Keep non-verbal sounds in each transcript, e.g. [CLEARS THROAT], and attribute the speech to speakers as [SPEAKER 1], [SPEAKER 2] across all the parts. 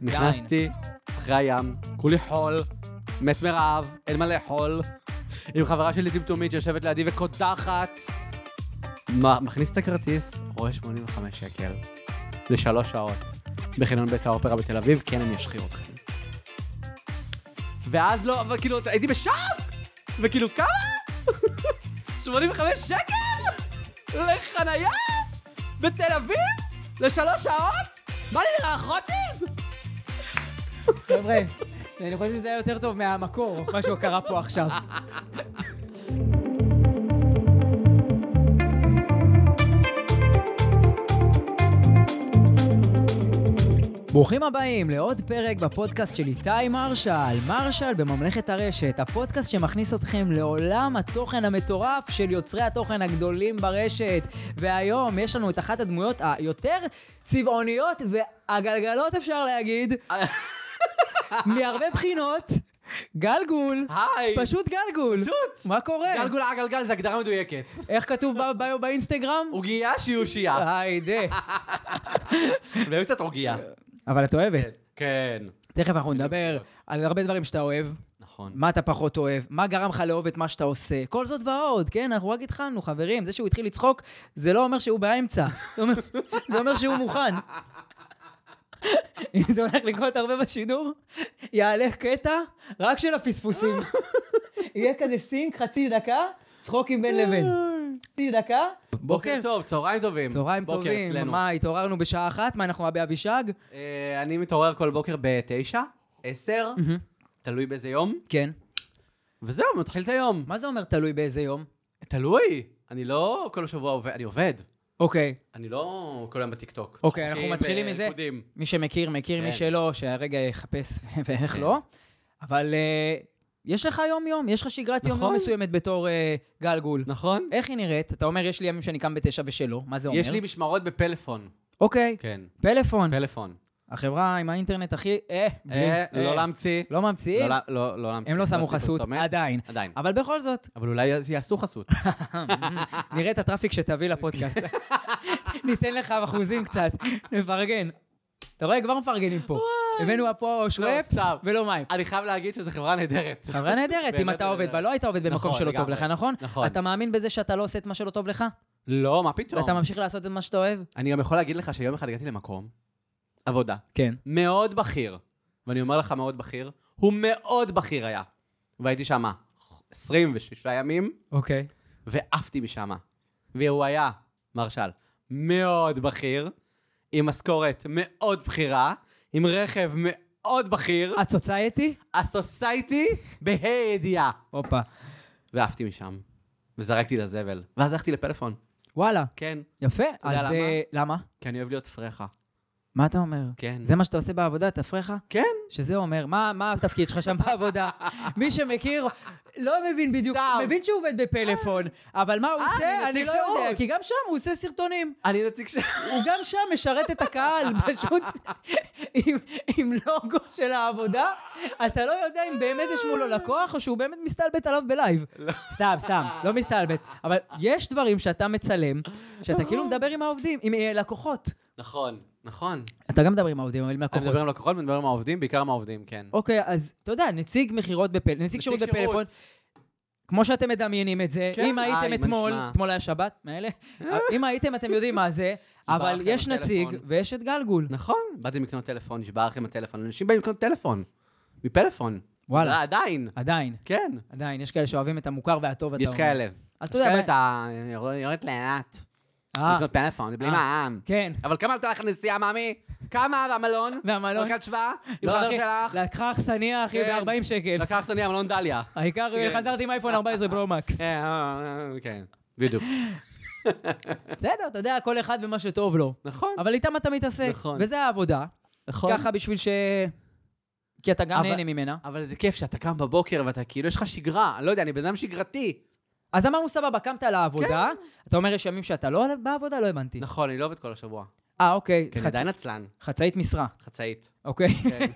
[SPEAKER 1] נכנסתי אחרי הים, כולי חול, מת מרעב, אין מה לאכול, עם חברה שלי טמטומית שיושבת לידי וקודחת. מה- מכניס את הכרטיס, רואה 85 שקל לשלוש שעות בחניון בית האופרה בתל אביב, כן, אני אשחיר אתכם. ואז לא, אבל כאילו, הייתי בשוק! וכאילו, כמה? [LAUGHS] 85 שקל? לחנייה? בתל אביב? לשלוש שעות? מה אני נראה חוטב?
[SPEAKER 2] חבר'ה, אני חושב שזה היה יותר טוב מהמקור, מה שקרה פה עכשיו. ברוכים הבאים לעוד פרק בפודקאסט של איתי מרשל, מרשל בממלכת הרשת, הפודקאסט שמכניס אתכם לעולם התוכן המטורף של יוצרי התוכן הגדולים ברשת. והיום יש לנו את אחת הדמויות היותר צבעוניות והגלגלות אפשר [LAUGHS] להגיד, מהרבה בחינות, גלגול.
[SPEAKER 1] היי!
[SPEAKER 2] פשוט כן. גלגול.
[SPEAKER 1] פשוט.
[SPEAKER 2] מה קורה?
[SPEAKER 1] גלגול הגלגל זה הגדרה מדויקת.
[SPEAKER 2] [LAUGHS] איך כתוב ב- ביו באינסטגרם?
[SPEAKER 1] עוגייה שהיא
[SPEAKER 2] אה.
[SPEAKER 1] אושייה.
[SPEAKER 2] היידה.
[SPEAKER 1] והיו קצת עוגייה.
[SPEAKER 2] אבל את אוהבת.
[SPEAKER 1] כן.
[SPEAKER 2] תכף אנחנו נדבר על הרבה דברים שאתה אוהב,
[SPEAKER 1] נכון.
[SPEAKER 2] מה אתה פחות אוהב, מה גרם לך לאהוב את מה שאתה עושה. כל זאת ועוד, כן? אנחנו רק התחלנו, חברים. זה שהוא התחיל לצחוק, זה לא אומר שהוא באמצע. זה אומר- [LAUGHS] זה אומר שהוא מוכן. אם זה הולך לקרות הרבה בשידור, יעלה קטע רק של
[SPEAKER 1] [LAUGHS]
[SPEAKER 2] הפספוסים. יהיה כזה סינק חצי דקה, צחוקים בין לבין. חצי דקה,
[SPEAKER 1] בוקר טוב, צהריים טובים.
[SPEAKER 2] צהריים
[SPEAKER 1] בוקר
[SPEAKER 2] טובים,
[SPEAKER 1] אצלנו.
[SPEAKER 2] מה, התעוררנו בשעה אחת? מה, אנחנו באבישג?
[SPEAKER 1] אה, אני מתעורר כל בוקר בתשע,
[SPEAKER 2] [LAUGHS]
[SPEAKER 1] עשר, תלוי באיזה יום,
[SPEAKER 2] כן.
[SPEAKER 1] וזהו, מתחיל את היום.
[SPEAKER 2] מה זה אומר תלוי באיזה יום?
[SPEAKER 1] תלוי. אני לא כל שבוע עובד, אני עובד.
[SPEAKER 2] אוקיי,
[SPEAKER 1] אני לא כל היום בטיקטוק.
[SPEAKER 2] אוקיי, אנחנו
[SPEAKER 1] צחוקים
[SPEAKER 2] מתחילים מזה.
[SPEAKER 1] וריקודים.
[SPEAKER 2] מי שמכיר, מכיר,
[SPEAKER 1] כן.
[SPEAKER 2] מי שלא, שהרגע יחפש [LAUGHS] ואיך
[SPEAKER 1] כן.
[SPEAKER 2] לא. אבל אה, יש לך יום-יום, יש לך שגרת יום-יום
[SPEAKER 1] נכון.
[SPEAKER 2] מסוימת בתור אה, גלגול.
[SPEAKER 1] נכון?
[SPEAKER 2] איך היא נראית? אתה אומר, יש לי ימים שאני קם בתשע ושלא, מה זה אומר?
[SPEAKER 1] יש לי משמרות בפלאפון.
[SPEAKER 2] אוקיי,
[SPEAKER 1] כן.
[SPEAKER 2] פלאפון.
[SPEAKER 1] פלאפון.
[SPEAKER 2] החברה עם האינטרנט הכי... אה, בלי-
[SPEAKER 1] אה, לא
[SPEAKER 2] אה.
[SPEAKER 1] להמציא.
[SPEAKER 2] לא ממציאים?
[SPEAKER 1] לא, לא, לא להמציא.
[SPEAKER 2] הם לא שמו
[SPEAKER 1] עשיתי
[SPEAKER 2] חסות,
[SPEAKER 1] פרסומת.
[SPEAKER 2] עדיין.
[SPEAKER 1] עדיין.
[SPEAKER 2] אבל בכל זאת,
[SPEAKER 1] אבל אולי יעשו
[SPEAKER 2] [LAUGHS]
[SPEAKER 1] חסות.
[SPEAKER 2] נראה את הטראפיק שתביא לפודקאסט. ניתן לך אחוזים קצת, נפרגן. אתה רואה, כבר מפרגנים פה. הבאנו פה שוואפס
[SPEAKER 1] לא, סתם.
[SPEAKER 2] ולא מים.
[SPEAKER 1] אני חייב להגיד שזו חברה נהדרת.
[SPEAKER 2] חברה נהדרת, אם
[SPEAKER 1] באמת
[SPEAKER 2] אתה עובד בה,
[SPEAKER 1] נהדרת.
[SPEAKER 2] לא היית עובד במקום
[SPEAKER 1] נכון,
[SPEAKER 2] שלא טוב
[SPEAKER 1] לגמרי.
[SPEAKER 2] לך, נכון?
[SPEAKER 1] נכון.
[SPEAKER 2] אתה מאמין בזה שאתה לא עושה את מה שלא טוב לך?
[SPEAKER 1] לא, מה פתאום.
[SPEAKER 2] ואתה ממשיך לעשות את מה שאתה אוהב?
[SPEAKER 1] אני גם יכול להגיד לך שיום אחד הגעתי למקום, עבודה,
[SPEAKER 2] כן.
[SPEAKER 1] מאוד בכיר, ואני אומר לך מאוד בכיר, הוא מאוד בכיר היה. והייתי שמה 26 ימים,
[SPEAKER 2] אוקיי.
[SPEAKER 1] ועפתי משמה. והוא היה, מרשל, מאוד בכיר, עם משכורת מאוד בכירה, עם רכב מאוד בכיר,
[SPEAKER 2] את סוצייטי?
[SPEAKER 1] הסוסייטי בה"א ידיעה.
[SPEAKER 2] הופה.
[SPEAKER 1] ועפתי משם, וזרקתי לזבל, ואז הלכתי לפלאפון.
[SPEAKER 2] וואלה,
[SPEAKER 1] כן,
[SPEAKER 2] יפה. אז
[SPEAKER 1] יודע למה?
[SPEAKER 2] אה, למה?
[SPEAKER 1] כי אני אוהב להיות פרחה.
[SPEAKER 2] מה אתה אומר?
[SPEAKER 1] כן.
[SPEAKER 2] זה מה שאתה עושה בעבודה, תפריך?
[SPEAKER 1] כן?
[SPEAKER 2] שזה אומר, מה, מה התפקיד שלך שם בעבודה? מי שמכיר, לא מבין בדיוק,
[SPEAKER 1] סתם.
[SPEAKER 2] מבין שהוא עובד בפלאפון, אבל מה הוא
[SPEAKER 1] אה,
[SPEAKER 2] עושה,
[SPEAKER 1] אני
[SPEAKER 2] אני לא
[SPEAKER 1] נציג שירות.
[SPEAKER 2] יודע, כי גם שם הוא עושה סרטונים.
[SPEAKER 1] אני נציג של... [LAUGHS]
[SPEAKER 2] הוא גם שם משרת את הקהל, [LAUGHS] פשוט עם, עם לוגו של העבודה. אתה לא יודע אם באמת יש מולו לקוח, או שהוא באמת מסתלבט עליו בלייב. סתם, סתם, לא מסתלבט. אבל יש דברים שאתה מצלם, שאתה כאילו מדבר עם העובדים, עם אה, לקוחות.
[SPEAKER 1] נכון, נכון.
[SPEAKER 2] אתה גם מדבר עם העובדים, אבל עם
[SPEAKER 1] אני
[SPEAKER 2] לקוחות.
[SPEAKER 1] מדבר עם לקוחות ואני מדבר עם העובדים, בעיקר עם העובדים, כן.
[SPEAKER 2] אוקיי, אז אתה יודע, נציג מכירות בפלאפון, נציג שירות
[SPEAKER 1] נציג
[SPEAKER 2] בפלאפון, כמו שאתם מדמיינים את זה,
[SPEAKER 1] כן,
[SPEAKER 2] אם
[SPEAKER 1] אה,
[SPEAKER 2] הייתם
[SPEAKER 1] עם
[SPEAKER 2] אתמול,
[SPEAKER 1] הנשמה.
[SPEAKER 2] אתמול היה שבת, מאלה, אם הייתם, אתם יודעים מה זה, אבל
[SPEAKER 1] לכם
[SPEAKER 2] יש נציג
[SPEAKER 1] הטלפון.
[SPEAKER 2] ויש את גלגול.
[SPEAKER 1] נכון, באתי לקנות טלפון, נשבר לכם הטלפון. אנשים באים לקנות טלפון. מפלאפון.
[SPEAKER 2] וואלה.
[SPEAKER 1] לא, עדיין.
[SPEAKER 2] עדיין,
[SPEAKER 1] כן.
[SPEAKER 2] עדיין, יש כאלה שאוהבים את המוכר והטוב, אתה
[SPEAKER 1] יש
[SPEAKER 2] אומר.
[SPEAKER 1] כאלה.
[SPEAKER 2] אז אתה יודע,
[SPEAKER 1] יש כאלה,
[SPEAKER 2] מה-
[SPEAKER 1] אתה יורדת לאט.
[SPEAKER 2] אה,
[SPEAKER 1] לקנות פלאפון, בלי
[SPEAKER 2] אה.
[SPEAKER 1] מע"מ.
[SPEAKER 2] כן.
[SPEAKER 1] אבל כמה עלתה לך נסיעה, מאמי? כמה והמלון?
[SPEAKER 2] והמלון?
[SPEAKER 1] ברכת שווה? עם
[SPEAKER 2] לא,
[SPEAKER 1] חבר
[SPEAKER 2] אחי,
[SPEAKER 1] שלך?
[SPEAKER 2] לקחה אכסניה, אחי,
[SPEAKER 1] כן.
[SPEAKER 2] ב-40 שקל.
[SPEAKER 1] לקח סוני המלון דליה.
[SPEAKER 2] העיקר,
[SPEAKER 1] כן.
[SPEAKER 2] חזרתי עם
[SPEAKER 1] [LAUGHS]
[SPEAKER 2] אייפון 14 פרומקס.
[SPEAKER 1] אה, אה, אה, כן,
[SPEAKER 2] [LAUGHS]
[SPEAKER 1] בדיוק.
[SPEAKER 2] בסדר, אתה יודע, כל אחד ומה שטוב לו.
[SPEAKER 1] נכון.
[SPEAKER 2] אבל איתם אתה מתעסק,
[SPEAKER 1] נכון.
[SPEAKER 2] וזה העבודה.
[SPEAKER 1] נכון.
[SPEAKER 2] ככה בשביל ש... כי אתה גם
[SPEAKER 1] אבל-
[SPEAKER 2] נהנה ממנה.
[SPEAKER 1] אבל זה כיף שאתה קם בבוקר ואתה כאילו, יש לך שגרה, אני לא יודע, אני בן אדם שגרתי.
[SPEAKER 2] אז אמרנו, סבבה, קמת לעבודה, אתה אומר, יש ימים שאתה לא בעבודה? לא הבנתי.
[SPEAKER 1] כן. נכון, אני לא עובד כל השבוע.
[SPEAKER 2] אה, אוקיי,
[SPEAKER 1] כי אני
[SPEAKER 2] חצ-
[SPEAKER 1] עדיין עצלן,
[SPEAKER 2] חצאית משרה,
[SPEAKER 1] חצאית.
[SPEAKER 2] אוקיי?
[SPEAKER 1] כן.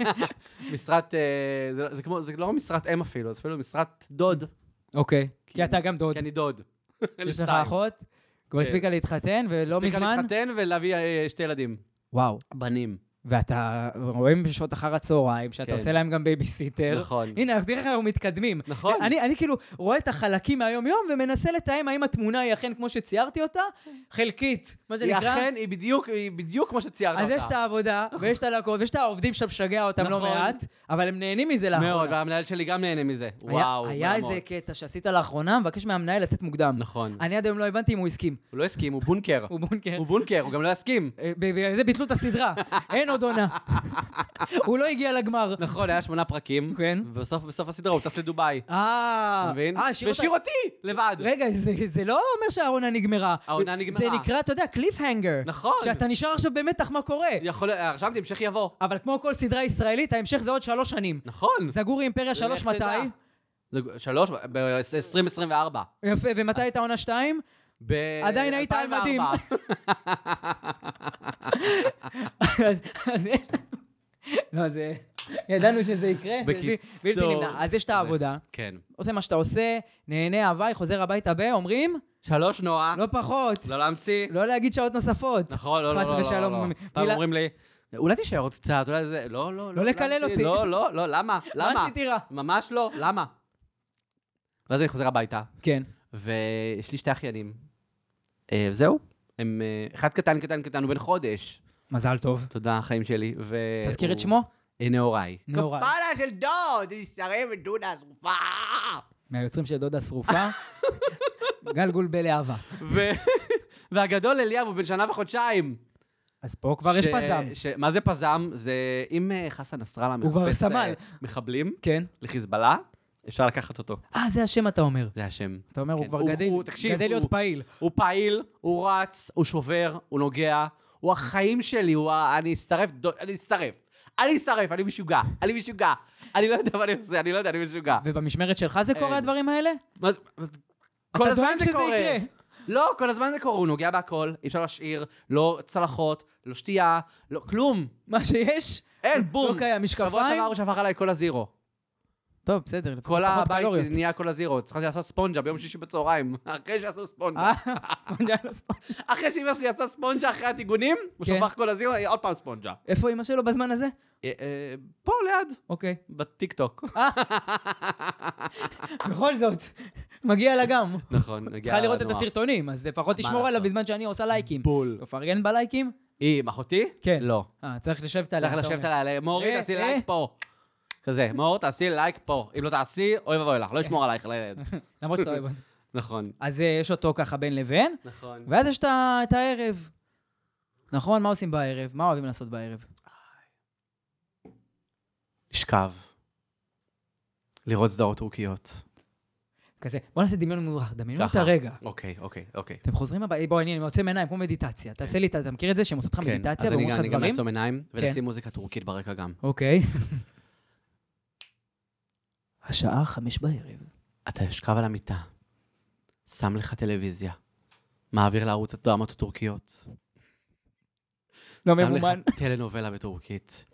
[SPEAKER 1] משרת, אה, זה לא- זה כמו, זה לא משרת אם אפילו, זה אפילו משרת דוד.
[SPEAKER 2] [LAUGHS] אוקיי. כי אתה גם דוד.
[SPEAKER 1] כי אני דוד.
[SPEAKER 2] יש לך
[SPEAKER 1] שתיים.
[SPEAKER 2] אחות? כבר
[SPEAKER 1] כן.
[SPEAKER 2] הספיקה להתחתן, ולא
[SPEAKER 1] הספיקה
[SPEAKER 2] מזמן?
[SPEAKER 1] להתחתן ולהביא אה, שתי ילדים.
[SPEAKER 2] וואו.
[SPEAKER 1] בנים.
[SPEAKER 2] ואתה רואים בשעות אחר הצהריים, שאתה
[SPEAKER 1] כן.
[SPEAKER 2] עושה להם גם בייביסיטר.
[SPEAKER 1] נכון.
[SPEAKER 2] הנה, אז תראה איך אנחנו מתקדמים.
[SPEAKER 1] נכון.
[SPEAKER 2] אני, אני כאילו רואה את החלקים מהיום-יום ומנסה לתאם האם התמונה היא אכן כמו שציירתי אותה, חלקית, מה
[SPEAKER 1] היא
[SPEAKER 2] שנקרא.
[SPEAKER 1] אכן, היא בדיוק, היא בדיוק כמו שציירת
[SPEAKER 2] אז
[SPEAKER 1] אותה.
[SPEAKER 2] יש את העבודה, ויש את הלקוחות, ויש את העובדים שאתה משגע אותם לא
[SPEAKER 1] לא נכון.
[SPEAKER 2] מעט, אבל הם נהנים מזה לאחרונה.
[SPEAKER 1] מאוד, והמנהל שלי גם נהנה מזה.
[SPEAKER 2] היה-
[SPEAKER 1] וואו,
[SPEAKER 2] היה
[SPEAKER 1] מהמם.
[SPEAKER 2] איזה קטע שעשית לאחרונה, מבקש מהמנהל לצאת מוקדם.
[SPEAKER 1] נכון.
[SPEAKER 2] אני עד היום לא הבנתי אם הוא הסכים.
[SPEAKER 1] הוא לא הסכים, הוא בונקר.
[SPEAKER 2] הוא בונקר.
[SPEAKER 1] הוא בונקר, הוא גם לא יסכים.
[SPEAKER 2] אה, בגלל זה ביטלו את
[SPEAKER 1] [LAUGHS]
[SPEAKER 2] הסדרה, אין עוד עונה. הוא לא הגיע לגמר.
[SPEAKER 1] נכון, היה שמונה פרקים.
[SPEAKER 2] כן.
[SPEAKER 1] ובסוף בסוף הסדרה הוא טס לדובאי.
[SPEAKER 2] אה,
[SPEAKER 1] אתה מבין?
[SPEAKER 2] אה, השאיר אותה-
[SPEAKER 1] והשאיר אותי לבד.
[SPEAKER 2] רגע, זה, זה לא אומר שהעונה נגמרה.
[SPEAKER 1] העונה נגמרה.
[SPEAKER 2] זה נקרא, אתה יודע, קליפהנגר.
[SPEAKER 1] נכון.
[SPEAKER 2] שאתה נשאר עכשיו במתח מה קורה.
[SPEAKER 1] יכול, אה, רשמתי, המשך יבוא.
[SPEAKER 2] אבל כמו כל סדרה ישראלית, ההמשך זה עוד שלוש שנים.
[SPEAKER 1] נכון.
[SPEAKER 2] סגור אימפריה שלוש
[SPEAKER 1] לך
[SPEAKER 2] מתי?
[SPEAKER 1] תדע. זה- שלוש, ב-2024.
[SPEAKER 2] יפה, ומתי הייתה עונה שתיים? עדיין היית על מדים. אז אז יש... לא, זה... ידענו שזה יקרה. זה בלתי- בלתי
[SPEAKER 1] בקיצור,
[SPEAKER 2] נמנע. אז יש את העבודה,
[SPEAKER 1] [LAUGHS] כן.
[SPEAKER 2] עושה מה שאתה עושה, נהנה הוואי, חוזר הביתה ב... אומרים?
[SPEAKER 1] שלוש, נועה.
[SPEAKER 2] לא פחות.
[SPEAKER 1] לא להמציא.
[SPEAKER 2] לא להגיד שעות נוספות.
[SPEAKER 1] נכון, לא, לא,
[SPEAKER 2] חס
[SPEAKER 1] לא, לא,
[SPEAKER 2] ושלום.
[SPEAKER 1] לא. פעם
[SPEAKER 2] מילה-
[SPEAKER 1] אומרים לי, אולי תישאר עוד קצת, אולי זה... לא, לא,
[SPEAKER 2] לא לקלל
[SPEAKER 1] להמציא,
[SPEAKER 2] אותי.
[SPEAKER 1] לא, לא, לא, למה? למה?
[SPEAKER 2] מה עשיתי רע?
[SPEAKER 1] ממש לא, למה? ואז אני חוזר הביתה,
[SPEAKER 2] כן.
[SPEAKER 1] ויש לי שתי אחיינים. אה, זהו, הם... אה, אחד קטן, קטן, קטן, הוא בן חודש.
[SPEAKER 2] מזל טוב.
[SPEAKER 1] תודה, החיים שלי. ו-
[SPEAKER 2] תזכיר את
[SPEAKER 1] הוא-
[SPEAKER 2] שמו?
[SPEAKER 1] אה, נהוראי.
[SPEAKER 2] נהוראי.
[SPEAKER 1] קפלה של דוד, תשתרם את דודה השרופה.
[SPEAKER 2] מהיוצרים של דודה
[SPEAKER 1] [LAUGHS]
[SPEAKER 2] שרופה. גלגול בלהבה.
[SPEAKER 1] ו- [LAUGHS] והגדול אליאב הוא בן שנה וחודשיים.
[SPEAKER 2] אז פה כבר יש
[SPEAKER 1] ש-
[SPEAKER 2] פזם.
[SPEAKER 1] ש- מה זה פזם? זה אם אה, חסן נסראללה
[SPEAKER 2] הוא כבר
[SPEAKER 1] מחפש אה,
[SPEAKER 2] סמל.
[SPEAKER 1] מחבלים
[SPEAKER 2] כן.
[SPEAKER 1] לחיזבאללה, אפשר לקחת אותו.
[SPEAKER 2] אה, זה השם אתה אומר.
[SPEAKER 1] זה השם.
[SPEAKER 2] אתה אומר, הוא
[SPEAKER 1] כן.
[SPEAKER 2] כבר
[SPEAKER 1] הוא-
[SPEAKER 2] גדל
[SPEAKER 1] הוא- תקשיב,
[SPEAKER 2] גדל להיות
[SPEAKER 1] הוא-
[SPEAKER 2] פעיל.
[SPEAKER 1] הוא פעיל, הוא רץ, הוא שובר, הוא נוגע, הוא החיים שלי, הוא ה... אני אשרף, דוד, אני אשרף. אני אשרף, אני משוגע, אני משוגע. אני לא יודע מה אני עושה, אני לא יודע, אני משוגע.
[SPEAKER 2] ובמשמרת שלך זה קורה,
[SPEAKER 1] אה.
[SPEAKER 2] הדברים האלה?
[SPEAKER 1] מה זה- כל הזמן
[SPEAKER 2] דואג
[SPEAKER 1] זה
[SPEAKER 2] שזה
[SPEAKER 1] קורה.
[SPEAKER 2] יקרה.
[SPEAKER 1] לא, כל הזמן זה קורה, הוא נוגע בהכל, אי אפשר להשאיר, לא צלחות, לא שתייה, לא כלום.
[SPEAKER 2] מה שיש?
[SPEAKER 1] אין, כן, בום.
[SPEAKER 2] לא קיים,
[SPEAKER 1] שבוע
[SPEAKER 2] משקפיים?
[SPEAKER 1] שעבר הוא שפך עליי כל הזירו.
[SPEAKER 2] טוב, בסדר, לפחות
[SPEAKER 1] כל
[SPEAKER 2] פחות
[SPEAKER 1] הבית
[SPEAKER 2] קלוריות.
[SPEAKER 1] נהיה כל הזירו. צריכה לעשות ספונג'ה ביום שישי בצהריים. אחרי שעשו ספונג'ה.
[SPEAKER 2] אה, ספונג'ה על הספונג'ה.
[SPEAKER 1] אחרי שאמא שלי עשה ספונג'ה אחרי הטיגונים, הוא
[SPEAKER 2] כן.
[SPEAKER 1] שפך כל הזירו, היה עוד פעם ספונג'ה.
[SPEAKER 2] איפה אמא שלו בזמן הזה?
[SPEAKER 1] אה, אה, פה ליד,
[SPEAKER 2] אוקיי.
[SPEAKER 1] בטיקטוק.
[SPEAKER 2] בכל זאת, [LAUGHS] מגיע לה גם.
[SPEAKER 1] [LAUGHS] נכון, נגיע
[SPEAKER 2] צריכה לראות את
[SPEAKER 1] לנוער.
[SPEAKER 2] הסרטונים, אז לפחות תשמור עליו
[SPEAKER 1] לעשות?
[SPEAKER 2] בזמן שאני עושה לייקים. לא
[SPEAKER 1] בול.
[SPEAKER 2] לפרגן בלייקים?
[SPEAKER 1] היא עם אחותי?
[SPEAKER 2] כן.
[SPEAKER 1] לא.
[SPEAKER 2] אה, צריך לשבת עליה.
[SPEAKER 1] צריך
[SPEAKER 2] אתה
[SPEAKER 1] לשבת
[SPEAKER 2] אומר.
[SPEAKER 1] עליה, מורי,
[SPEAKER 2] אה,
[SPEAKER 1] תעשי
[SPEAKER 2] אה.
[SPEAKER 1] לייק פה. כזה, מור, תעשי לייק פה. אם לא תעשי, אוי ואבוי
[SPEAKER 2] אה.
[SPEAKER 1] לך, לא אשמור עלייך
[SPEAKER 2] [LAUGHS]
[SPEAKER 1] לילד.
[SPEAKER 2] למרות שאתה לא אוהב אותה.
[SPEAKER 1] נכון.
[SPEAKER 2] אז אה, יש אותו ככה בין לבין,
[SPEAKER 1] נכון.
[SPEAKER 2] ואז יש את ה- את הערב. נכון, מה עושים בערב? מה אוהבים לעשות בערב?
[SPEAKER 1] לשכב. לראות סדרות טורקיות.
[SPEAKER 2] כזה, בוא נעשה דמיון מודרך, דמיינו את
[SPEAKER 1] ככה.
[SPEAKER 2] הרגע.
[SPEAKER 1] אוקיי, אוקיי, אוקיי.
[SPEAKER 2] אתם חוזרים הביתה, בוא, הנה, אני יוצא מעיניים, כמו מדיטציה. תעשה לי, את ה- אתה מכיר את זה שהם עושים לך מדיטציה ואומרים לך
[SPEAKER 1] כן, אז אני גם
[SPEAKER 2] דברים?
[SPEAKER 1] אעצום עיניים
[SPEAKER 2] כן.
[SPEAKER 1] ולשים מוזיקה טורקית ברקע גם.
[SPEAKER 2] אוקיי. השעה חמש בערב.
[SPEAKER 1] אתה ישכב על המיטה, שם לך טלוויזיה, מעביר לערוץ הדרמות הטורקיות.
[SPEAKER 2] לא
[SPEAKER 1] שם
[SPEAKER 2] ממומן.
[SPEAKER 1] לך טלנובלה בטורקית,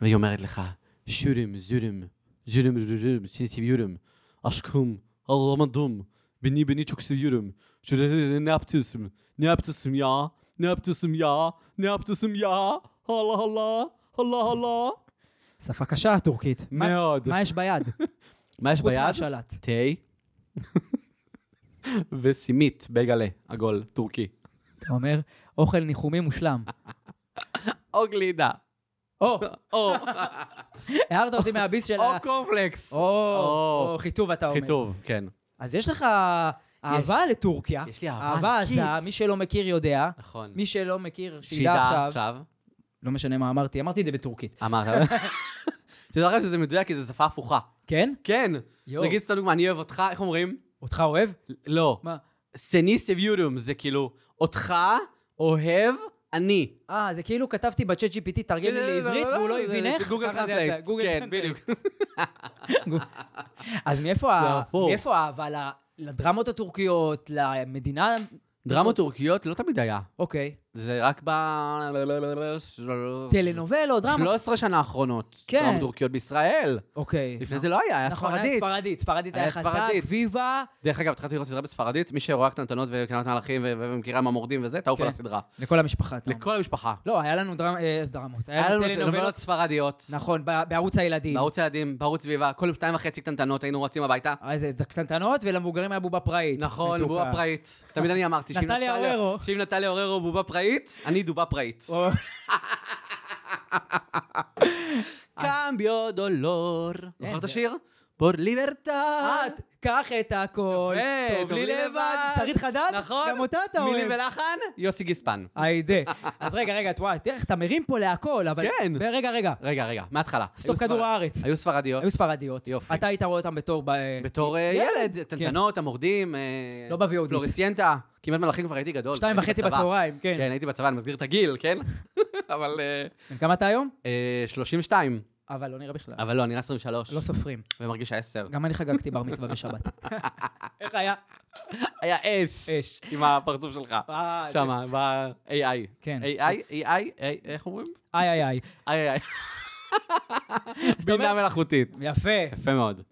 [SPEAKER 1] והיא אומרת לך, שורים, זורם, זורם, זורם, סני seviyorum, aşkım, alamadım, beni beni çok seviyorum, şöyle ne yapıyorsun, ne yapıyorsun ya, ne yapıyorsun ya, ne yapıyorsun ya, Allah Allah, Allah Allah.
[SPEAKER 2] שפה קשה, הטורקית. מה-
[SPEAKER 1] מאוד.
[SPEAKER 2] מה יש ביד?
[SPEAKER 1] מה יש
[SPEAKER 2] חוץ
[SPEAKER 1] ביד?
[SPEAKER 2] מהשלט.
[SPEAKER 1] תה וסימית, בייגלה, עגול, טורקי.
[SPEAKER 2] אתה אומר, אוכל ניחומי מושלם.
[SPEAKER 1] או גלידה.
[SPEAKER 2] או,
[SPEAKER 1] או,
[SPEAKER 2] [LAUGHS] הערת אותי מהביס של
[SPEAKER 1] או
[SPEAKER 2] ה...
[SPEAKER 1] קורפלקס.
[SPEAKER 2] או, או, חיטוב אתה אומר.
[SPEAKER 1] חיטוב, כן.
[SPEAKER 2] אז יש לך אהבה לטורקיה.
[SPEAKER 1] יש לי
[SPEAKER 2] אה, אהבה עזה, מי שלא מכיר יודע.
[SPEAKER 1] נכון.
[SPEAKER 2] מי שלא מכיר, שידע
[SPEAKER 1] שידע
[SPEAKER 2] עכשיו.
[SPEAKER 1] עכשיו.
[SPEAKER 2] לא משנה מה אמרתי, אמרתי את זה בטורקית.
[SPEAKER 1] אמרת. תדע לך שזה מדויק, כי זו שפה הפוכה.
[SPEAKER 2] כן?
[SPEAKER 1] כן.
[SPEAKER 2] יואו.
[SPEAKER 1] נגיד סתם דוגמא, אני אוהב אותך, איך אומרים?
[SPEAKER 2] אותך אוהב?
[SPEAKER 1] לא.
[SPEAKER 2] מה?
[SPEAKER 1] סני סביורום, זה כאילו, אותך אוהב אני. כאילו,
[SPEAKER 2] אה, זה כאילו כתבתי בצ'אט GPT, תרגם לי לעברית, והוא לא הבין איך.
[SPEAKER 1] גוגל
[SPEAKER 2] ככה זה יצא,
[SPEAKER 1] טרנסלייט.
[SPEAKER 2] גוגל
[SPEAKER 1] כן,
[SPEAKER 2] טרנסלייט.
[SPEAKER 1] בדיוק.
[SPEAKER 2] אז מאיפה ה-
[SPEAKER 1] הפוך.
[SPEAKER 2] מאיפה האהבה ל- לדרמות הטורקיות, למדינה?
[SPEAKER 1] דרמות טורקיות לא תמיד היה.
[SPEAKER 2] אוקיי.
[SPEAKER 1] זה רק ב...
[SPEAKER 2] טלנובלות, דרמה.
[SPEAKER 1] 13 שנה האחרונות.
[SPEAKER 2] כן.
[SPEAKER 1] דרמה טורקיות בישראל.
[SPEAKER 2] אוקיי.
[SPEAKER 1] לפני זה לא היה, היה
[SPEAKER 2] נכון, היה
[SPEAKER 1] ספרדית.
[SPEAKER 2] ספרדית, ספרדית היה
[SPEAKER 1] היה
[SPEAKER 2] חזק,
[SPEAKER 1] ספרדית.
[SPEAKER 2] ויבה.
[SPEAKER 1] דרך אגב, התחלתי לראות סדרה בספרדית, מי שרואה קטנטנות וקטנות מלאכים ו- ו- ומכירה מהמורדים וזה, תעוף
[SPEAKER 2] כן.
[SPEAKER 1] על הסדרה.
[SPEAKER 2] לכל המשפחה. אתה אומר.
[SPEAKER 1] לכל המשפחה.
[SPEAKER 2] לא, היה לנו דרמ- אה, דרמות.
[SPEAKER 1] היה לנו
[SPEAKER 2] טלנובלות.
[SPEAKER 1] נובלות ספרדיות,
[SPEAKER 2] נכון, ב- בערוץ הילדים.
[SPEAKER 1] בערוץ ילדים, בערוץ סביבה, כל שתיים וחצי קטנטנות היינו רצים הביתה.
[SPEAKER 2] אה, זה קטנטנות, ולמבוגרים היה בובה פראית.
[SPEAKER 1] נכון,
[SPEAKER 2] מתוקה.
[SPEAKER 1] בובה פראית. תמיד אני אמרתי, שאם
[SPEAKER 2] נטליה
[SPEAKER 1] נטליה-
[SPEAKER 2] אוררו.
[SPEAKER 1] שאם נטליה אוררו בובה פראית, אני דובה פראית.
[SPEAKER 2] או-
[SPEAKER 1] קמביו דולור. זוכר את
[SPEAKER 2] אה. כן, זה-
[SPEAKER 1] השיר? פור אה, ליברטד.
[SPEAKER 2] את, קח את הכל,
[SPEAKER 1] יפה,
[SPEAKER 2] טוב לי לבד. שרית חדד?
[SPEAKER 1] נכון.
[SPEAKER 2] גם אותה אתה
[SPEAKER 1] מילים
[SPEAKER 2] אוהב.
[SPEAKER 1] ולחן, יוסי גיספן.
[SPEAKER 2] היידה. אז רגע, רגע, את וואי, תראה איך אתה מרים פה להכל, אבל...
[SPEAKER 1] כן.
[SPEAKER 2] רגע, רגע.
[SPEAKER 1] רגע, רגע, מההתחלה. היו
[SPEAKER 2] סטופ
[SPEAKER 1] ספרד-
[SPEAKER 2] כדור הארץ.
[SPEAKER 1] היו ספרדיות.
[SPEAKER 2] היו ספרדיות.
[SPEAKER 1] יופי.
[SPEAKER 2] אתה היית רואה אותם בתור... ב-
[SPEAKER 1] בתור אה, ילד, טנטנות, המורדים. אה,
[SPEAKER 2] כן. לא ב-VOD.
[SPEAKER 1] פלוריסיינטה. כמעט מלאכים כבר הייתי גדול.
[SPEAKER 2] שתיים
[SPEAKER 1] הייתי
[SPEAKER 2] וחצי
[SPEAKER 1] בצבא.
[SPEAKER 2] בצהריים, כן.
[SPEAKER 1] כן, הייתי בצבא, אני מסגיר את הגיל, כן? [LAUGHS] אבל... אה,
[SPEAKER 2] בן כמה כן. אתה היום?
[SPEAKER 1] אה, 32.
[SPEAKER 2] אבל לא נראה בכלל.
[SPEAKER 1] אבל לא, אני נראה 23.
[SPEAKER 2] לא סופרים.
[SPEAKER 1] ומרגיש העשר.
[SPEAKER 2] גם אני חגגתי בר מצווה בשבת.
[SPEAKER 1] [LAUGHS]
[SPEAKER 2] איך היה?
[SPEAKER 1] היה אש.
[SPEAKER 2] אש.
[SPEAKER 1] עם הפרצוף שלך.
[SPEAKER 2] אה,
[SPEAKER 1] שמה, ב-AI.
[SPEAKER 2] כן.
[SPEAKER 1] AI, AI, איך אומרים?
[SPEAKER 2] איי איי איי.
[SPEAKER 1] איי, איי.
[SPEAKER 2] אומר-
[SPEAKER 1] בינה מלאכותית.
[SPEAKER 2] יפה.
[SPEAKER 1] יפה מאוד.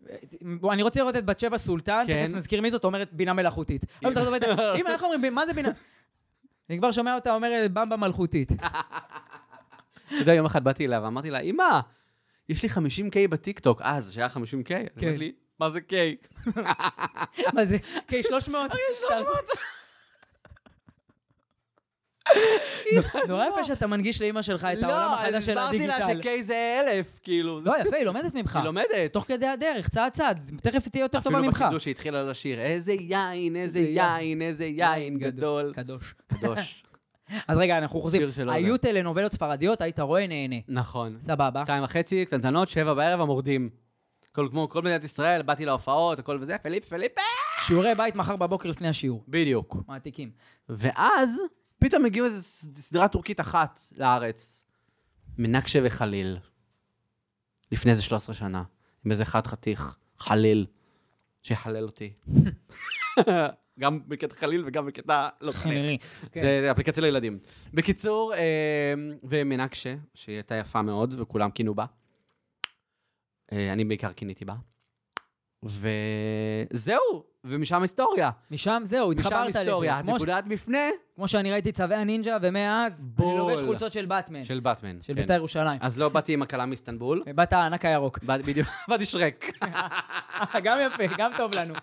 [SPEAKER 2] בוא, אני רוצה לראות את בת שבע סולטן,
[SPEAKER 1] כן.
[SPEAKER 2] תכף נזכיר מי זאת, אומרת בינה מלאכותית. היום אתה
[SPEAKER 1] [LAUGHS]
[SPEAKER 2] עובד, אמא, איך אומרים, ב- מה זה בינה? אני כבר שומע אותה אומרת במבה מלכותית.
[SPEAKER 1] אתה יודע, יום אחד באתי אליה ואמרתי לה, אמא, יש לי 50K בטיקטוק, אז, שהיה 50K. כן.
[SPEAKER 2] כן.
[SPEAKER 1] אמרתי לי, מה זה K?
[SPEAKER 2] מה זה? אוקיי, קיי 300?
[SPEAKER 1] אוקיי,
[SPEAKER 2] נורא יפה שאתה מנגיש לאימא שלך את העולם החדש של
[SPEAKER 1] לא, אז
[SPEAKER 2] הדיגיטל.
[SPEAKER 1] לא, הסברתי לה ש-K זה 1,000, כאילו. זה-
[SPEAKER 2] לא, יפה, היא לומדת ממך.
[SPEAKER 1] היא לומדת.
[SPEAKER 2] תוך כדי הדרך, צעד צעד, תכף תהיה יותר טובה ממך.
[SPEAKER 1] אפילו בחידוש היא התחילה לשיר, איזה יין, איזה יין, איזה יין גדול.
[SPEAKER 2] לא, [LAUGHS] קדוש.
[SPEAKER 1] קדוש.
[SPEAKER 2] אז רגע, אנחנו חוזרים.
[SPEAKER 1] שיר שלא
[SPEAKER 2] היו
[SPEAKER 1] זה.
[SPEAKER 2] טלנובלות ספרדיות, היית רואה, נהנה.
[SPEAKER 1] נכון.
[SPEAKER 2] סבבה.
[SPEAKER 1] שתיים וחצי, קטנטנות, שבע בערב, המורדים. כל- כמו כל מדינת ישראל, באתי להופעות, הכל וזה, פליפ, פליפ, אה!
[SPEAKER 2] שיעורי בית מחר בבוקר לפני השיעור.
[SPEAKER 1] בדיוק.
[SPEAKER 2] מעתיקים.
[SPEAKER 1] ואז פתאום הגיעו איזו ס- סדרה טורקית אחת לארץ. מנקשה וחליל. לפני איזה 13 שנה. עם איזה חד חתיך, חליל, שיחלל אותי. [LAUGHS] גם בקטע חליל וגם בקטע לא חליל.
[SPEAKER 2] כן.
[SPEAKER 1] זה אפליקציה לילדים. בקיצור, אה, ומנקשה, שהיא הייתה יפה מאוד, וכולם קינו בה. אה, אני בעיקר קיניתי בה. וזהו, ומשם היסטוריה.
[SPEAKER 2] משם זהו,
[SPEAKER 1] משם
[SPEAKER 2] התחברת לזה.
[SPEAKER 1] היסטוריה.
[SPEAKER 2] כמו ש-
[SPEAKER 1] נקודת מפנה
[SPEAKER 2] כמו שאני ראיתי צווי הנינג'ה, ומאז אני
[SPEAKER 1] בול.
[SPEAKER 2] לובש חולצות של באטמן.
[SPEAKER 1] של באטמן.
[SPEAKER 2] של
[SPEAKER 1] כן.
[SPEAKER 2] בית"ר ירושלים.
[SPEAKER 1] אז לא באתי עם הכלה
[SPEAKER 2] [LAUGHS]
[SPEAKER 1] מאיסטנבול,
[SPEAKER 2] בת הענק הירוק.
[SPEAKER 1] בא- בדיוק, [LAUGHS] באתי שרק.
[SPEAKER 2] גם יפה, גם טוב לנו.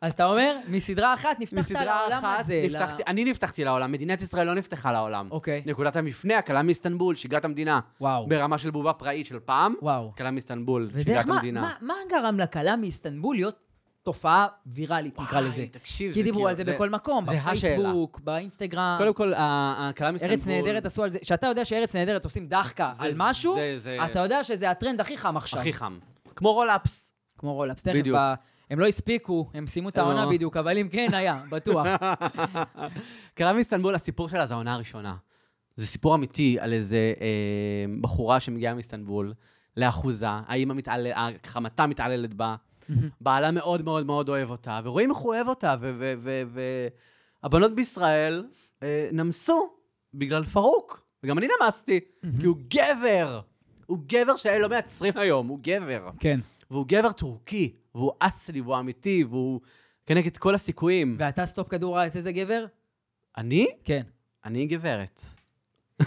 [SPEAKER 2] אז אתה אומר, מסדרה אחת נפתחת לעולם הזה. ל-
[SPEAKER 1] נפתחתי, אני נפתחתי לעולם, מדינת ישראל לא נפתחה לעולם.
[SPEAKER 2] אוקיי.
[SPEAKER 1] נקודת המפנה, הכלה מאיסטנבול, שגרת המדינה.
[SPEAKER 2] וואו.
[SPEAKER 1] ברמה של בובה פראית של פעם,
[SPEAKER 2] וואו.
[SPEAKER 1] הכלה מאיסטנבול,
[SPEAKER 2] ודרך
[SPEAKER 1] שגרת
[SPEAKER 2] מה-
[SPEAKER 1] המדינה.
[SPEAKER 2] מה- מה גרם לכלה מאיסטנבול להיות תופעה ויראלית, נקרא
[SPEAKER 1] וואי,
[SPEAKER 2] לזה?
[SPEAKER 1] תקשיב,
[SPEAKER 2] כי
[SPEAKER 1] זה
[SPEAKER 2] דיברו
[SPEAKER 1] כאילו-
[SPEAKER 2] על זה
[SPEAKER 1] זה-
[SPEAKER 2] בכל מקום,
[SPEAKER 1] זה השאלה.
[SPEAKER 2] בפייסבוק, באינסטגרם.
[SPEAKER 1] קודם כל, ה- הכלה מאיסטנבול...
[SPEAKER 2] ארץ נהדרת עשו על זה, כשאתה יודע שארץ נהדרת עושים דחקה
[SPEAKER 1] זה-
[SPEAKER 2] על משהו,
[SPEAKER 1] זה- זה-
[SPEAKER 2] אתה יודע שזה הטרנד הכי חם עכשיו.
[SPEAKER 1] הכי חם. כמו רולאפס.
[SPEAKER 2] כמו רולאפס, תכף,
[SPEAKER 1] בדיוק.
[SPEAKER 2] ב- הם לא הספיקו, הם סיימו את
[SPEAKER 1] לא.
[SPEAKER 2] העונה בדיוק, אבל אם כן היה,
[SPEAKER 1] [LAUGHS]
[SPEAKER 2] בטוח.
[SPEAKER 1] כלה מאיסטנבול, הסיפור שלה זה העונה הראשונה. זה סיפור אמיתי על איזה אה, בחורה שמגיעה מאיסטנבול, לאחוזה, האמא מתעלל, חמתה מתעללת בה, בעלה מאוד מאוד מאוד אוהב אותה, ורואים איך הוא אוהב אותה, והבנות בישראל אה, נמסו בגלל פרוק, וגם אני נמסתי, כי הוא גבר, הוא גבר שלא מייצרים היום, הוא גבר.
[SPEAKER 2] כן.
[SPEAKER 1] והוא גבר טורקי, והוא אסלי, והוא אמיתי, והוא כנגד כל הסיכויים.
[SPEAKER 2] ואתה סטופ כדור הארץ, איזה גבר?
[SPEAKER 1] אני?
[SPEAKER 2] כן.
[SPEAKER 1] אני [LAUGHS] גברת.
[SPEAKER 2] אה,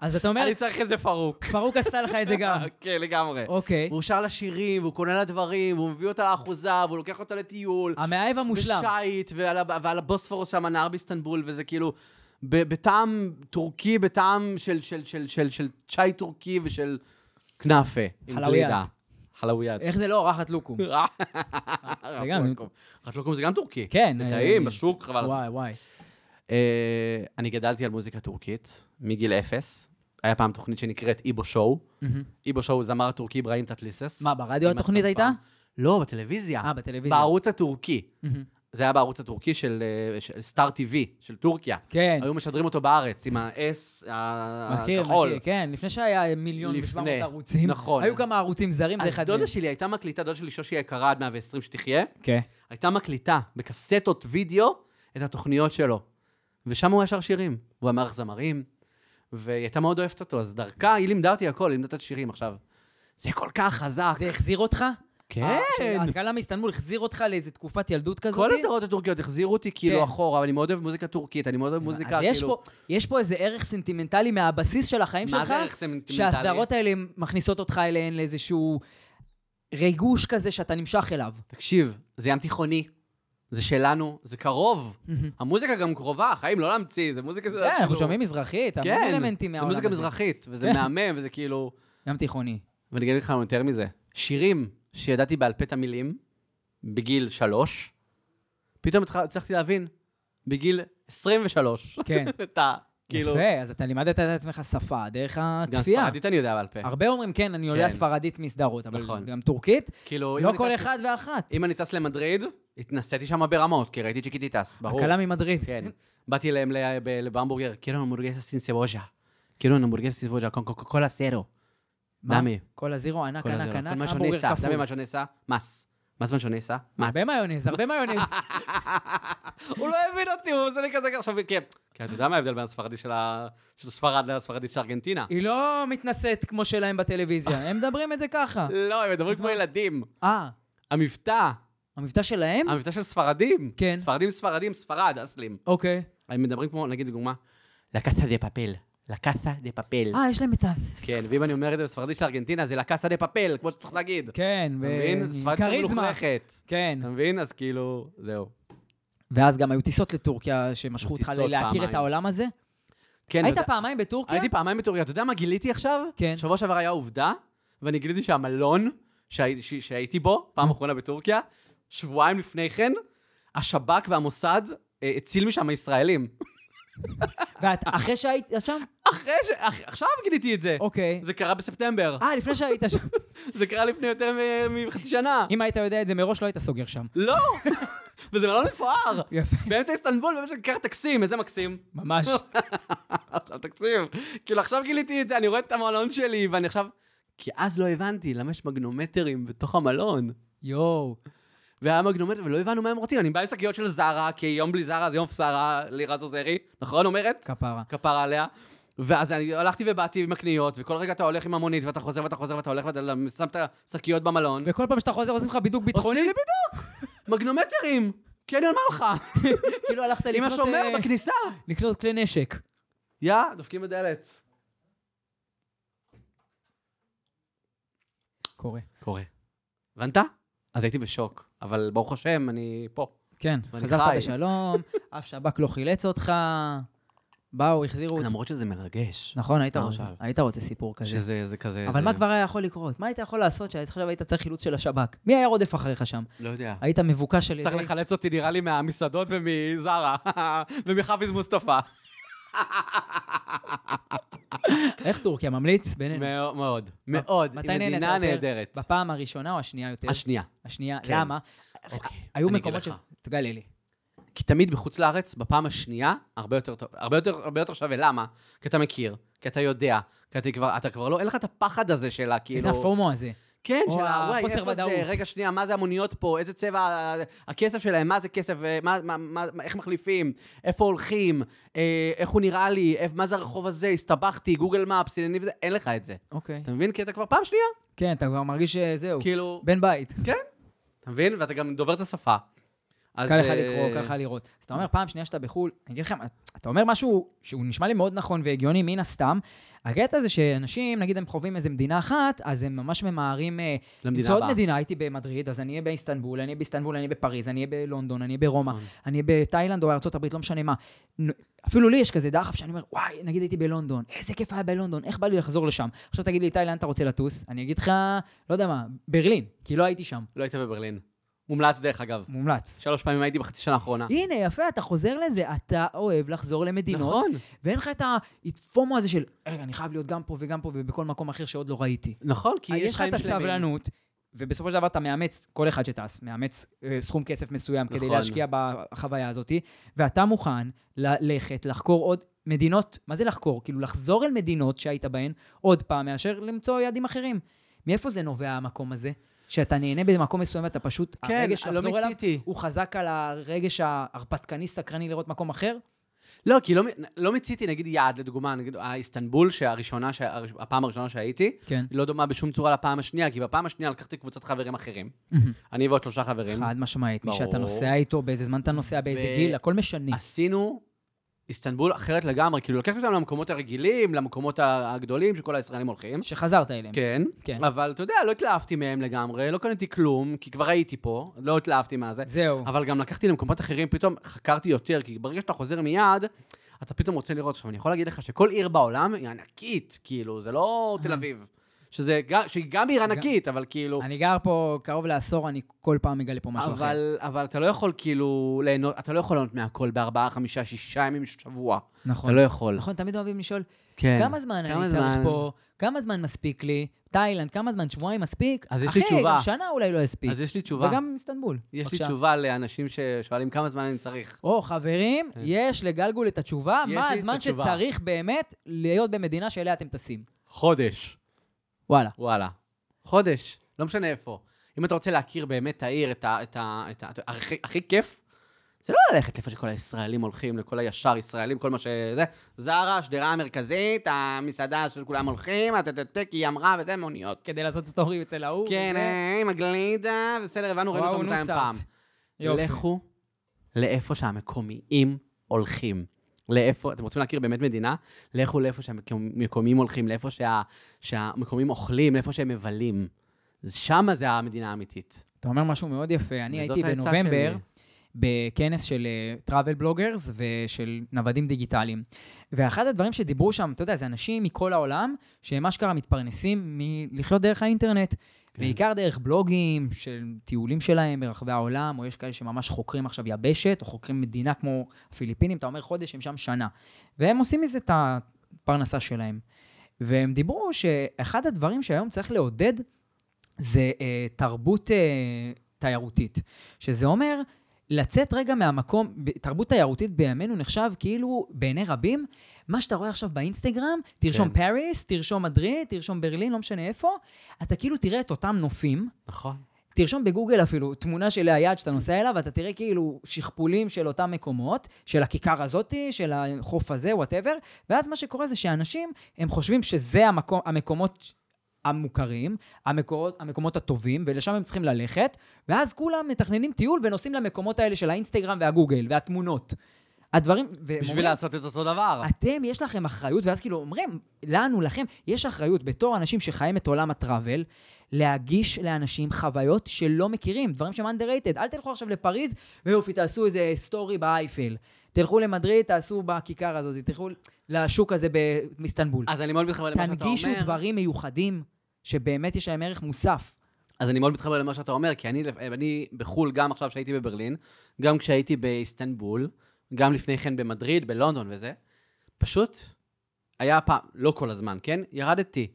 [SPEAKER 2] אז אתה אומר,
[SPEAKER 1] אני צריך איזה פרוק.
[SPEAKER 2] פרוק עשתה לך את זה גם.
[SPEAKER 1] [LAUGHS] כן, לגמרי.
[SPEAKER 2] אוקיי.
[SPEAKER 1] והוא שר לה שירים, והוא קונה לה דברים, והוא מביא אותה לאחוזה, והוא לוקח אותה לטיול.
[SPEAKER 2] המאהב המושלם.
[SPEAKER 1] ושייט, ועל, ה- ועל הבוספורוס שם, הנהר באיסטנבול, וזה כאילו, ב, בטעם טורקי, בטעם של, של, של, של, של צ'אי טורקי ושל כנאפה. עם
[SPEAKER 2] חלאויאד.
[SPEAKER 1] גלידה. חלאויאד.
[SPEAKER 2] איך זה לא רחת לוקום?
[SPEAKER 1] אה,
[SPEAKER 2] גם-
[SPEAKER 1] חתלוקום זה גם טורקי.
[SPEAKER 2] כן.
[SPEAKER 1] זה
[SPEAKER 2] אה,
[SPEAKER 1] טעים, בשוק, חבל. על הזמן.
[SPEAKER 2] וואי, וואי.
[SPEAKER 1] אה, אני גדלתי על מוזיקה טורקית מגיל אפס. היה פעם תוכנית שנקראת איבו שואו. איבו שואו זמר הטורקי אברהים טטליסס.
[SPEAKER 2] מה, ברדיו
[SPEAKER 1] עם
[SPEAKER 2] התוכנית הייתה?
[SPEAKER 1] השפם. לא, בטלוויזיה.
[SPEAKER 2] אה, בטלוויזיה.
[SPEAKER 1] בערוץ הטורקי.
[SPEAKER 2] מהמם.
[SPEAKER 1] זה היה בערוץ הטורקי של אה, של סטאר TV, של טורקיה.
[SPEAKER 2] כן.
[SPEAKER 1] היו משדרים אותו בארץ עם ה-S ה-
[SPEAKER 2] מכיר,
[SPEAKER 1] הכחול.
[SPEAKER 2] מכיר, כן. לפני שהיה מיליון ושבע מאות
[SPEAKER 1] לפני,
[SPEAKER 2] ערוצים.
[SPEAKER 1] נכון.
[SPEAKER 2] היו כמה ערוצים זרים, זה
[SPEAKER 1] אז
[SPEAKER 2] אחד
[SPEAKER 1] דודה שלי הייתה מקליטה, דודה שלי שושי היקרה עד 120 שתחיה,
[SPEAKER 2] כן.
[SPEAKER 1] הייתה מקליטה בקסטות וידאו את התוכניות שלו. ושם הוא היה שר שירים. הוא היה מערך זמרים, והיא הייתה מאוד אוהבת אותו, אז דרכה היא לימדה אותי הכל, היא לימדה את השירים עכשיו. זה כל כך חזק.
[SPEAKER 2] זה אה, החזיר אותך?
[SPEAKER 1] כן.
[SPEAKER 2] הקהלה מאיסטנבול החזיר אותך לאיזה תקופת ילדות כזאת?
[SPEAKER 1] כל הסדרות הטורקיות החזירו אותי
[SPEAKER 2] כן.
[SPEAKER 1] כאילו אחורה, אבל אני מאוד אוהב מוזיקה טורקית, אני מאוד אוהב מוזיקה,
[SPEAKER 2] אז
[SPEAKER 1] כאילו...
[SPEAKER 2] יש פה- יש פה איזה ערך סנטימנטלי מהבסיס של החיים שלך?
[SPEAKER 1] מה זה ערך סנטימנטלי?
[SPEAKER 2] שהסדרות האלה מכניסות אותך אליהן לאיזשהו ריגוש כזה שאתה נמשך אליו.
[SPEAKER 1] תקשיב, זה ים תיכוני, זה שלנו, זה קרוב. המוזיקה גם קרובה, חיים לא להמציא, זה מוזיקה... זה
[SPEAKER 2] כן, אנחנו
[SPEAKER 1] כאילו-
[SPEAKER 2] שומעים מזרחית, המון
[SPEAKER 1] כן,
[SPEAKER 2] אלמנטים
[SPEAKER 1] זה
[SPEAKER 2] מהעולם הזה.
[SPEAKER 1] מוזיקה מזרחית, וזה
[SPEAKER 2] כן.
[SPEAKER 1] מהמם, וזה כאילו...
[SPEAKER 2] גם תיכוני.
[SPEAKER 1] ואני אגיד לך יותר מזה, שירים שידעתי בעל פה את המילים בגיל שלוש, פתאום התח- הצלחתי להבין בגיל 23.
[SPEAKER 2] כן.
[SPEAKER 1] [LAUGHS] אתה, כאילו...
[SPEAKER 2] יפה, אז אתה לימדת את עצמך שפה דרך
[SPEAKER 1] גם
[SPEAKER 2] הצפייה.
[SPEAKER 1] ספרדית אני יודע בעל פה.
[SPEAKER 2] הרבה אומרים, כן, אני יודע
[SPEAKER 1] כן.
[SPEAKER 2] ספרדית מסדרות, אבל
[SPEAKER 1] נכון.
[SPEAKER 2] גם טורקית,
[SPEAKER 1] כאילו, אם
[SPEAKER 2] לא
[SPEAKER 1] אני
[SPEAKER 2] כל
[SPEAKER 1] טס-
[SPEAKER 2] אחד ואחת.
[SPEAKER 1] אם אני טס למדריד, התנסיתי שם ברמות, כי ראיתי צ'יקיטי טס, ברור.
[SPEAKER 2] הקלה ממדריד.
[SPEAKER 1] כן. באתי אליהם ל- ב- בהמבורגר, כאילו המבורגסה סינסבוז'ה. כאילו המבורגסה סינסבוז'ה, קוקה סרו.
[SPEAKER 2] מה?
[SPEAKER 1] דמי.
[SPEAKER 2] כל הזירו ענק
[SPEAKER 1] כל
[SPEAKER 2] ענק
[SPEAKER 1] הזירות. כל
[SPEAKER 2] ענק,
[SPEAKER 1] מה
[SPEAKER 2] המבורגר
[SPEAKER 1] שונאסה, דמי
[SPEAKER 2] כפול.
[SPEAKER 1] מה שונאסה, מס. מס מה שונאסה, מס.
[SPEAKER 2] הרבה מיונז, הרבה מיונז.
[SPEAKER 1] [LAUGHS] הוא לא הבין אותי, הוא עושה לי כזה עכשיו, כן. כן, אתה יודע מה ההבדל בין הספרדי של ה- של ספרד לספרדית של ארגנטינה?
[SPEAKER 2] היא לא מתנשאת כמו שלהם בטלוויזיה, הם מדברים את זה ככה.
[SPEAKER 1] לא, הם מדברים כמו ילדים.
[SPEAKER 2] אה,
[SPEAKER 1] המבטא,
[SPEAKER 2] המבטא
[SPEAKER 1] [LAUGHS]
[SPEAKER 2] שלהם?
[SPEAKER 1] המבטא של ספרדים.
[SPEAKER 2] כן.
[SPEAKER 1] ספרדים, ספרדים, ספרד, אסלים.
[SPEAKER 2] אוקיי.
[SPEAKER 1] הם מדברים כמו, נגיד דוגמה, לקאסה דה פפל. לקאסה דה פפל.
[SPEAKER 2] אה, יש להם את ה...
[SPEAKER 1] כן, ואם אני אומר את זה בספרדית של ארגנטינה, זה לקאסה דה פפל, כמו שצריך להגיד.
[SPEAKER 2] כן,
[SPEAKER 1] אתה מבין?
[SPEAKER 2] ו-
[SPEAKER 1] ספרדית
[SPEAKER 2] כריזמה.
[SPEAKER 1] מלוכלכת.
[SPEAKER 2] כן.
[SPEAKER 1] אתה מבין? אז כאילו, זהו.
[SPEAKER 2] ואז גם היו טיסות לטורקיה שמשכו אותך
[SPEAKER 1] טיסות
[SPEAKER 2] להכיר את
[SPEAKER 1] פעמיים.
[SPEAKER 2] העולם הזה.
[SPEAKER 1] כן,
[SPEAKER 2] היית
[SPEAKER 1] אתה-
[SPEAKER 2] פעמיים בטורקיה?
[SPEAKER 1] הייתי פעמיים בטורקיה. אתה יודע מה גיליתי עכשיו?
[SPEAKER 2] כן.
[SPEAKER 1] שבוע שעבר היה עובדה, ואני גיליתי שהמלון שהי, ש, שהייתי בו,
[SPEAKER 2] אה.
[SPEAKER 1] פעם אחרונה בטורקיה, שבועיים לפני כן, השב"כ והמוסד אה, הציל משם
[SPEAKER 2] [LAUGHS]
[SPEAKER 1] ישראלים.
[SPEAKER 2] ואחרי שהיית
[SPEAKER 1] [LAUGHS]
[SPEAKER 2] שם?
[SPEAKER 1] אחרי ש... אח, עכשיו גיליתי את זה.
[SPEAKER 2] אוקיי.
[SPEAKER 1] זה קרה בספטמבר.
[SPEAKER 2] אה, לפני שהיית שם. [LAUGHS]
[SPEAKER 1] זה קרה לפני יותר מ- מחצי שנה.
[SPEAKER 2] אם היית יודע את זה מראש, לא היית סוגר שם.
[SPEAKER 1] לא! [LAUGHS] וזה מלון מפואר.
[SPEAKER 2] יפה.
[SPEAKER 1] באמצע איסטנבול, באמצע כיכר טקסים, איזה מקסים. [LAUGHS]
[SPEAKER 2] ממש.
[SPEAKER 1] עכשיו תקשיב, כאילו עכשיו גיליתי את זה, אני רואה את המלון שלי, ואני עכשיו... כי אז לא הבנתי למה יש מגנומטרים בתוך המלון.
[SPEAKER 2] יואו.
[SPEAKER 1] והיה מגנומטר, ולא הבנו מה הם רוצים. אני בא עם שקיות של זרה, כי יום בלי זרה זה יום פסרה, לירה זוזרי, נכון אומרת?
[SPEAKER 2] כפרה.
[SPEAKER 1] כפרה עליה. ואז אני הלכתי ובאתי עם הקניות, וכל רגע אתה הולך עם המונית, ואתה חוזר ואתה חוזר ואתה הולך ואתה שם את השקיות במלון.
[SPEAKER 2] וכל פעם שאתה חוזר עושים לך בידוק ביטחוני? [LAUGHS]
[SPEAKER 1] עושים לי בדיוק! מגנומטרים! כן, אני אומר לך.
[SPEAKER 2] כאילו הלכת
[SPEAKER 1] עם
[SPEAKER 2] לקנות,
[SPEAKER 1] השומר
[SPEAKER 2] אה,
[SPEAKER 1] בכניסה.
[SPEAKER 2] לקנות כלי נשק.
[SPEAKER 1] יא, דופקים בדלת.
[SPEAKER 2] קורה.
[SPEAKER 1] קורה. הבנת? אז הייתי בשוק, אבל ברוך השם, אני פה.
[SPEAKER 2] כן,
[SPEAKER 1] ואני
[SPEAKER 2] חזרת
[SPEAKER 1] חי.
[SPEAKER 2] בשלום, אף שב"כ לא חילץ אותך, באו, החזירו אותך.
[SPEAKER 1] למרות שזה מרגש.
[SPEAKER 2] נכון, היית
[SPEAKER 1] גם
[SPEAKER 2] רוצה,
[SPEAKER 1] עכשיו.
[SPEAKER 2] היית רוצה סיפור כזה.
[SPEAKER 1] שזה זה כזה...
[SPEAKER 2] אבל
[SPEAKER 1] זה-
[SPEAKER 2] מה כבר היה יכול לקרות? מה היית יכול לעשות שעכשיו היית צריך חילוץ של השב"כ? מי היה רודף אחריך שם?
[SPEAKER 1] לא יודע.
[SPEAKER 2] היית מבוקש על ידי...
[SPEAKER 1] צריך לחלץ אותי, נראה לי, מהמסעדות ומזרה, [LAUGHS] ומחאפיז מוסטפא.
[SPEAKER 2] איך טורקיה ממליץ? בינינו.
[SPEAKER 1] מאוד, מאוד. מאוד.
[SPEAKER 2] כן. מתי
[SPEAKER 1] היא
[SPEAKER 2] נהנית
[SPEAKER 1] מדינה
[SPEAKER 2] יותר?
[SPEAKER 1] נהדרת.
[SPEAKER 2] בפעם הראשונה או השנייה יותר?
[SPEAKER 1] השנייה.
[SPEAKER 2] השנייה.
[SPEAKER 1] כן.
[SPEAKER 2] למה?
[SPEAKER 1] אוקיי.
[SPEAKER 2] היו
[SPEAKER 1] אני
[SPEAKER 2] מקומות ש...
[SPEAKER 1] אגיד לך. כאילו-
[SPEAKER 2] תגלה לי.
[SPEAKER 1] כי תמיד בחוץ לארץ, בפעם השנייה, הרבה יותר טוב- הרבה יותר- הרבה יותר שווה. למה? כי אתה מכיר, כי אתה יודע, כי אתה כבר, אתה כבר לא, אין לך את הפחד הזה של ה-
[SPEAKER 2] איזה
[SPEAKER 1] כאילו...
[SPEAKER 2] הפומו הזה.
[SPEAKER 1] כן,
[SPEAKER 2] או
[SPEAKER 1] של ה- וואי,
[SPEAKER 2] החוסר
[SPEAKER 1] איפה זה,
[SPEAKER 2] ודאות.
[SPEAKER 1] רגע, שנייה, מה זה המוניות פה, איזה צבע, ה- הכסף שלהם, מה זה כסף, אה, מה- מה- מה- מה- איך מחליפים, איפה הולכים, אה, איך הוא נראה לי, איפ- מה זה הרחוב הזה, הסתבכתי, גוגל מאפס, עניינים וזה, אין לך את זה.
[SPEAKER 2] אוקיי.
[SPEAKER 1] אתה מבין? כי אתה כבר פעם שנייה,
[SPEAKER 2] כן, אתה כבר מרגיש שזהו.
[SPEAKER 1] כאילו,
[SPEAKER 2] בן בית.
[SPEAKER 1] אתה מבין? ואתה גם דובר את השפה. אז,
[SPEAKER 2] קל לך
[SPEAKER 1] אה,
[SPEAKER 2] לקרוא, קל לך לראות. אז אתה אומר, פעם שנייה שאתה בחו"ל, אני אגיד לכם, אתה אומר משהו שהוא נשמע לי מאוד נכון והגיוני מן הסתם. הקטע זה שאנשים, נגיד הם חווים איזה מדינה אחת, אז הם ממש ממהרים... אה,
[SPEAKER 1] למדינה
[SPEAKER 2] למצוא עוד
[SPEAKER 1] הבאה.
[SPEAKER 2] מדינה, הייתי במדריד, אז אני אהיה באיסטנבול, אני אהיה באיסטנבול, אני אהיה בפריז, אני אהיה בלונדון, אני אהיה ברומא,
[SPEAKER 1] נכון.
[SPEAKER 2] אני אהיה בתאילנד או בארצות הברית, לא משנה מה. נ- אפילו לי יש כזה דחף שאני אומר, וואי, נגיד הייתי בלונדון, איזה כיף היה בלונדון, איך בא לי לחזור לשם? עכשיו תגיד לי, איתי, לאן אתה רוצה לטוס? אני אגיד לך, לא יודע מה, ברלין, כי לא הייתי שם.
[SPEAKER 1] לא היית בברלין. מומלץ, דרך אגב.
[SPEAKER 2] מומלץ.
[SPEAKER 1] שלוש פעמים הייתי בחצי שנה האחרונה.
[SPEAKER 2] הנה, יפה, אתה חוזר לזה, אתה אוהב לחזור למדינות,
[SPEAKER 1] אה. נכון.
[SPEAKER 2] ואין לך את הפומו הזה של, רגע, אני חייב להיות גם פה וגם פה ובכל מקום אחר שעוד לא ראיתי.
[SPEAKER 1] נכון, כי יש חיים
[SPEAKER 2] לך את
[SPEAKER 1] שלמים.
[SPEAKER 2] הסבלנות, ובסופו של דבר אתה מאמץ, כל אחד שטס, מאמץ אה, סכום כסף מסוים כדי
[SPEAKER 1] נכון.
[SPEAKER 2] להשקיע בחוויה הזאת, ואתה מוכן ללכת, לחקור עוד מדינות, מה זה לחקור? כאילו, לחזור אל מדינות שהיית בהן עוד פעם, מאשר למצוא יעדים אחרים. מאיפה זה נובע המקום הזה? שאתה נהנה במקום מסוים ואתה פשוט,
[SPEAKER 1] כן,
[SPEAKER 2] הרגש
[SPEAKER 1] לא
[SPEAKER 2] לחזור אליו
[SPEAKER 1] מיציתי.
[SPEAKER 2] הוא חזק על הרגש ההרפתקני, סקרני לראות מקום אחר?
[SPEAKER 1] לא, כי לא, מ- לא מיציתי, נגיד, יעד, לדוגמה, נגיד, האיסטנבול, שהראשונה, שה- הראש- הפעם הראשונה שהייתי,
[SPEAKER 2] כן.
[SPEAKER 1] לא דומה בשום צורה לפעם השנייה, כי בפעם השנייה לקחתי קבוצת חברים אחרים. אני ועוד שלושה חברים.
[SPEAKER 2] כן. חד משמעית, מי שאתה
[SPEAKER 1] ברור.
[SPEAKER 2] נוסע איתו, באיזה זמן אתה נוסע, באיזה
[SPEAKER 1] ו-
[SPEAKER 2] גיל, הכל משנה.
[SPEAKER 1] עשינו איסטנבול אחרת לגמרי, כאילו לקחתי אותם למקומות הרגילים, למקומות ה- הגדולים שכל הישראלים הולכים.
[SPEAKER 2] שחזרת אליהם.
[SPEAKER 1] כן.
[SPEAKER 2] כן.
[SPEAKER 1] אבל אתה יודע, לא התלהבתי מהם לגמרי, לא קניתי כלום, כי כבר הייתי פה, לא התלהבתי מה זה.
[SPEAKER 2] זהו.
[SPEAKER 1] אבל גם לקחתי למקומות אחרים, פתאום חקרתי יותר, כי ברגע שאתה חוזר מיד, אתה פתאום רוצה לראות. עכשיו, אני יכול להגיד לך שכל עיר בעולם היא ענקית, כאילו, זה לא תל אביב. שזה, גם- שהיא גם עיר ענקית, אבל כאילו...
[SPEAKER 2] אני גר פה קרוב לעשור, אני כל פעם מגלה פה משהו אחר.
[SPEAKER 1] אבל, אבל אתה לא יכול כאילו ליהנות, אתה לא יכול ליהנות מהכל בארבעה, חמישה, שישה ימים שבוע. אתה
[SPEAKER 2] נכון.
[SPEAKER 1] לא יכול.
[SPEAKER 2] נכון, תמיד אוהבים לשאול,
[SPEAKER 1] כן.
[SPEAKER 2] כמה זמן
[SPEAKER 1] כמה
[SPEAKER 2] אני צריך
[SPEAKER 1] זמן?
[SPEAKER 2] פה? כמה זמן מספיק לי? תאילנד, כמה זמן? שבועיים מספיק?
[SPEAKER 1] אז יש לי
[SPEAKER 2] אחי,
[SPEAKER 1] תשובה.
[SPEAKER 2] גם שנה אולי לא יספיק.
[SPEAKER 1] אז יש לי תשובה.
[SPEAKER 2] וגם איסטנבול.
[SPEAKER 1] יש לי
[SPEAKER 2] בבקשה.
[SPEAKER 1] תשובה לאנשים ששואלים כמה זמן אני צריך.
[SPEAKER 2] או, חברים,
[SPEAKER 1] כן.
[SPEAKER 2] יש לגלגול את התשובה,
[SPEAKER 1] יש
[SPEAKER 2] מה
[SPEAKER 1] לי את
[SPEAKER 2] הזמן
[SPEAKER 1] התשובה.
[SPEAKER 2] שצריך באמת להיות במדינה שאליה אתם טסים.
[SPEAKER 1] חודש.
[SPEAKER 2] וואלה.
[SPEAKER 1] וואלה. חודש. לא משנה איפה. אם אתה רוצה להכיר באמת את העיר, את ה... את ה, את ה את ה- הכי, הכי כיף, זה לא ללכת לאיפה שכל הישראלים הולכים, לכל הישר ישראלים, כל מה שזה. זרה, השדרה המרכזית, המסעדה שכולם הולכים, הטטטט, כי היא אמרה, וזה מוניות.
[SPEAKER 2] כדי לעשות סטורי אצל ההוא.
[SPEAKER 1] כן, אה, עם הגלידה, בסדר, הבנו, ראינו אותו 200 פעם. לכו לאיפה שהמקומיים הולכים. לאיפה, אתם רוצים להכיר באמת מדינה? לכו לאיפה שהמקומיים הולכים, לאיפה שה, שהמקומיים אוכלים, לאיפה שהם מבלים. שם זה המדינה האמיתית.
[SPEAKER 2] אתה אומר משהו מאוד יפה. אני
[SPEAKER 1] וזאת
[SPEAKER 2] הייתי
[SPEAKER 1] העצה
[SPEAKER 2] בנובמבר
[SPEAKER 1] שלי.
[SPEAKER 2] בכנס של טראבל בלוגרס ושל נוודים דיגיטליים. ואחד הדברים שדיברו שם, אתה יודע, זה אנשים מכל העולם, שהם אשכרה מתפרנסים מלחיות דרך האינטרנט. כן. בעיקר דרך בלוגים של טיולים שלהם ברחבי העולם, או יש כאלה שממש חוקרים עכשיו יבשת, או חוקרים מדינה כמו הפיליפינים, אתה אומר חודש, הם שם שנה. והם עושים מזה את הפרנסה שלהם. והם דיברו שאחד הדברים שהיום צריך לעודד זה אה, תרבות אה, תיירותית. שזה אומר לצאת רגע מהמקום, ב- תרבות תיירותית בימינו נחשב כאילו בעיני רבים, מה שאתה רואה עכשיו באינסטגרם, תרשום
[SPEAKER 1] כן.
[SPEAKER 2] פריס, תרשום מדריד, תרשום ברלין, לא משנה איפה, אתה כאילו תראה את אותם נופים.
[SPEAKER 1] נכון.
[SPEAKER 2] תרשום בגוגל אפילו תמונה של היעד שאתה נוסע אליו, ואתה תראה כאילו שכפולים של אותם מקומות, של הכיכר הזאתי, של החוף הזה, וואטאבר, ואז מה שקורה זה שאנשים, הם חושבים שזה המקום, המקומות המוכרים, המקומות, המקומות הטובים, ולשם הם צריכים ללכת, ואז כולם מתכננים טיול ונוסעים למקומות האלה של האינסטגרם והגוגל והתמונות. הדברים... והם
[SPEAKER 1] בשביל
[SPEAKER 2] אומרים,
[SPEAKER 1] לעשות את אותו דבר.
[SPEAKER 2] אתם, יש לכם אחריות, ואז כאילו אומרים, לנו, לכם, יש אחריות בתור אנשים שחיים את עולם הטראבל, להגיש לאנשים חוויות שלא מכירים, דברים שהם underrated. אל תלכו עכשיו לפריז, ויופי, תעשו איזה סטורי באייפל. תלכו למדריד, תעשו בכיכר הזאת, תלכו לשוק הזה באיסטנבול.
[SPEAKER 1] אז אני מאוד מתחבר למה שאתה
[SPEAKER 2] תנגישו
[SPEAKER 1] אומר.
[SPEAKER 2] דברים מיוחדים, שבאמת יש להם ערך מוסף.
[SPEAKER 1] אז אני מאוד מתחבר למה שאתה אומר, כי אני, אני בחו"ל, גם עכשיו שהייתי בברלין, גם כשהייתי באיסטנבול, גם לפני כן במדריד, בלונדון וזה, פשוט היה פעם, לא כל הזמן, כן? ירדתי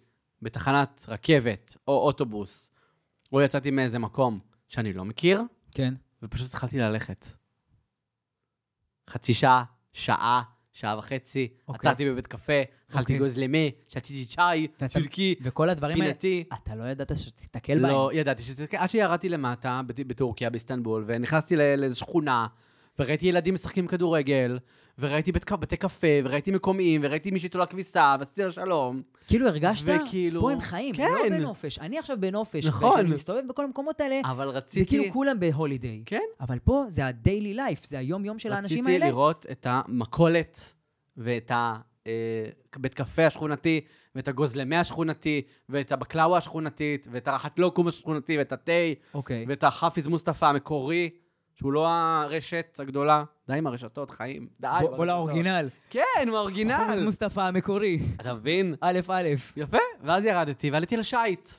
[SPEAKER 1] בתחנת רכבת או אוטובוס, או יצאתי מאיזה מקום שאני לא מכיר,
[SPEAKER 2] כן.
[SPEAKER 1] ופשוט התחלתי ללכת. חצי שעה, שעה, שעה וחצי,
[SPEAKER 2] אוקיי.
[SPEAKER 1] עצרתי בבית קפה, אכלתי
[SPEAKER 2] אוקיי.
[SPEAKER 1] גוזלמי, שתיתי צ'אי,
[SPEAKER 2] ואתה-
[SPEAKER 1] טורקי,
[SPEAKER 2] וכל הדברים האלה,
[SPEAKER 1] פינתי.
[SPEAKER 2] אתה לא ידעת שתיתקל בהם.
[SPEAKER 1] לא, ידעתי שזה... כן, עד שירדתי למטה, בת- בטורקיה, באיסטנבול, ונכנסתי לא- לאיזו שכונה, וראיתי ילדים משחקים כדורגל, וראיתי בית, ק- בתי קפה, וראיתי מקומיים, וראיתי מישהי תולה כביסה, ועשיתי לה שלום.
[SPEAKER 2] כאילו הרגשת,
[SPEAKER 1] וכאילו-
[SPEAKER 2] פה הם חיים,
[SPEAKER 1] כן.
[SPEAKER 2] לא בנופש. אני עכשיו בנופש,
[SPEAKER 1] נכון.
[SPEAKER 2] וכשאני מסתובב בכל המקומות האלה,
[SPEAKER 1] אבל
[SPEAKER 2] זה
[SPEAKER 1] רציתי...
[SPEAKER 2] כאילו כולם בהולידיי.
[SPEAKER 1] כן.
[SPEAKER 2] אבל פה זה ה-daily life, זה היום-יום של האנשים
[SPEAKER 1] רציתי
[SPEAKER 2] האלה.
[SPEAKER 1] לראות את המכולת, ואת הבית קפה השכונתי, ואת הגוזלמי השכונתי, ואת הבקלאווה השכונתית, ואת הרחת לוקום השכונתי, ואת התה,
[SPEAKER 2] אוקיי.
[SPEAKER 1] ואת החאפיז מוסטפא המקורי, שהוא לא הרשת הגדולה. די עם הרשתות, חיים. די. עם
[SPEAKER 2] בוא- בוא
[SPEAKER 1] הרשתות.
[SPEAKER 2] לאורגינל.
[SPEAKER 1] כן, הוא
[SPEAKER 2] חומר
[SPEAKER 1] האורגינל.
[SPEAKER 2] לא, אוקיי, מוסטפא המקורי.
[SPEAKER 1] אתה מבין?
[SPEAKER 2] א', א'.
[SPEAKER 1] יפה. ואז ירדתי ועליתי לשייט.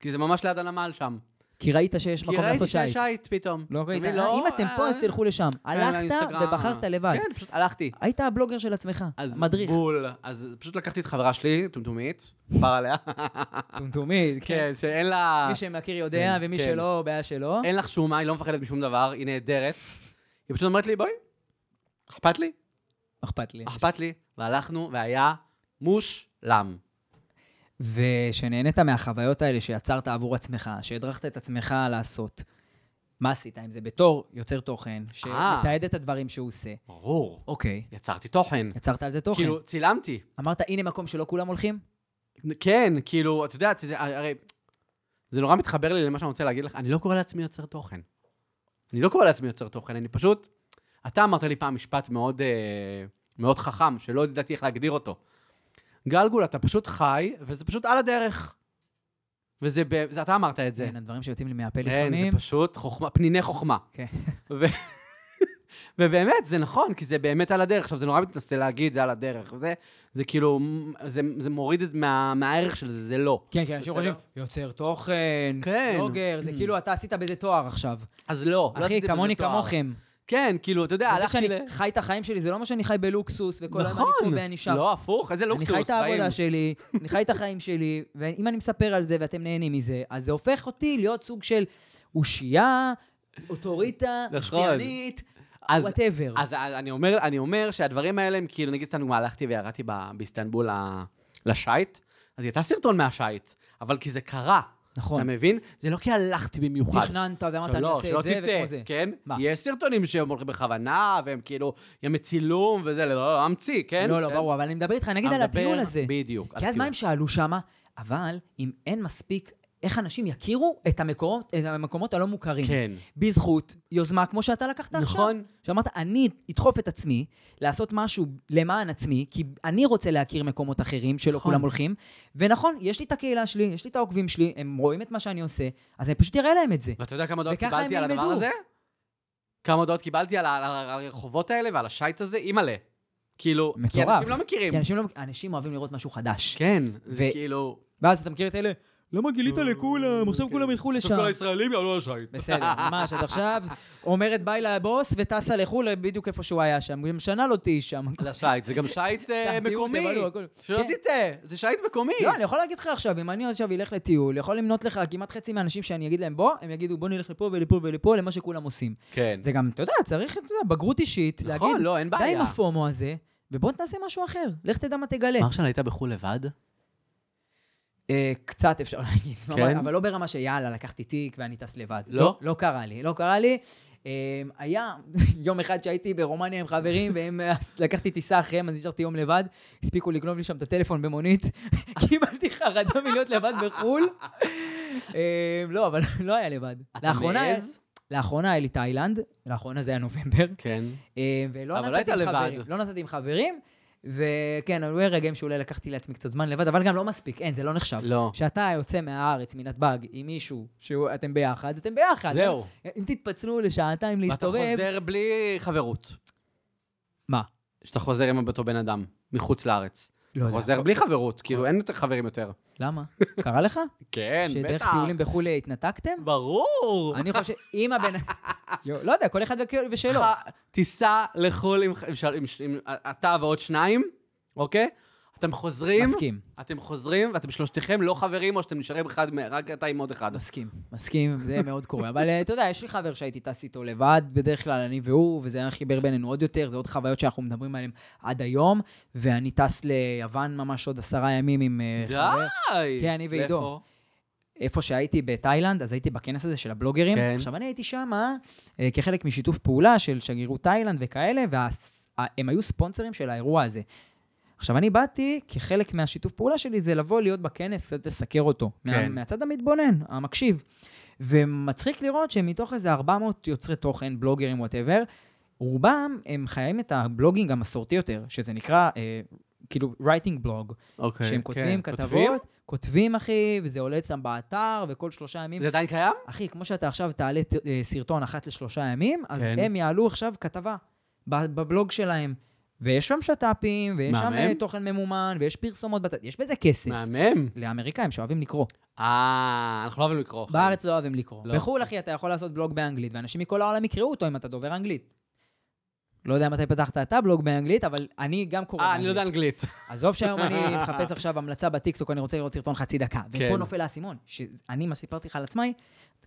[SPEAKER 1] כי זה ממש ליד הנמל שם.
[SPEAKER 2] כי ראית שיש
[SPEAKER 1] כי
[SPEAKER 2] מקום
[SPEAKER 1] ראיתי
[SPEAKER 2] לעשות
[SPEAKER 1] שיש
[SPEAKER 2] שייט.
[SPEAKER 1] שייט פתאום.
[SPEAKER 2] לא
[SPEAKER 1] אתה
[SPEAKER 2] ראית.
[SPEAKER 1] מבין?
[SPEAKER 2] אה, אם אתם פה, אז
[SPEAKER 1] אה,
[SPEAKER 2] תלכו לשם.
[SPEAKER 1] כן,
[SPEAKER 2] הלכת
[SPEAKER 1] לאינסטגרם.
[SPEAKER 2] ובחרת לבד.
[SPEAKER 1] כן, פשוט הלכתי.
[SPEAKER 2] היית הבלוגר של עצמך,
[SPEAKER 1] אז
[SPEAKER 2] מדריך.
[SPEAKER 1] בול. אז פשוט לקחתי את חברה שלי, טומטומית, כבר עליה.
[SPEAKER 2] טומטומית.
[SPEAKER 1] כן, שאין לה...
[SPEAKER 2] כן. מי שמכיר יודע,
[SPEAKER 1] כן,
[SPEAKER 2] ומי
[SPEAKER 1] כן.
[SPEAKER 2] שלא, בעיה שלו.
[SPEAKER 1] אין לך שום מה, היא לא מפחדת משום דבר, היא נהדרת. היא פשוט אומרת לי, בואי, אכפת לי,
[SPEAKER 2] אכפת לי.
[SPEAKER 1] אכפת לי. והלכנו, והיה מושלם.
[SPEAKER 2] ושנהנית מהחוויות האלה שיצרת עבור עצמך, שהדרכת את עצמך לעשות. מה עשית עם זה? בתור יוצר תוכן,
[SPEAKER 1] אה.
[SPEAKER 2] שמתעד את הדברים שהוא עושה.
[SPEAKER 1] ברור.
[SPEAKER 2] אוקיי,
[SPEAKER 1] יצרתי תוכן.
[SPEAKER 2] יצרת על זה תוכן.
[SPEAKER 1] כאילו, צילמתי.
[SPEAKER 2] אמרת, הנה מקום שלא כולם הולכים?
[SPEAKER 1] כן, כאילו, אתה יודע, אתה יודע, הרי... זה נורא מתחבר לי למה שאני רוצה להגיד לך, אני לא קורא לעצמי יוצר תוכן. אני לא קורא לעצמי יוצר תוכן, אני פשוט... אתה אמרת לי פעם משפט מאוד, אה, מאוד חכם, שלא ידעתי איך להגדיר אותו. גלגול, אתה פשוט חי, וזה פשוט על הדרך. וזה, ב... זה, אתה אמרת את זה.
[SPEAKER 2] בין הדברים שיוצאים לי מהפה
[SPEAKER 1] כן. אין, זה
[SPEAKER 2] לפעמים.
[SPEAKER 1] פשוט חוכמה, פניני חוכמה.
[SPEAKER 2] כן.
[SPEAKER 1] [LAUGHS] ו... ובאמת, זה נכון, כי זה באמת על הדרך. עכשיו, זה נורא מתנסה להגיד, זה על הדרך. זה, זה כאילו, זה, זה מוריד את מה, מהערך של זה, זה לא.
[SPEAKER 2] כן, כן, אנשים
[SPEAKER 1] בסדר.
[SPEAKER 2] חושבים, יוצר תוכן,
[SPEAKER 1] כן.
[SPEAKER 2] בלוגר, זה כאילו אתה עשית בזה תואר עכשיו.
[SPEAKER 1] אז לא. לא
[SPEAKER 2] אחי,
[SPEAKER 1] עשיתי
[SPEAKER 2] כמוני
[SPEAKER 1] בזה תואר.
[SPEAKER 2] כמוכם.
[SPEAKER 1] כן, כאילו, אתה יודע,
[SPEAKER 2] זה
[SPEAKER 1] הלכתי
[SPEAKER 2] שאני
[SPEAKER 1] ל...
[SPEAKER 2] חי את החיים שלי, זה לא מה שאני חי בלוקסוס, וכל היום אני פה
[SPEAKER 1] נכון.
[SPEAKER 2] ואני שם.
[SPEAKER 1] לא, הפוך, איזה לוקסוס,
[SPEAKER 2] אני חי את העבודה
[SPEAKER 1] חיים.
[SPEAKER 2] שלי, אני חי את החיים שלי, ואם אני מספר על זה ואתם נהנים מזה, אז זה הופך אותי להיות סוג של אושייה, אוטוריטה,
[SPEAKER 1] נכון.
[SPEAKER 2] משפיענית,
[SPEAKER 1] אז-
[SPEAKER 2] וואטאבר.
[SPEAKER 1] אז אז אני אומר, אני אומר שהדברים האלה הם כאילו, נגיד, סתם, הלכתי וירדתי ב- באיסטנבול ל- לשייט, אז יצא סרטון מהשייט, אבל כי זה קרה,
[SPEAKER 2] נכון.
[SPEAKER 1] אתה מבין? זה לא כי הלכתי במיוחד.
[SPEAKER 2] תכננת ואמרת,
[SPEAKER 1] עכשיו,
[SPEAKER 2] אני
[SPEAKER 1] לא,
[SPEAKER 2] עושה
[SPEAKER 1] שלא
[SPEAKER 2] את זה וכמו זה.
[SPEAKER 1] תטעה, כן?
[SPEAKER 2] מה?
[SPEAKER 1] יש סרטונים שהם הולכים בכוונה, והם כאילו, הם צילום וזה, לא, לא, המציא, כן?
[SPEAKER 2] לא, לא,
[SPEAKER 1] כן?
[SPEAKER 2] ברור, אבל אני מדבר איתך, נגיד על
[SPEAKER 1] המדבר,
[SPEAKER 2] הטיול הזה.
[SPEAKER 1] בדיוק.
[SPEAKER 2] כי אז מה
[SPEAKER 1] הטיול.
[SPEAKER 2] הם שאלו שמה? אבל אם אין מספיק, איך אנשים יכירו את המקומות, את המקומות הלא מוכרים.
[SPEAKER 1] כן.
[SPEAKER 2] בזכות יוזמה כמו שאתה לקחת עכשיו.
[SPEAKER 1] נכון.
[SPEAKER 2] שאמרת, אני אדחוף את עצמי לעשות משהו למען עצמי, כי אני רוצה להכיר מקומות אחרים שלא
[SPEAKER 1] נכון.
[SPEAKER 2] כולם הולכים. ונכון, יש לי את הקהילה שלי, יש לי את העוקבים שלי, הם רואים את מה שאני עושה, אז אני פשוט אראה להם את זה.
[SPEAKER 1] ואתה יודע כמה הודעות
[SPEAKER 2] וככה
[SPEAKER 1] קיבלתי
[SPEAKER 2] הם
[SPEAKER 1] על הדבר
[SPEAKER 2] ילמדו.
[SPEAKER 1] הזה? כמה הודעות קיבלתי על, ה- על, ה- על הרחובות האלה ועל השייט הזה? אימא'לה. כאילו, כי
[SPEAKER 2] מטורף.
[SPEAKER 1] אנשים לא מכירים.
[SPEAKER 2] כי אנשים, לא, אנשים אוהבים לראות משהו חדש.
[SPEAKER 1] כן, זה
[SPEAKER 2] ו-
[SPEAKER 1] כאילו...
[SPEAKER 2] ואז אתה מכיר את אלה, למה גילית לכולם? עכשיו כולם ילכו לשם.
[SPEAKER 1] אוקיי. עכשיו כל הישראלים יעלו לשייט.
[SPEAKER 2] בסדר, ממש, את עכשיו אומרת ביי לבוס וטסה לחו"ל בדיוק איפה שהוא היה שם. גם שנה לא תהיי שם.
[SPEAKER 1] לשייט, [LAUGHS] זה גם שייט אה,
[SPEAKER 2] סתם, תיעוד,
[SPEAKER 1] מקומי.
[SPEAKER 2] אבל לא, הכל-
[SPEAKER 1] שלא
[SPEAKER 2] כן.
[SPEAKER 1] תטעה, זה שייט מקומי.
[SPEAKER 2] [LAUGHS] לא, אני יכול להגיד לך עכשיו, אם אני עכשיו אלך לטיול, יכול למנות לך כמעט חצי מהאנשים שאני אגיד להם בוא, הם יגידו בוא נלך לפה ולפה ולפה, למה שכולם עושים.
[SPEAKER 1] כן.
[SPEAKER 2] זה גם, אתה יודע, צריך, אתה יודע, בגרות אישית,
[SPEAKER 1] נכון,
[SPEAKER 2] להגיד,
[SPEAKER 1] לא, אין
[SPEAKER 2] די עם
[SPEAKER 1] בעיה.
[SPEAKER 2] הפומו הזה, ובוא נעשה משהו אחר, לך תדע מה תגלה.
[SPEAKER 1] מרשל הייתה בחו"ל לבד?
[SPEAKER 2] אה, קצת אפשר [LAUGHS] להגיד, ממש,
[SPEAKER 1] כן?
[SPEAKER 2] אבל לא ברמה שיאללה, לקחתי תיק ואני טס לבד.
[SPEAKER 1] לא?
[SPEAKER 2] לא קרה לי, לא קרה לי. אה, היה [LAUGHS] יום אחד שהייתי ברומניה עם
[SPEAKER 1] [LAUGHS]
[SPEAKER 2] חברים, והם, אה, לקחתי טיסה אחריהם, אז נשארתי יום לבד, הספיקו לגנוב לי שם את הטלפון במונית, [LAUGHS] קיבלתי חרדה מלהיות לבד בחו"ל. אה, לא, אבל [LAUGHS] לא היה לבד.
[SPEAKER 1] אתה
[SPEAKER 2] לאחרונה-
[SPEAKER 1] מעז?
[SPEAKER 2] לאחרונה היה לי תאילנד, לאחרונה זה היה נובמבר,
[SPEAKER 1] כן.
[SPEAKER 2] אה, ולא
[SPEAKER 1] אבל לא
[SPEAKER 2] נסעתי עם
[SPEAKER 1] היית לבד.
[SPEAKER 2] חברים. לא נסעתי עם חברים, וכן, היו רגעים שאולי לקחתי לעצמי קצת זמן לבד, אבל גם לא מספיק, אין, זה לא נחשב.
[SPEAKER 1] לא.
[SPEAKER 2] כשאתה יוצא מהארץ, מנתב"ג, עם מישהו, שאתם ביחד, אתם ביחד.
[SPEAKER 1] זהו.
[SPEAKER 2] אם תתפצלו לשעתיים
[SPEAKER 1] ואתה
[SPEAKER 2] להסתובב...
[SPEAKER 1] חוזר בלי חברות.
[SPEAKER 2] מה?
[SPEAKER 1] שאתה חוזר עם אותו בן אדם, מחוץ לארץ.
[SPEAKER 2] לא יודע. אה.
[SPEAKER 1] חוזר בלי חברות, כאילו אין יותר חברים יותר.
[SPEAKER 2] למה? קרה לך?
[SPEAKER 1] [LAUGHS] כן,
[SPEAKER 2] שדרך טיולים בחו"ל התנתקתם?
[SPEAKER 1] ברור. [LAUGHS]
[SPEAKER 2] אני חושב, אם הבן... יו, לא יודע, כל אחד וכ- ושלו.
[SPEAKER 1] ח- תיסע לחו"ל עם ח- עם ש- עם ש- עם- אתה ועוד שניים, אוקיי? אתם חוזרים,
[SPEAKER 2] מסכים,
[SPEAKER 1] אתם חוזרים, ואתם שלושתכם לא חברים, או שאתם נשארים אחד, מ- רק אתה עם עוד אחד.
[SPEAKER 2] מסכים, מסכים, זה מאוד קורה. אבל אה, אתה יודע, יש לי חבר שהייתי טס איתו לבד, בדרך כלל אני והוא, וזה היה חיבר בינינו עוד יותר, זה עוד חוויות שאנחנו מדברים עליהן עד היום, ואני טס ליוון ממש עוד עשרה ימים עם אה, חבר.
[SPEAKER 1] די!
[SPEAKER 2] כן, אני ועידו.
[SPEAKER 1] לאיפה?
[SPEAKER 2] איפה שהייתי בתאילנד, אז הייתי בכנס הזה של הבלוגרים.
[SPEAKER 1] כן.
[SPEAKER 2] עכשיו, אני הייתי שם אה, כחלק משיתוף פעולה של שגרירות תאילנד וכאלה, והם היו ספונסרים של האירוע הזה. עכשיו, אני באתי, כחלק מהשיתוף פעולה שלי, זה לבוא להיות בכנס, קצת לסקר אותו.
[SPEAKER 1] כן.
[SPEAKER 2] מה, מהצד המתבונן, המקשיב. ומצחיק לראות שמתוך איזה 400 יוצרי תוכן, בלוגרים, וואטאבר, רובם הם חיים את הבלוגינג המסורתי יותר, שזה נקרא, אה, כאילו, writing blog,
[SPEAKER 1] אוקיי.
[SPEAKER 2] שהם כותבים
[SPEAKER 1] כן. כותבים?
[SPEAKER 2] כתבות, כותבים, אחי, וזה עולה אצלם באתר, וכל שלושה ימים.
[SPEAKER 1] זה עדיין קיים?
[SPEAKER 2] אחי, כמו שאתה עכשיו תעלה ת- אה, סרטון אחת לשלושה ימים, אז
[SPEAKER 1] כן.
[SPEAKER 2] הם יעלו עכשיו כתבה ב- בבלוג שלהם. ויש שם שת"פים, ויש שם אה,
[SPEAKER 1] מהמם.
[SPEAKER 2] תוכן ממומן, ויש פרסומות בצד, יש בזה כסף.
[SPEAKER 1] מהמם.
[SPEAKER 2] לאמריקאים שאוהבים לקרוא.
[SPEAKER 1] אה, אנחנו לא אוהבים לקרוא. חיים.
[SPEAKER 2] בארץ לא אוהבים לקרוא.
[SPEAKER 1] לא.
[SPEAKER 2] בחו"ל, אחי, אתה יכול לעשות בלוג באנגלית, ואנשים מכל העולם יקראו אותו אם אתה דובר אנגלית. לא יודע מתי פתחת אתה בלוג באנגלית, אבל אני גם קורא
[SPEAKER 1] אה, אני לא
[SPEAKER 2] באנגלית.
[SPEAKER 1] יודע אנגלית.
[SPEAKER 2] עזוב שהיום
[SPEAKER 1] [LAUGHS]
[SPEAKER 2] אני מחפש עכשיו המלצה בטיקטוק, אני רוצה לראות סרטון חצי דקה. ופה
[SPEAKER 1] כן.
[SPEAKER 2] נופל האסימון, שאני, מה שסיפרתי לך על עצמי,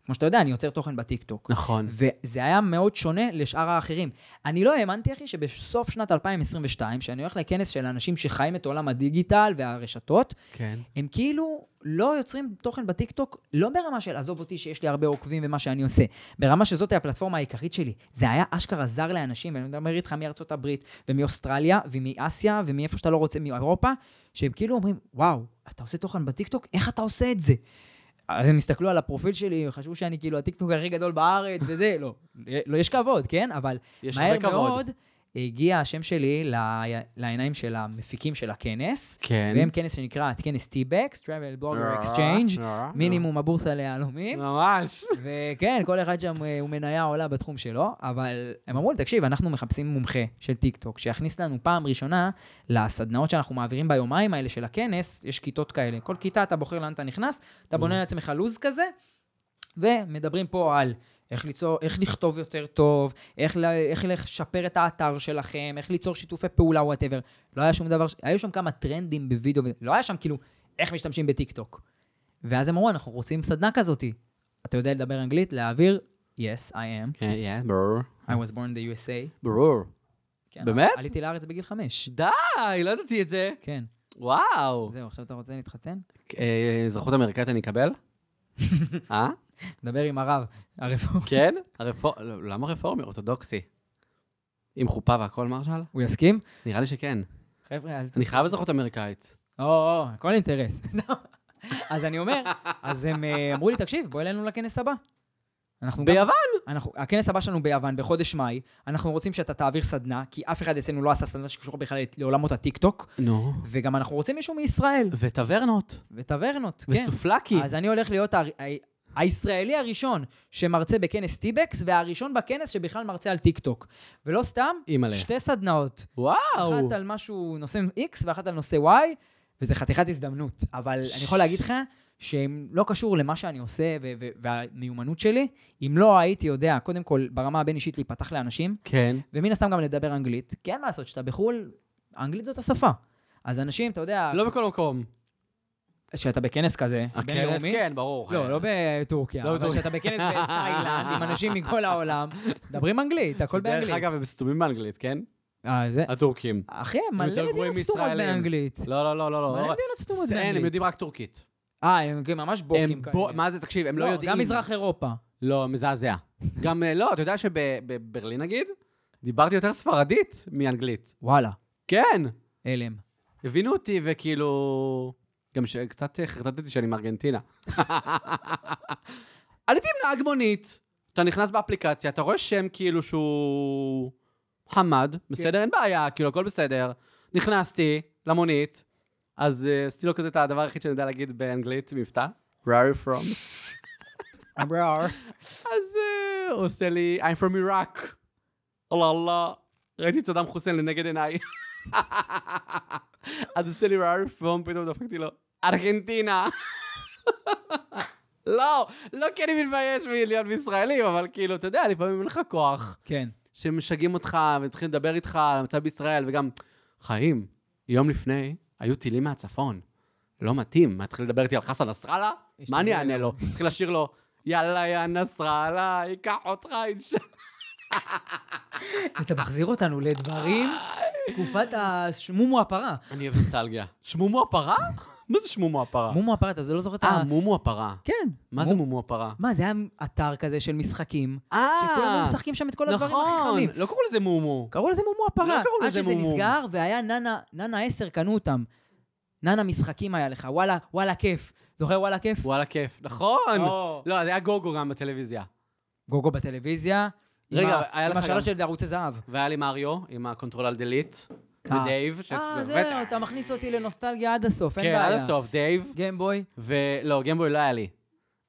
[SPEAKER 2] כמו שאתה יודע, אני יוצר תוכן בטיקטוק.
[SPEAKER 1] נכון.
[SPEAKER 2] וזה היה מאוד שונה לשאר האחרים. אני לא האמנתי, אחי, שבסוף שנת 2022, שאני הולך לכנס של אנשים שחיים את עולם הדיגיטל והרשתות,
[SPEAKER 1] כן.
[SPEAKER 2] הם כאילו לא יוצרים תוכן בטיקטוק, לא ברמה של עזוב אותי שיש לי הרבה עוקבים ומה שאני עושה, ברמה שזאת היא הפלטפורמה העיקרית שלי. זה היה אשכרה זר לאנשים, ואני מדבר איתך מארצות הברית, ומאוסטרליה, ומאסיה, ומאיפה שאתה לא רוצה, מאירופה, שהם כאילו אומרים, וואו, אתה עושה תוכן בטיקטוק? איך אתה עושה את זה? אז הם הסתכלו על הפרופיל שלי, חשבו שאני כאילו הטיקטוק הכי גדול בארץ וזה, לא. לא, יש כבוד, כן? אבל
[SPEAKER 1] יש
[SPEAKER 2] מהר
[SPEAKER 1] הרבה כבוד.
[SPEAKER 2] מאוד הגיע השם שלי ל- לעיניים של המפיקים של הכנס.
[SPEAKER 1] כן. אה,
[SPEAKER 2] והם כנס שנקרא את כנס T-Bex, Travel Blogger Exchange, מינימום הבורסה ליהלומים.
[SPEAKER 1] ממש.
[SPEAKER 2] וכן, כל אחד שם אה, הוא מניה עולה בתחום שלו, אבל הם אמרו לי, תקשיב, אנחנו מחפשים מומחה של טיקטוק, שיכניס לנו פעם ראשונה לסדנאות שאנחנו מעבירים ביומיים האלה של הכנס, יש כיתות כאלה. כל כיתה אתה בוחר לאן אתה נכנס, אתה בונה לעצמך לו"ז כזה, ומדברים פה על איך, ליצור, איך לכתוב יותר טוב, איך, ל- איך לשפר את האתר שלכם, איך ליצור שיתופי פעולה, וואטאבר. לא היה שום דבר, ש- היו שם כמה טרנדים בווידאו, ו- לא היה שם כאילו איך משתמשים בטיקטוק. ואז הם אמרו, אנחנו רוצים סדנה כזאת. אתה יודע לדבר אנגלית, להעביר, yes, I
[SPEAKER 1] כן,
[SPEAKER 2] am,
[SPEAKER 1] כן, ברור.
[SPEAKER 2] I was born in the USA.
[SPEAKER 1] ברור.
[SPEAKER 2] כן,
[SPEAKER 1] באמת?
[SPEAKER 2] עליתי לארץ בגיל חמש. אה,
[SPEAKER 1] די, לא ידעתי את זה.
[SPEAKER 2] כן,
[SPEAKER 1] וואו.
[SPEAKER 2] זהו, עכשיו אתה רוצה להתחתן?
[SPEAKER 1] אה, אזרחות אמריקאית אני
[SPEAKER 2] [LAUGHS]
[SPEAKER 1] אקבל? אה?
[SPEAKER 2] דבר עם הרב, הרפורמי.
[SPEAKER 1] כן? הרפור- לא, למה רפורמי? אורתודוקסי. עם חופה והכל, מרשל?
[SPEAKER 2] הוא יסכים?
[SPEAKER 1] נראה לי שכן.
[SPEAKER 2] חבר'ה, אל ת...
[SPEAKER 1] אני חייב אזרחות אמריקאית.
[SPEAKER 2] או, או, הכל אינטרס. [LAUGHS] אז אני אומר, אז הם אה, אמרו לי, תקשיב, בוא אלינו לכנס הבא. אנחנו גם-
[SPEAKER 1] ביוון?
[SPEAKER 2] אנחנו, הכנס הבא שלנו ביוון, בחודש מאי, אנחנו רוצים שאתה תעביר סדנה, כי אף אחד אצלנו לא עשה סדנה שקשורה בכלל לעולמות הטיקטוק,
[SPEAKER 1] נו.
[SPEAKER 2] וגם אנחנו רוצים מישהו מישראל,
[SPEAKER 1] וטברנות.
[SPEAKER 2] וטברנות, כן.
[SPEAKER 1] וסופלקי.
[SPEAKER 2] אז אני הולך להיות ה- ה- הישראלי הראשון שמרצה בכנס טיבקס, והראשון בכנס שבכלל מרצה על טיקטוק. ולא סתם,
[SPEAKER 1] אימא'לה.
[SPEAKER 2] שתי סדנאות.
[SPEAKER 1] וואו.
[SPEAKER 2] אחת על משהו, נושא X ואחת על נושא Y, וזה חתיכת הזדמנות. אבל אני יכול להגיד לך שהם לא קשור למה שאני עושה ו- ו- והמיומנות שלי. אם לא הייתי יודע, קודם כל, ברמה הבין-אישית להיפתח לאנשים,
[SPEAKER 1] כן.
[SPEAKER 2] ומן הסתם גם לדבר אנגלית, כי אין מה לעשות, כשאתה בחו"ל, אנגלית זאת השפה. אז אנשים, אתה יודע,
[SPEAKER 1] לא בכל מקום.
[SPEAKER 2] כשאתה בכנס כזה,
[SPEAKER 1] הכנס,
[SPEAKER 2] בינלאומי,
[SPEAKER 1] כן, ברור.
[SPEAKER 2] לא, לא בטורקיה,
[SPEAKER 1] לא
[SPEAKER 2] אבל
[SPEAKER 1] בטורקיה.
[SPEAKER 2] כשאתה
[SPEAKER 1] [LAUGHS]
[SPEAKER 2] בכנס בתאילנד עם אנשים מכל העולם, מדברים אנגלית, הכל
[SPEAKER 1] דרך
[SPEAKER 2] באנגלית.
[SPEAKER 1] אגב, הם סתומים באנגלית, כן?
[SPEAKER 2] אה, זה-
[SPEAKER 1] הטורקים.
[SPEAKER 2] אחי,
[SPEAKER 1] הם יותר
[SPEAKER 2] מלא
[SPEAKER 1] גרועים
[SPEAKER 2] מדינות סתומות
[SPEAKER 1] מישראלים.
[SPEAKER 2] באנגלית.
[SPEAKER 1] לא, לא, לא, לא, לא.
[SPEAKER 2] מלא מדינות סתומות
[SPEAKER 1] אין, הם
[SPEAKER 2] באנגלית.
[SPEAKER 1] יודעים רק טורקית.
[SPEAKER 2] אה, הם גם ממש בוקים
[SPEAKER 1] הם
[SPEAKER 2] כאלה.
[SPEAKER 1] בו... מה זה, תקשיב, הם לא יודעים.
[SPEAKER 2] גם מזרח אירופה.
[SPEAKER 1] לא, מזעזע. גם, אה, לא, אתה יודע שבברלין, נגיד, דיברתי יותר ספרדית מאנגלית.
[SPEAKER 2] וואלה,
[SPEAKER 1] כן.
[SPEAKER 2] הלם.
[SPEAKER 1] הבינו אותי, וכאילו... גם שקצת חרטטתי שאני מארגנטינה. [LAUGHS] עליתי עם נהג מונית, אתה נכנס באפליקציה, אתה רואה שם כאילו שהוא חמד, בסדר? אין בעיה, כאילו הכל בסדר. נכנסתי למונית, אז אה, עשיתי לו כזה את הדבר היחיד שאני יודע להגיד באנגלית, מבטא. Where are you from? אז אה, הוא עושה לי, I'm from Iraq. אללה אללה. ראיתי את סדאם חוסיין לנגד עיניי. [LAUGHS] אז הוא עושה לי where are you from, פתאום דפקתי לו, ארגנטינה. [LAUGHS] לא, לא כי אני מתבייש מלהיות מישראלים, אבל כאילו, אתה יודע, לפעמים אין לך כוח,
[SPEAKER 2] כן.
[SPEAKER 1] שמשגעים אותך ומתחילים לדבר איתך על המצב בישראל, וגם, חיים, יום לפני היו טילים מהצפון. לא מתאים. מה, תתחיל לדבר איתי על חסן נסראללה? מה אני אענה לו? התחיל לשיר לו, יאללה יא נסראללה, ייקח אותך אינשאללה.
[SPEAKER 2] אתה מחזיר אותנו לדברים, תקופת השמומו הפרה.
[SPEAKER 1] אני אוהב נוסטלגיה. שמומו הפרה? מה זה שמומו הפרה?
[SPEAKER 2] מומו הפרה, אתה לא זוכר את ה...
[SPEAKER 1] אה, מומו הפרה.
[SPEAKER 2] כן.
[SPEAKER 1] מה זה מומו הפרה?
[SPEAKER 2] מה, זה היה אתר כזה של משחקים,
[SPEAKER 1] אה,
[SPEAKER 2] שכולם היו משחקים שם את כל הדברים הכי
[SPEAKER 1] נכון,
[SPEAKER 2] חכמים.
[SPEAKER 1] לא קראו לזה מומו.
[SPEAKER 2] קראו לזה מומו הפרה.
[SPEAKER 1] לא קראו לזה מומו.
[SPEAKER 2] עד שזה נסגר, והיה ננה, ננה 10 קנו אותם. ננה משחקים היה לך, וואלה, וואלה כיף. זוכר וואלה כיף?
[SPEAKER 1] וואלה, כיף. נכון.
[SPEAKER 2] או.
[SPEAKER 1] לא, זה היה גוגו גם בטלוויזיה.
[SPEAKER 2] גוגו בטלוויזיה. עם
[SPEAKER 1] רגע,
[SPEAKER 2] ה-
[SPEAKER 1] היה
[SPEAKER 2] עם
[SPEAKER 1] לך גם-
[SPEAKER 2] השאלות של ערוצי זהב.
[SPEAKER 1] והיה לי מריו, עם ה-control על delete,
[SPEAKER 2] אה.
[SPEAKER 1] ודייב. ש-
[SPEAKER 2] אה,
[SPEAKER 1] בטח.
[SPEAKER 2] זהו, אתה מכניס אותי לנוסטלגיה עד הסוף, אין
[SPEAKER 1] כן,
[SPEAKER 2] בעיה.
[SPEAKER 1] עד הסוף, דייב.
[SPEAKER 2] גיימבוי.
[SPEAKER 1] ולא, גמבוי לא היה לי.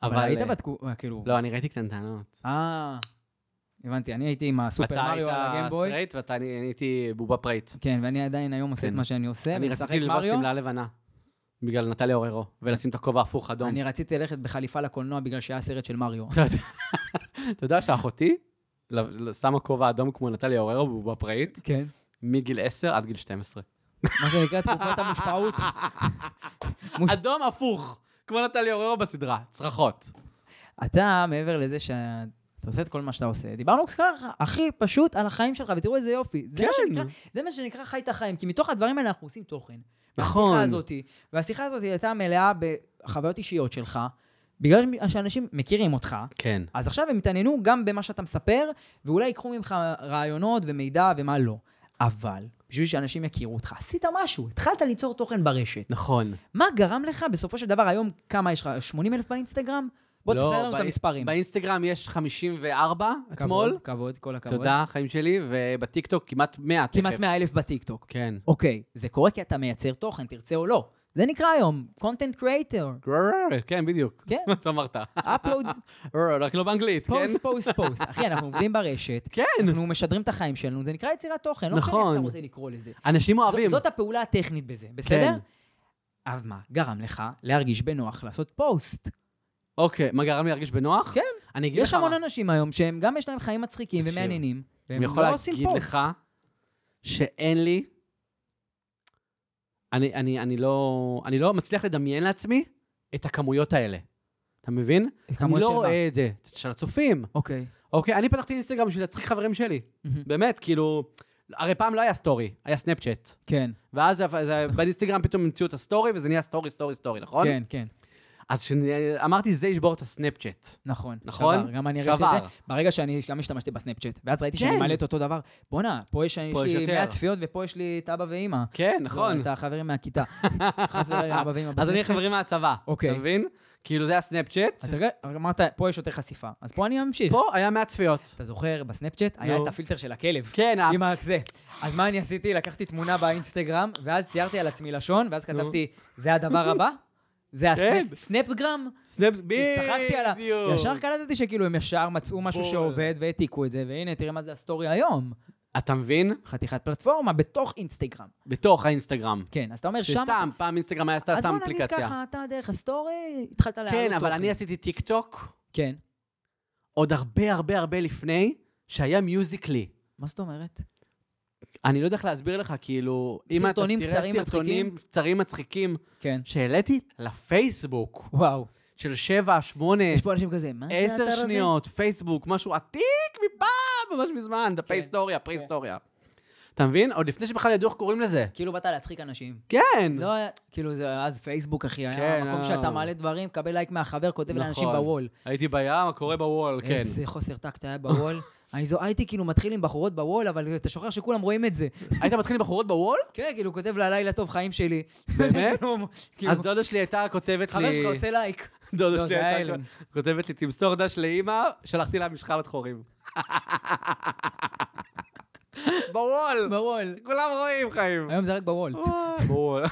[SPEAKER 2] אבל היית
[SPEAKER 1] אה,
[SPEAKER 2] בתקופה, כאילו...
[SPEAKER 1] לא, אני ראיתי קטנטנות.
[SPEAKER 2] אה, הבנתי, אני הייתי עם הסופר מריו על
[SPEAKER 1] אתה היית
[SPEAKER 2] הגיימבוי.
[SPEAKER 1] סטרייט ואתה אני אני הייתי בובה פרייט.
[SPEAKER 2] כן, ואני עדיין היום עושה את
[SPEAKER 1] כן.
[SPEAKER 2] מה שאני עושה,
[SPEAKER 1] אני
[SPEAKER 2] ומשחק
[SPEAKER 1] רציתי ללבוש
[SPEAKER 2] מריו.
[SPEAKER 1] שמלה לבנה. בגלל נטליה אוררו, ולשים את הכובע הפוך אדום. כן.
[SPEAKER 2] אני רציתי ללכת בחליפה לקולנוע בגלל שהיה סרט של מריו.
[SPEAKER 1] אתה יודע- אתה יודע שאחותי ל- ל- שמה כובע אדום כמו נטליה אוררו בבובה פראית
[SPEAKER 2] [LAUGHS] כן.
[SPEAKER 1] מגיל 10 עד גיל 12.
[SPEAKER 2] מה שנקרא תקופת המושפעות. מוש-
[SPEAKER 1] אדום הפוך, כמו נטליה אוררו בסדרה, צרחות.
[SPEAKER 2] אתה, מעבר לזה שאתה עושה את כל מה שאתה עושה, דיברנו ככה הכי פשוט על החיים שלך, ותראו איזה יופי. זה מה
[SPEAKER 1] כן.
[SPEAKER 2] שנקרא- זה מה שנקרא חי את החיים, כי מתוך הדברים האלה אנחנו עושים תוכן.
[SPEAKER 1] נכון.
[SPEAKER 2] השיחה הזאת, והשיחה הזאת הייתה מלאה בחוויות אישיות שלך, בגלל שאנשים מכירים אותך,
[SPEAKER 1] כן.
[SPEAKER 2] אז עכשיו הם יתעניינו גם במה שאתה מספר, ואולי ייקחו ממך רעיונות ומידע ומה לא. אבל, בשביל שאנשים יכירו אותך, עשית משהו, התחלת ליצור תוכן ברשת.
[SPEAKER 1] נכון.
[SPEAKER 2] מה גרם לך בסופו של דבר היום, כמה יש לך? 80 אלף באינסטגרם? בוא
[SPEAKER 1] לא,
[SPEAKER 2] תסתכל לנו את
[SPEAKER 1] באי-
[SPEAKER 2] המספרים.
[SPEAKER 1] באינסטגרם יש 54
[SPEAKER 2] כבוד,
[SPEAKER 1] אתמול.
[SPEAKER 2] כבוד, כל הכבוד.
[SPEAKER 1] תודה, חיים שלי, ובטיקטוק כמעט 100 תכף.
[SPEAKER 2] כמעט 100 אלף בטיקטוק.
[SPEAKER 1] כן.
[SPEAKER 2] אוקיי, זה קורה כי אתה מייצר תוכן, תרצה או לא. זה נקרא היום content creator.
[SPEAKER 1] כן, בדיוק. [LAUGHS]
[SPEAKER 2] כן.
[SPEAKER 1] מה
[SPEAKER 2] [LAUGHS]
[SPEAKER 1] שאמרת.
[SPEAKER 2] uploads,
[SPEAKER 1] רק לא באנגלית, כן?
[SPEAKER 2] פוסט, פוסט, פוסט. אחי, אנחנו עובדים ברשת,
[SPEAKER 1] כן.
[SPEAKER 2] אנחנו משדרים את החיים שלנו, זה נקרא יצירת תוכן, לא משנה איך
[SPEAKER 1] נכון.
[SPEAKER 2] אתה רוצה לקרוא לזה.
[SPEAKER 1] אנשים
[SPEAKER 2] זו-
[SPEAKER 1] אוהבים.
[SPEAKER 2] זאת הפעולה הטכנית בזה, בסדר?
[SPEAKER 1] כן.
[SPEAKER 2] אז מה, גרם לך להרגיש בנוח לעשות פוסט.
[SPEAKER 1] אוקיי, מה גרם לי להרגיש בנוח?
[SPEAKER 2] כן.
[SPEAKER 1] אני אגיד
[SPEAKER 2] יש
[SPEAKER 1] לך
[SPEAKER 2] המון
[SPEAKER 1] מה.
[SPEAKER 2] אנשים היום שהם גם יש להם חיים מצחיקים
[SPEAKER 1] תקשיב,
[SPEAKER 2] ומעניינים, והם
[SPEAKER 1] אני יכול
[SPEAKER 2] לא עושים
[SPEAKER 1] להגיד
[SPEAKER 2] פוסט.
[SPEAKER 1] לך שאין לי... אני, אני, אני, לא, אני לא מצליח לדמיין לעצמי את הכמויות האלה. אתה מבין? אני
[SPEAKER 2] כמויות
[SPEAKER 1] לא
[SPEAKER 2] של מה?
[SPEAKER 1] רואה את זה. של הצופים.
[SPEAKER 2] אוקיי.
[SPEAKER 1] אוקיי, אני פתחתי אינסטגרם בשביל להצחיק חברים שלי.
[SPEAKER 2] מהמם.
[SPEAKER 1] באמת, כאילו... הרי פעם לא היה סטורי, היה סנאפצ'אט.
[SPEAKER 2] כן,
[SPEAKER 1] ואז זה- זה- באינסטגרם פתאום המציאו את הסטורי, וזה נהיה סטורי, סטורי, סטורי, נכון?
[SPEAKER 2] כן, כן,
[SPEAKER 1] אז כשאני- אמרתי, זה ישבור את הסנאפצ'אט.
[SPEAKER 2] נכון.
[SPEAKER 1] נכון?
[SPEAKER 2] שבר, גם אני הרגשתי
[SPEAKER 1] שבר.
[SPEAKER 2] את זה. ברגע שאני גם השתמשתי בסנאפצ'אט, ואז ראיתי שאני
[SPEAKER 1] כן.
[SPEAKER 2] מעלה את אותו דבר, בואנה, פה יש יש
[SPEAKER 1] פה יש
[SPEAKER 2] לי
[SPEAKER 1] יותר.
[SPEAKER 2] 100 צפיות ופה יש לי את אבא ואימא.
[SPEAKER 1] כן,
[SPEAKER 2] לא,
[SPEAKER 1] נכון.
[SPEAKER 2] את החברים
[SPEAKER 1] [LAUGHS]
[SPEAKER 2] מהכיתה. חס וחלילה, אבא לא ואמא.
[SPEAKER 1] אז אני חברים מהצבא,
[SPEAKER 2] אוקיי.
[SPEAKER 1] אתה מבין? כאילו זה היה סנאפצ'אט,
[SPEAKER 2] אז רגע, אמרת, פה יש יותר חשיפה. אז פה אני ממשיך.
[SPEAKER 1] פה היה 100 צפיות.
[SPEAKER 2] אתה זוכר, בסנאפצ'אט היה
[SPEAKER 1] נו.
[SPEAKER 2] את הפילטר של הכלב.
[SPEAKER 1] כן, ה-
[SPEAKER 2] עם הזה. אז מה אני עשיתי? לקחתי תמונה באינסטגרם, ואז ציירתי על עצמי לשון, ואז
[SPEAKER 1] נו.
[SPEAKER 2] כתבתי, זה הדבר הבא? זה
[SPEAKER 1] כן.
[SPEAKER 2] הסנאפגרם?
[SPEAKER 1] סנאפ...
[SPEAKER 2] צחקתי על ה...
[SPEAKER 1] בדיוק.
[SPEAKER 2] ישר קלטתי שכאילו הם ישר מצאו משהו
[SPEAKER 1] בול.
[SPEAKER 2] שעובד והעתיקו את זה, והנה, תראה מה זה הסטורי היום.
[SPEAKER 1] אתה מבין?
[SPEAKER 2] חתיכת פלטפורמה בתוך אינסטגרם.
[SPEAKER 1] בתוך האינסטגרם.
[SPEAKER 2] כן, אז אתה אומר שם...
[SPEAKER 1] שסתם, פעם אינסטגרם היה סתם
[SPEAKER 2] אז בוא
[SPEAKER 1] סתם
[SPEAKER 2] נגיד
[SPEAKER 1] אפליקציה.
[SPEAKER 2] ככה, אתה דרך הסטורי, התחלת להעלות
[SPEAKER 1] כן, אבל
[SPEAKER 2] תוכן.
[SPEAKER 1] אני עשיתי טיק טוק
[SPEAKER 2] כן.
[SPEAKER 1] עוד הרבה הרבה הרבה לפני שהיה מיוזיקלי.
[SPEAKER 2] מה זאת אומרת?
[SPEAKER 1] אני לא יודע איך להסביר לך, כאילו, אם אתה
[SPEAKER 2] סרטונים
[SPEAKER 1] תראה
[SPEAKER 2] קצרים
[SPEAKER 1] סרטונים קצרים מצחיקים
[SPEAKER 2] כן.
[SPEAKER 1] שהעליתי לפייסבוק
[SPEAKER 2] וואו.
[SPEAKER 1] של 7, 8,
[SPEAKER 2] יש פה אנשים כזה, מה זה האתר הזה?
[SPEAKER 1] עשר שניות, פייסבוק, משהו עתיק מפעם, ממש מזמן,
[SPEAKER 2] כן,
[SPEAKER 1] דפי היסטוריה, פרה-היסטוריה. אתה מבין? עוד לפני שבכלל ידעו איך קוראים לזה.
[SPEAKER 2] כאילו באת להצחיק אנשים.
[SPEAKER 1] כן!
[SPEAKER 2] לא היה, כאילו זה אז פייסבוק, אחי, היה
[SPEAKER 1] כן,
[SPEAKER 2] מקום
[SPEAKER 1] אה.
[SPEAKER 2] שאתה מעלה דברים, קבל לייק מהחבר, כותב
[SPEAKER 1] נכון.
[SPEAKER 2] לאנשים בוול.
[SPEAKER 1] הייתי בים, קורא בוול, כן.
[SPEAKER 2] איזה חוסר טקט
[SPEAKER 1] [LAUGHS]
[SPEAKER 2] היה בוול. אני זו, הייתי כאילו מתחיל עם בחורות בוול, אבל אתה שוכח שכולם רואים את זה.
[SPEAKER 1] היית מתחיל עם בחורות בוול?
[SPEAKER 2] כן, כאילו, כותב לה לילה טוב, חיים שלי.
[SPEAKER 1] באמת?
[SPEAKER 2] [LAUGHS] כאילו,
[SPEAKER 1] אז דודה שלי הייתה כותבת לי...
[SPEAKER 2] חבר שלך עושה לייק.
[SPEAKER 1] [LAUGHS]
[SPEAKER 2] לא,
[SPEAKER 1] דודה
[SPEAKER 2] זה
[SPEAKER 1] שלי
[SPEAKER 2] היה
[SPEAKER 1] הייתה
[SPEAKER 2] אלן.
[SPEAKER 1] כותבת לי, תמסור דש לאימא, שלחתי לה משחלת חורים. [LAUGHS] בוול!
[SPEAKER 2] בוול.
[SPEAKER 1] כולם רואים, חיים.
[SPEAKER 2] היום זה רק בוולט.
[SPEAKER 1] וואי, בוול.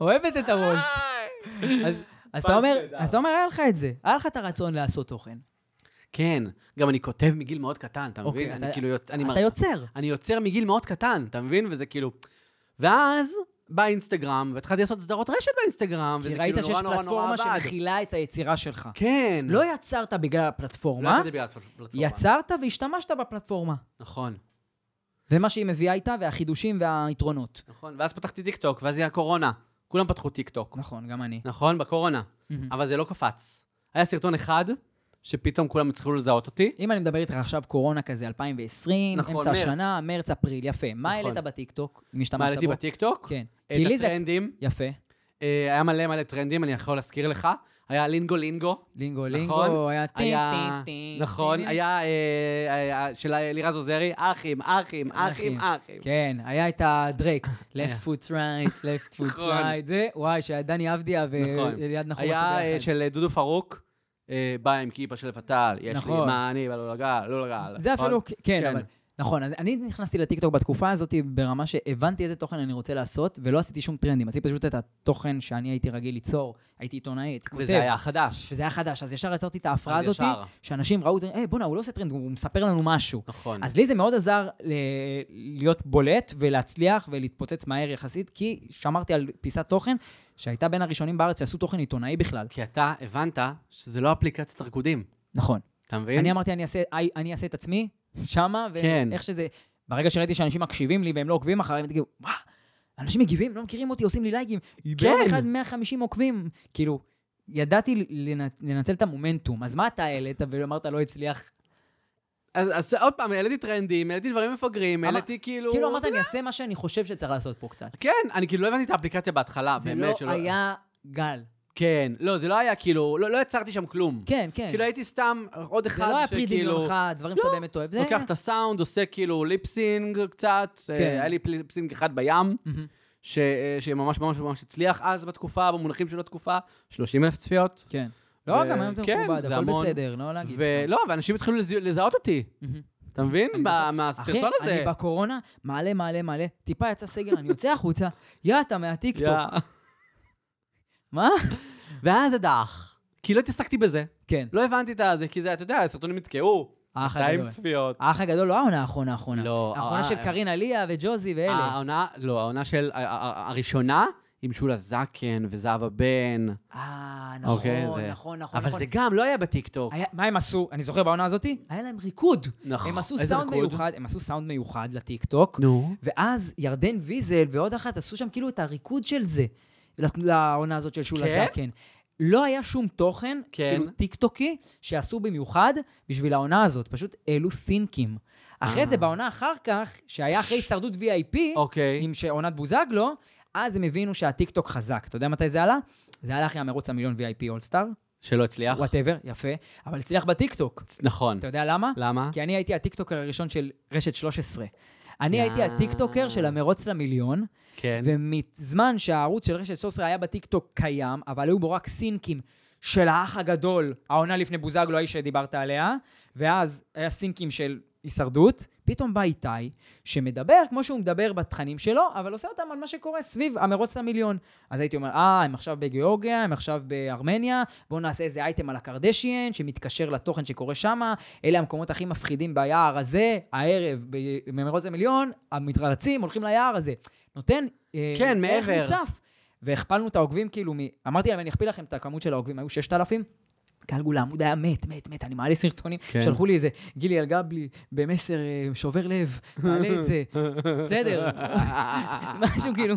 [SPEAKER 2] אוהבת את הוולט. אז- אז אתה אומר,
[SPEAKER 1] פעם שתדע.
[SPEAKER 2] אז אתה אומר, היה לך את זה. היה לך את הרצון לעשות תוכן.
[SPEAKER 1] [LAUGHS] כן, גם אני כותב מגיל מאוד קטן, אתה
[SPEAKER 2] אוקיי,
[SPEAKER 1] מבין?
[SPEAKER 2] אתה-
[SPEAKER 1] אני כאילו... יוצ- אני
[SPEAKER 2] אתה
[SPEAKER 1] מר-
[SPEAKER 2] יוצר.
[SPEAKER 1] אני יוצר מגיל מאוד קטן, אתה מבין? וזה כאילו... ואז בא אינסטגרם, והתחלתי לעשות סדרות רשת באינסטגרם,
[SPEAKER 2] כי
[SPEAKER 1] וזה
[SPEAKER 2] ראית
[SPEAKER 1] כאילו
[SPEAKER 2] שיש
[SPEAKER 1] נורא נורא נורא
[SPEAKER 2] פלטפורמה
[SPEAKER 1] עבד.
[SPEAKER 2] שמכילה את היצירה שלך.
[SPEAKER 1] כן.
[SPEAKER 2] לא יצרת בגלל הפלטפורמה,
[SPEAKER 1] לא יצאתי בגלל הפלטפורמה.
[SPEAKER 2] יצרת והשתמשת בפלטפורמה.
[SPEAKER 1] נכון,
[SPEAKER 2] ומה שהיא מביאה איתה, והחידושים והיתרונות.
[SPEAKER 1] נכון. ואז פתחתי טיקטוק, ואז היה קורונה. כולם פתחו טיקטוק.
[SPEAKER 2] נכון, גם אני.
[SPEAKER 1] נכון? בקורונה.
[SPEAKER 2] מהמם.
[SPEAKER 1] אבל זה לא קפץ. היה סרטון אחד, שפתאום כולם הצליחו לזהות אותי.
[SPEAKER 2] אם אני מדבר איתך עכשיו קורונה כזה, 2020,
[SPEAKER 1] נכון,
[SPEAKER 2] אמצע
[SPEAKER 1] מרץ.
[SPEAKER 2] השנה, מרץ, אפריל, יפה. מה
[SPEAKER 1] נכון.
[SPEAKER 2] העלית בטיקטוק, אם השתמשת בו?
[SPEAKER 1] מעליתי בטיקטוק.
[SPEAKER 2] כן.
[SPEAKER 1] את
[SPEAKER 2] כי לי זה...
[SPEAKER 1] הטרנדים.
[SPEAKER 2] יפה.
[SPEAKER 1] אה, היה מלא מלא טרנדים, אני יכול להזכיר לך. היה לינגו לינגו.
[SPEAKER 2] לינגו,
[SPEAKER 1] נכון,
[SPEAKER 2] לינגו, היה טין,
[SPEAKER 1] היה,
[SPEAKER 2] טין, טין.
[SPEAKER 1] נכון,
[SPEAKER 2] טין.
[SPEAKER 1] היה אה, היה- של לירז עוזרי, אחים, אחים, אחים, אחים.
[SPEAKER 2] כן, היה את
[SPEAKER 1] [LAUGHS]
[SPEAKER 2] הדרייק,
[SPEAKER 1] היה.
[SPEAKER 2] left foot right, left foot
[SPEAKER 1] [LAUGHS] נכון.
[SPEAKER 2] right, זה, וואי, שהיה דני אבדיה
[SPEAKER 1] נכון.
[SPEAKER 2] ואליעד נחום עשו
[SPEAKER 1] היה אה,
[SPEAKER 2] ביחד.
[SPEAKER 1] של אה, דודו פרוק, אה, בא עם כיפה של פתאל, יש לי
[SPEAKER 2] נכון.
[SPEAKER 1] מה אני, לא לגל, לא לגל.
[SPEAKER 2] זה
[SPEAKER 1] נכון?
[SPEAKER 2] אפילו, כן,
[SPEAKER 1] כן.
[SPEAKER 2] אבל... נכון, אז אני נכנסתי לטיקטוק בתקופה הזאת ברמה שהבנתי איזה תוכן אני רוצה לעשות, ולא עשיתי שום טרנדים. עשיתי פשוט את התוכן שאני הייתי רגיל ליצור, הייתי עיתונאי, הייתי כותב.
[SPEAKER 1] וזה היה חדש.
[SPEAKER 2] וזה היה חדש, אז ישר יצרתי את ההפרעה
[SPEAKER 1] אז
[SPEAKER 2] הזאת,
[SPEAKER 1] ישר.
[SPEAKER 2] שאנשים ראו את זה, היי, בואנה, הוא לא עושה טרנד, הוא מספר לנו משהו.
[SPEAKER 1] נכון.
[SPEAKER 2] אז לי זה מאוד עזר ל... להיות בולט ולהצליח ולהתפוצץ מהר יחסית, כי שמרתי על פיסת תוכן שהייתה בין הראשונים בארץ שעשו תוכן עיתונאי בכלל.
[SPEAKER 1] כי אתה הבנת שזה לא אפליקציית רקודים,
[SPEAKER 2] נכון.
[SPEAKER 1] אתה מבין?
[SPEAKER 2] אני אמרתי, אני אעשה, אי- אני אעשה את עצמי שמה,
[SPEAKER 1] כן.
[SPEAKER 2] ואיך שזה... ברגע שראיתי שאנשים מקשיבים לי והם לא עוקבים אחריי, הם תגידו, מה? אנשים מגיבים, לא מכירים אותי, עושים לי לייקים.
[SPEAKER 1] כן.
[SPEAKER 2] ביום אחד 150 עוקבים. כאילו, ידעתי לנ- לנצל את המומנטום, אז מה אתה העלית ואמרת לא הצליח?
[SPEAKER 1] אז, אז עוד פעם, העליתי טרנדים, העליתי דברים מפגרים,
[SPEAKER 2] אמר-
[SPEAKER 1] העליתי כאילו...
[SPEAKER 2] כאילו אמרת, אני אעשה מה שאני חושב שצריך לעשות פה קצת.
[SPEAKER 1] כן, אני כאילו לא הבנתי את האפליקציה בהתחלה,
[SPEAKER 2] זה
[SPEAKER 1] באמת שלא...
[SPEAKER 2] לא היה גל.
[SPEAKER 1] כן, לא, זה לא היה כאילו, לא, לא יצרתי שם כלום.
[SPEAKER 2] כן, כן.
[SPEAKER 1] כאילו הייתי סתם עוד אחד
[SPEAKER 2] זה לא היה פרי
[SPEAKER 1] שכאילו... לא,
[SPEAKER 2] דמיונך, דברים שאתה באמת אוהב. זה
[SPEAKER 1] לוקח
[SPEAKER 2] היה-
[SPEAKER 1] את הסאונד, עושה כאילו ליפסינג קצת, אה,
[SPEAKER 2] כן.
[SPEAKER 1] היה לי ליפסינג אחד בים,
[SPEAKER 2] מהמם.
[SPEAKER 1] ש- אה, שממש ממש ממש הצליח אז בתקופה, במונחים של התקופה, 30 אלף צפיות.
[SPEAKER 2] כן. לא,
[SPEAKER 1] ו-
[SPEAKER 2] גם היום זה
[SPEAKER 1] כן,
[SPEAKER 2] מכובד,
[SPEAKER 1] זה
[SPEAKER 2] הכל
[SPEAKER 1] המון.
[SPEAKER 2] בסדר, לא להגיד. סתם.
[SPEAKER 1] ולא, ואנשים התחילו לז- לזהות אותי,
[SPEAKER 2] מהמם.
[SPEAKER 1] אתה מבין?
[SPEAKER 2] אני
[SPEAKER 1] ב-
[SPEAKER 2] זוכר. אחי,
[SPEAKER 1] מהסרטון הזה.
[SPEAKER 2] אני בקורונה, מעלה, מעלה, מעלה, טיפה יצא סגר, אני יוצא החוצה, יא, אתה
[SPEAKER 1] יא.
[SPEAKER 2] מהטיקטוק. מה?
[SPEAKER 1] ואז זה דח. כי לא התעסקתי בזה.
[SPEAKER 2] כן.
[SPEAKER 1] לא הבנתי את הזה, כי זה, אתה יודע, הסרטונים נתקעו.
[SPEAKER 2] האח
[SPEAKER 1] 200
[SPEAKER 2] הגדול.
[SPEAKER 1] צפיות.
[SPEAKER 2] האח הגדול לא העונה האחרונה האחרונה.
[SPEAKER 1] לא,
[SPEAKER 2] האחרונה
[SPEAKER 1] אה,
[SPEAKER 2] של
[SPEAKER 1] אה.
[SPEAKER 2] קארין עליה וג'וזי ואלה.
[SPEAKER 1] העונה, לא, העונה של, ה- ה- ה- הראשונה, עם שולה זקן וזהבה בן.
[SPEAKER 2] אה,
[SPEAKER 1] אוקיי,
[SPEAKER 2] נכון,
[SPEAKER 1] זה-
[SPEAKER 2] נכון, נכון.
[SPEAKER 1] אבל
[SPEAKER 2] נכון.
[SPEAKER 1] זה גם לא היה בטיקטוק.
[SPEAKER 2] היה- מה הם עשו? אני זוכר בעונה הזאתי, היה להם ריקוד.
[SPEAKER 1] נכון.
[SPEAKER 2] הם עשו
[SPEAKER 1] איזה
[SPEAKER 2] סאונד
[SPEAKER 1] ריקוד?
[SPEAKER 2] מיוחד, הם עשו סאונד מיוחד לטיקטוק,
[SPEAKER 1] נו.
[SPEAKER 2] ואז ירדן ויזל ועוד אחת עשו שם כאילו את הריקוד של זה, לת- לעונה הזאת של שולה
[SPEAKER 1] כן?
[SPEAKER 2] זקן. לא היה שום תוכן,
[SPEAKER 1] כן.
[SPEAKER 2] כאילו טיקטוקי, שעשו במיוחד בשביל העונה הזאת, פשוט העלו סינקים. אחרי
[SPEAKER 1] אה.
[SPEAKER 2] זה, בעונה אחר כך, שהיה אחרי הישרדות VIP,
[SPEAKER 1] אוקיי.
[SPEAKER 2] עם ש- עונת בוזגלו, אז הם הבינו שהטיקטוק חזק. אתה יודע מתי זה עלה? זה עלה אחרי המרוץ המיליון VIP אולסטאר,
[SPEAKER 1] שלא הצליח.
[SPEAKER 2] וואטאבר, יפה, אבל הצליח בטיקטוק.
[SPEAKER 1] נכון.
[SPEAKER 2] אתה יודע למה?
[SPEAKER 1] למה?
[SPEAKER 2] כי אני הייתי הטיקטוקר הראשון של רשת 13. אני
[SPEAKER 1] יאה.
[SPEAKER 2] הייתי הטיקטוקר של המרוץ למיליון,
[SPEAKER 1] כן.
[SPEAKER 2] ומזמן שהערוץ של רשת 13 היה בטיקטוק קיים, אבל היו בו רק סינקים של האח הגדול, העונה לפני בוזגלו, האיש שדיברת עליה, ואז היה סינקים של הישרדות, פתאום בא איתי, שמדבר כמו שהוא מדבר בתכנים שלו, אבל עושה אותם על מה שקורה סביב המרוץ למיליון. אז הייתי אומר, אה, הם עכשיו בגיאורגיה, הם עכשיו בארמניה, בואו נעשה איזה אייטם על הקרדשיאן, שמתקשר לתוכן שקורה שמה, אלה המקומות הכי מפחידים ביער הזה, הערב, ב- במרוץ למיליון, המתרצים הולכים ליער הזה. נותן... אה,
[SPEAKER 1] כן,
[SPEAKER 2] ערך
[SPEAKER 1] מעבר.
[SPEAKER 2] מוסף. והכפלנו את העוקבים, כאילו, מ... אמרתי להם, אני אכפיל לכם את הכמות של העוקבים, היו 6,000. קהל גול העמוד היה מת, מת, מת, אני מעלה סרטונים,
[SPEAKER 1] כן.
[SPEAKER 2] כן. שלחו לי איזה גילי אלגבלי במסר אה, שובר לב, מעלה את
[SPEAKER 1] [LAUGHS]
[SPEAKER 2] זה, בסדר, [LAUGHS] משהו כאילו,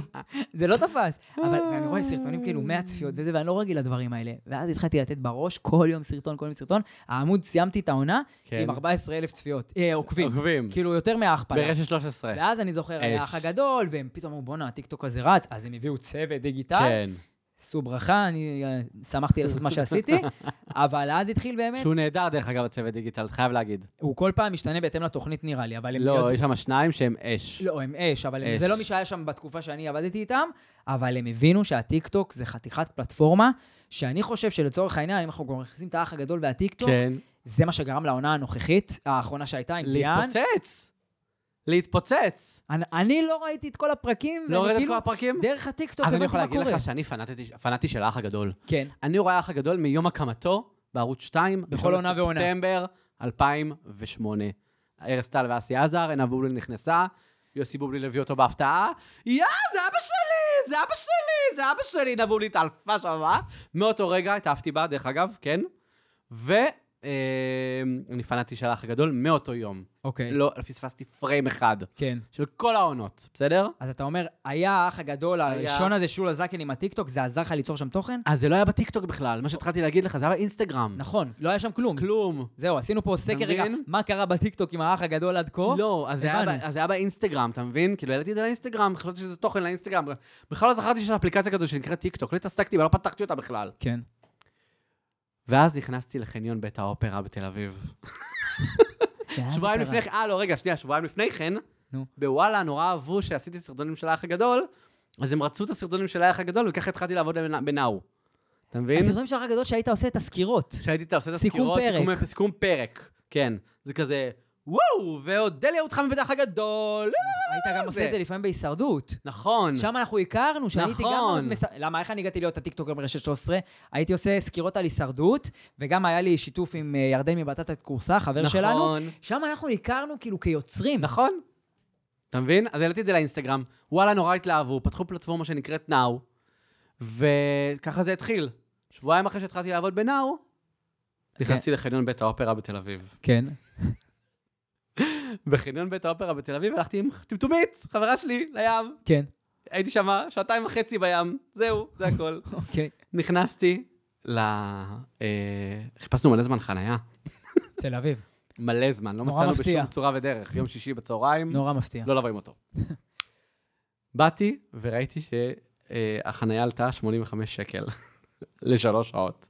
[SPEAKER 2] זה לא תפס. אבל ואני רואה סרטונים כאילו 100 צפיות וזה, ואני לא רגיל לדברים האלה. ואז התחלתי לתת בראש, כל יום סרטון, כל יום סרטון. העמוד, סיימתי את העונה
[SPEAKER 1] כן.
[SPEAKER 2] עם 14,000 צפיות, אה, עוקבים.
[SPEAKER 1] עוקבים.
[SPEAKER 2] כאילו, יותר מההכפלה.
[SPEAKER 1] ברשת 13.
[SPEAKER 2] ואז אני זוכר, היה
[SPEAKER 1] כן. אש.
[SPEAKER 2] האח הגדול, והם פתאום אמרו, בואנה, הטיקטוק הזה רץ, אז הם הביאו צוות דיגיטל.
[SPEAKER 1] כן.
[SPEAKER 2] שאו ברכה, אני אה, שמחתי לעשות מה
[SPEAKER 1] [LAUGHS]
[SPEAKER 2] שעשיתי, אבל אז התחיל באמת,
[SPEAKER 1] שהוא נהדר, דרך אגב, הצוות דיגיטל, חייב להגיד. הוא
[SPEAKER 2] כל פעם משתנה בהתאם לתוכנית נראה לי, אבל הם...
[SPEAKER 1] לא,
[SPEAKER 2] יודעים-
[SPEAKER 1] יש שם שניים שהם אש.
[SPEAKER 2] לא, הם אש, אבל הם-
[SPEAKER 1] אש.
[SPEAKER 2] זה לא מי שהיה שם בתקופה שאני עבדתי איתם, אבל הם הבינו שהטיקטוק זה חתיכת פלטפורמה, שאני חושב שלצורך העניין, אם אנחנו כבר מכניסים את האח הגדול והטיקטוק,
[SPEAKER 1] כן.
[SPEAKER 2] זה מה שגרם לעונה הנוכחית, האחרונה שהייתה עם דיאן.
[SPEAKER 1] להתפוצץ! להתפוצץ!
[SPEAKER 2] אני- אני לא ראיתי את כל הפרקים,
[SPEAKER 1] לא
[SPEAKER 2] ואני
[SPEAKER 1] ראית את
[SPEAKER 2] כאילו-
[SPEAKER 1] כל הפרקים?
[SPEAKER 2] דרך הטיקטוק,
[SPEAKER 1] אז אני
[SPEAKER 2] הבנתי
[SPEAKER 1] יכול
[SPEAKER 2] מה
[SPEAKER 1] להגיד
[SPEAKER 2] קורה.
[SPEAKER 1] לך שאני פנאטי- פנאטי של האח הגדול.
[SPEAKER 2] כן.
[SPEAKER 1] אני רואה האח הגדול מיום הקמתו בערוץ 2,
[SPEAKER 2] בכל עונה ועונה.
[SPEAKER 1] ספטמבר 2008. ארז טל ואסי עזר, עינב בובליל נכנסה, יוסי בובליל הביא אותו בהפתעה. יא, זה אבא שלי! זה אבא שלי! זה אבא שלי! עינב בובליל התעלפה שמה. מאותו רגע התאהבתי בה, דרך אגב, כן. ואני פנאטי של האח הגדול מאותו יום.
[SPEAKER 2] אוקיי.
[SPEAKER 1] לא, פספסתי פריים אחד
[SPEAKER 2] כן.
[SPEAKER 1] של כל העונות, בסדר?
[SPEAKER 2] אז אתה אומר, היה האח הגדול
[SPEAKER 1] היה.
[SPEAKER 2] הראשון הזה, שולה זקן עם הטיקטוק, זה עזר לך ליצור שם תוכן?
[SPEAKER 1] אז זה לא היה בטיקטוק בכלל, מה שהתחלתי להגיד לך, זה היה באינסטגרם.
[SPEAKER 2] נכון, לא היה שם כלום.
[SPEAKER 1] כלום.
[SPEAKER 2] זהו, עשינו פה סקר רגע,
[SPEAKER 1] מבין?
[SPEAKER 2] מה קרה בטיקטוק עם האח הגדול עד כה?
[SPEAKER 1] לא, אז זה היה
[SPEAKER 2] הבנו.
[SPEAKER 1] ב- אז זה היה באינסטגרם, אתה מבין? כאילו, העליתי את זה לאינסטגרם, חשבתי שזה תוכן לאינסטגרם. בכלל לא זכרתי שיש אפליקציה כזו שנקראת טיקטוק, לא התעסקתי בה, לא פתחתי אותה בכלל.
[SPEAKER 2] כן.
[SPEAKER 1] ואז נכנסתי לחניון בית האופרה בתל אביב. שבועיים לפני כן, אה, לא, רגע, שנייה, שבועיים לפני כן,
[SPEAKER 2] נו.
[SPEAKER 1] בוואלה, נורא אהבו שעשיתי סרטונים של האח הגדול, אז הם רצו את הסרטונים של האח הגדול, וככה התחלתי לעבוד בנ- בנאו. אתה מבין?
[SPEAKER 2] הסרטונים של האח הגדול שהיית עושה את הסקירות.
[SPEAKER 1] שהייתי אתה עושה את
[SPEAKER 2] לא- סיכום
[SPEAKER 1] הסקירות,
[SPEAKER 2] פרק.
[SPEAKER 1] סיכום- סיכום פרק, כן. זה כזה, וואו, ואודליה אותך מבית האח הגדול.
[SPEAKER 2] היית גם עושה את זה לפעמים בהישרדות.
[SPEAKER 1] נכון.
[SPEAKER 2] שם אנחנו הכרנו, שאני הייתי גם...
[SPEAKER 1] נכון.
[SPEAKER 2] מס- למה, איך אני הגעתי להיות הטיקטוקר ברשת 13? הייתי עושה סקירות על הישרדות, וגם היה לי שיתוף עם אה, ירדן מבטטת כורסה, חבר
[SPEAKER 1] נכון.
[SPEAKER 2] שלנו. שם אנחנו הכרנו כאילו כיוצרים.
[SPEAKER 1] נכון. אתה מבין? אז העליתי את זה לאינסטגרם, וואלה, נורא התלהבו, פתחו פלטפורמה שנקראת נאו, וככה זה התחיל. שבועיים אחרי שהתחלתי לעבוד בנאו, נכנסתי לחניון בית האופרה בתל
[SPEAKER 2] [LAUGHS]
[SPEAKER 1] אביב.
[SPEAKER 2] כן.
[SPEAKER 1] בחניון בית האופרה בתל אביב הלכתי עם טמטומית, חברה שלי, לים.
[SPEAKER 2] כן.
[SPEAKER 1] הייתי שמה שעתיים וחצי בים, זהו, זה
[SPEAKER 2] [LAUGHS]
[SPEAKER 1] הכל.
[SPEAKER 2] אוקיי.
[SPEAKER 1] נכנסתי ל... אה, חיפשנו מלא זמן חנייה.
[SPEAKER 2] תל אביב.
[SPEAKER 1] מלא זמן, לא
[SPEAKER 2] נורא
[SPEAKER 1] מצאנו
[SPEAKER 2] מפתיע.
[SPEAKER 1] בשום צורה ודרך. יום שישי בצהריים,
[SPEAKER 2] נורא מפתיע.
[SPEAKER 1] לא לבוא עם אוטו. [LAUGHS] באתי וראיתי שהחנייה עלתה 85 שקל [LAUGHS] לשלוש שעות.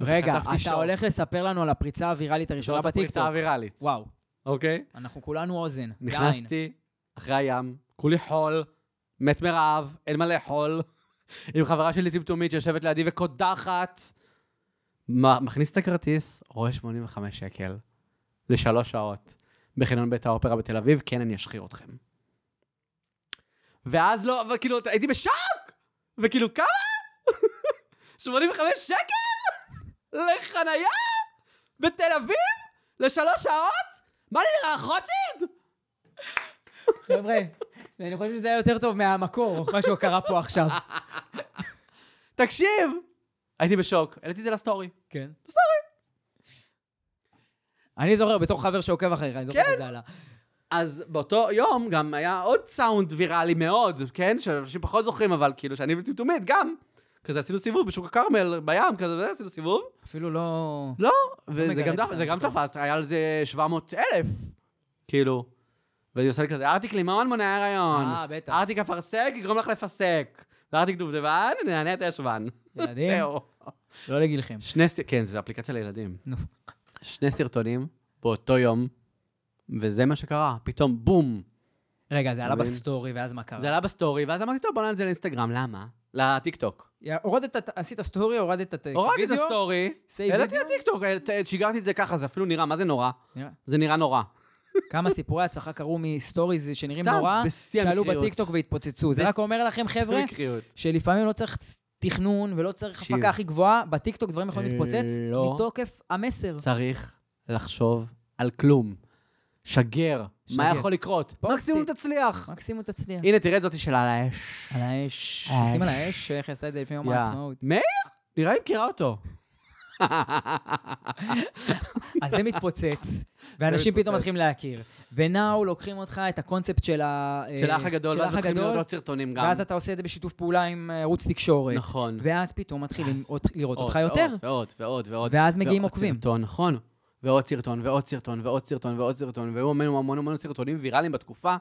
[SPEAKER 2] רגע,
[SPEAKER 1] חטפתי
[SPEAKER 2] אתה
[SPEAKER 1] שעות.
[SPEAKER 2] הולך לספר לנו על הפריצה הוויראלית הראשונה
[SPEAKER 1] זאת
[SPEAKER 2] בטיקטוק.
[SPEAKER 1] הפריצה הוויראלית,
[SPEAKER 2] וואו,
[SPEAKER 1] אוקיי?
[SPEAKER 2] אנחנו כולנו אוזן. ועין.
[SPEAKER 1] נכנסתי אחרי הים, כולי חול, מת מרעב, אין מה לאכול, [LAUGHS] עם חברה שלי טמטומית שיושבת לידי וקודחת. מה- מכניס את הכרטיס, רואה 85 שקל לשלוש שעות בחניון בית האופרה בתל אביב, כן, אני אשחיר אתכם. ואז לא, וכאילו, הייתי בשוק! וכאילו, כמה? [LAUGHS] 85 שקל? לחנייה? בתל אביב? לשלוש שעות? מה אני נראה, חוטד?
[SPEAKER 2] חבר'ה, אני חושב שזה היה יותר טוב מהמקור, מה שקרה
[SPEAKER 1] [LAUGHS]
[SPEAKER 2] פה עכשיו.
[SPEAKER 1] תקשיב! הייתי בשוק, העליתי את זה לסטורי.
[SPEAKER 2] כן. סטורי. אני זוכר, בתור חבר שעוקב אחריך, אני זוכר
[SPEAKER 1] כן.
[SPEAKER 2] את זה עלה.
[SPEAKER 1] אז באותו יום גם היה עוד סאונד ויראלי מאוד, כן? שאנשים פחות זוכרים, אבל כאילו שאני וטמטומית גם. כזה עשינו סיבוב בשוק הכרמל, בים, כזה וזה, עשינו סיבוב.
[SPEAKER 2] אפילו
[SPEAKER 1] [LAUGHS]
[SPEAKER 2] לא...
[SPEAKER 1] לא, וזה
[SPEAKER 2] מגרד
[SPEAKER 1] גם,
[SPEAKER 2] אותם.
[SPEAKER 1] זה גם תפס, היה על זה 700 אלף, כאילו. והיא עושה לי כזה, ארטיק לימון מונע הריון.
[SPEAKER 2] אה, בטח.
[SPEAKER 1] ארטיק אפרסק יגרום לך לפסק. וארטיק דובדבן, נענה את הישבן.
[SPEAKER 2] ילדים?
[SPEAKER 1] זהו.
[SPEAKER 2] לא לגילכם.
[SPEAKER 1] שני, ס- כן, זו אפליקציה לילדים.
[SPEAKER 2] נו.
[SPEAKER 1] שני סרטונים באותו יום, וזה מה שקרה, פתאום בום.
[SPEAKER 2] רגע, זה עלה
[SPEAKER 1] מבין?
[SPEAKER 2] בסטורי, ואז מה קרה?
[SPEAKER 1] זה עלה בסטורי, ואז אמרתי, טוב, בוא נעלה את זה לאינסטגרם, למה? לטיקטוק.
[SPEAKER 2] יא, הורדת, את- עשית סטורי, הורדת את אה, הוידאו?
[SPEAKER 1] הורדתי את הסטורי,
[SPEAKER 2] סייב
[SPEAKER 1] העליתי
[SPEAKER 2] וידאו?
[SPEAKER 1] לטיקטוק, העלת- שיגרתי את זה ככה, זה אפילו נראה, מה זה נורא?
[SPEAKER 2] נראה.
[SPEAKER 1] זה נראה נורא.
[SPEAKER 2] כמה סיפורי הצלחה קרו מסטוריז שנראים
[SPEAKER 1] סתם,
[SPEAKER 2] נורא,
[SPEAKER 1] בשיא
[SPEAKER 2] שעלו
[SPEAKER 1] המקריות.
[SPEAKER 2] בטיקטוק והתפוצצו. זה
[SPEAKER 1] בש-
[SPEAKER 2] רק אומר לכם, חבר'ה,
[SPEAKER 1] מקריות.
[SPEAKER 2] שלפעמים לא צריך תכנון ולא צריך
[SPEAKER 1] תקשיב.
[SPEAKER 2] הפקה הכי גבוהה, בטיקטוק דברים יכולים
[SPEAKER 1] אה,
[SPEAKER 2] להתפוצץ
[SPEAKER 1] לא.
[SPEAKER 2] מתוקף המסר.
[SPEAKER 1] צריך לחשוב על כלום. שגר. מה
[SPEAKER 2] שגר.
[SPEAKER 1] יכול לקרות?
[SPEAKER 2] פוסטים.
[SPEAKER 1] מקסימום תצליח.
[SPEAKER 2] מקסימום תצליח.
[SPEAKER 1] הנה, תראה את זאתי של על האש.
[SPEAKER 2] על האש.
[SPEAKER 1] האש.
[SPEAKER 2] שים על האש, איך היא עשתה את זה לפני יום
[SPEAKER 1] אה, יא. [LAUGHS]
[SPEAKER 2] העצמאות.
[SPEAKER 1] מאיר? נראה לי מכירה אותו.
[SPEAKER 2] אז זה מתפוצץ, ואנשים
[SPEAKER 1] מתפוצץ.
[SPEAKER 2] פתאום מתחילים להכיר. ונאו לוקחים אותך את הקונספט של ה...
[SPEAKER 1] של
[SPEAKER 2] אה,
[SPEAKER 1] האח הגדול,
[SPEAKER 2] של
[SPEAKER 1] ואז
[SPEAKER 2] האח
[SPEAKER 1] מתחילים
[SPEAKER 2] הגדול,
[SPEAKER 1] לראות עוד סרטונים גם.
[SPEAKER 2] ואז אתה עושה את זה בשיתוף פעולה עם אה, ערוץ תקשורת.
[SPEAKER 1] נכון.
[SPEAKER 2] ואז פתאום מתחילים
[SPEAKER 1] ואז-
[SPEAKER 2] עוד- לראות אותך
[SPEAKER 1] עוד,
[SPEAKER 2] יותר,
[SPEAKER 1] ועוד, ועוד, ועוד, ועוד.
[SPEAKER 2] ואז מגיעים
[SPEAKER 1] ועוד
[SPEAKER 2] עוקבים.
[SPEAKER 1] סרטון, נכון. ועוד סרטון, ועוד סרטון, ועוד סרטון, ועוד סרטון, והיו המון המון המון סרטונים ויראליים בתקופה,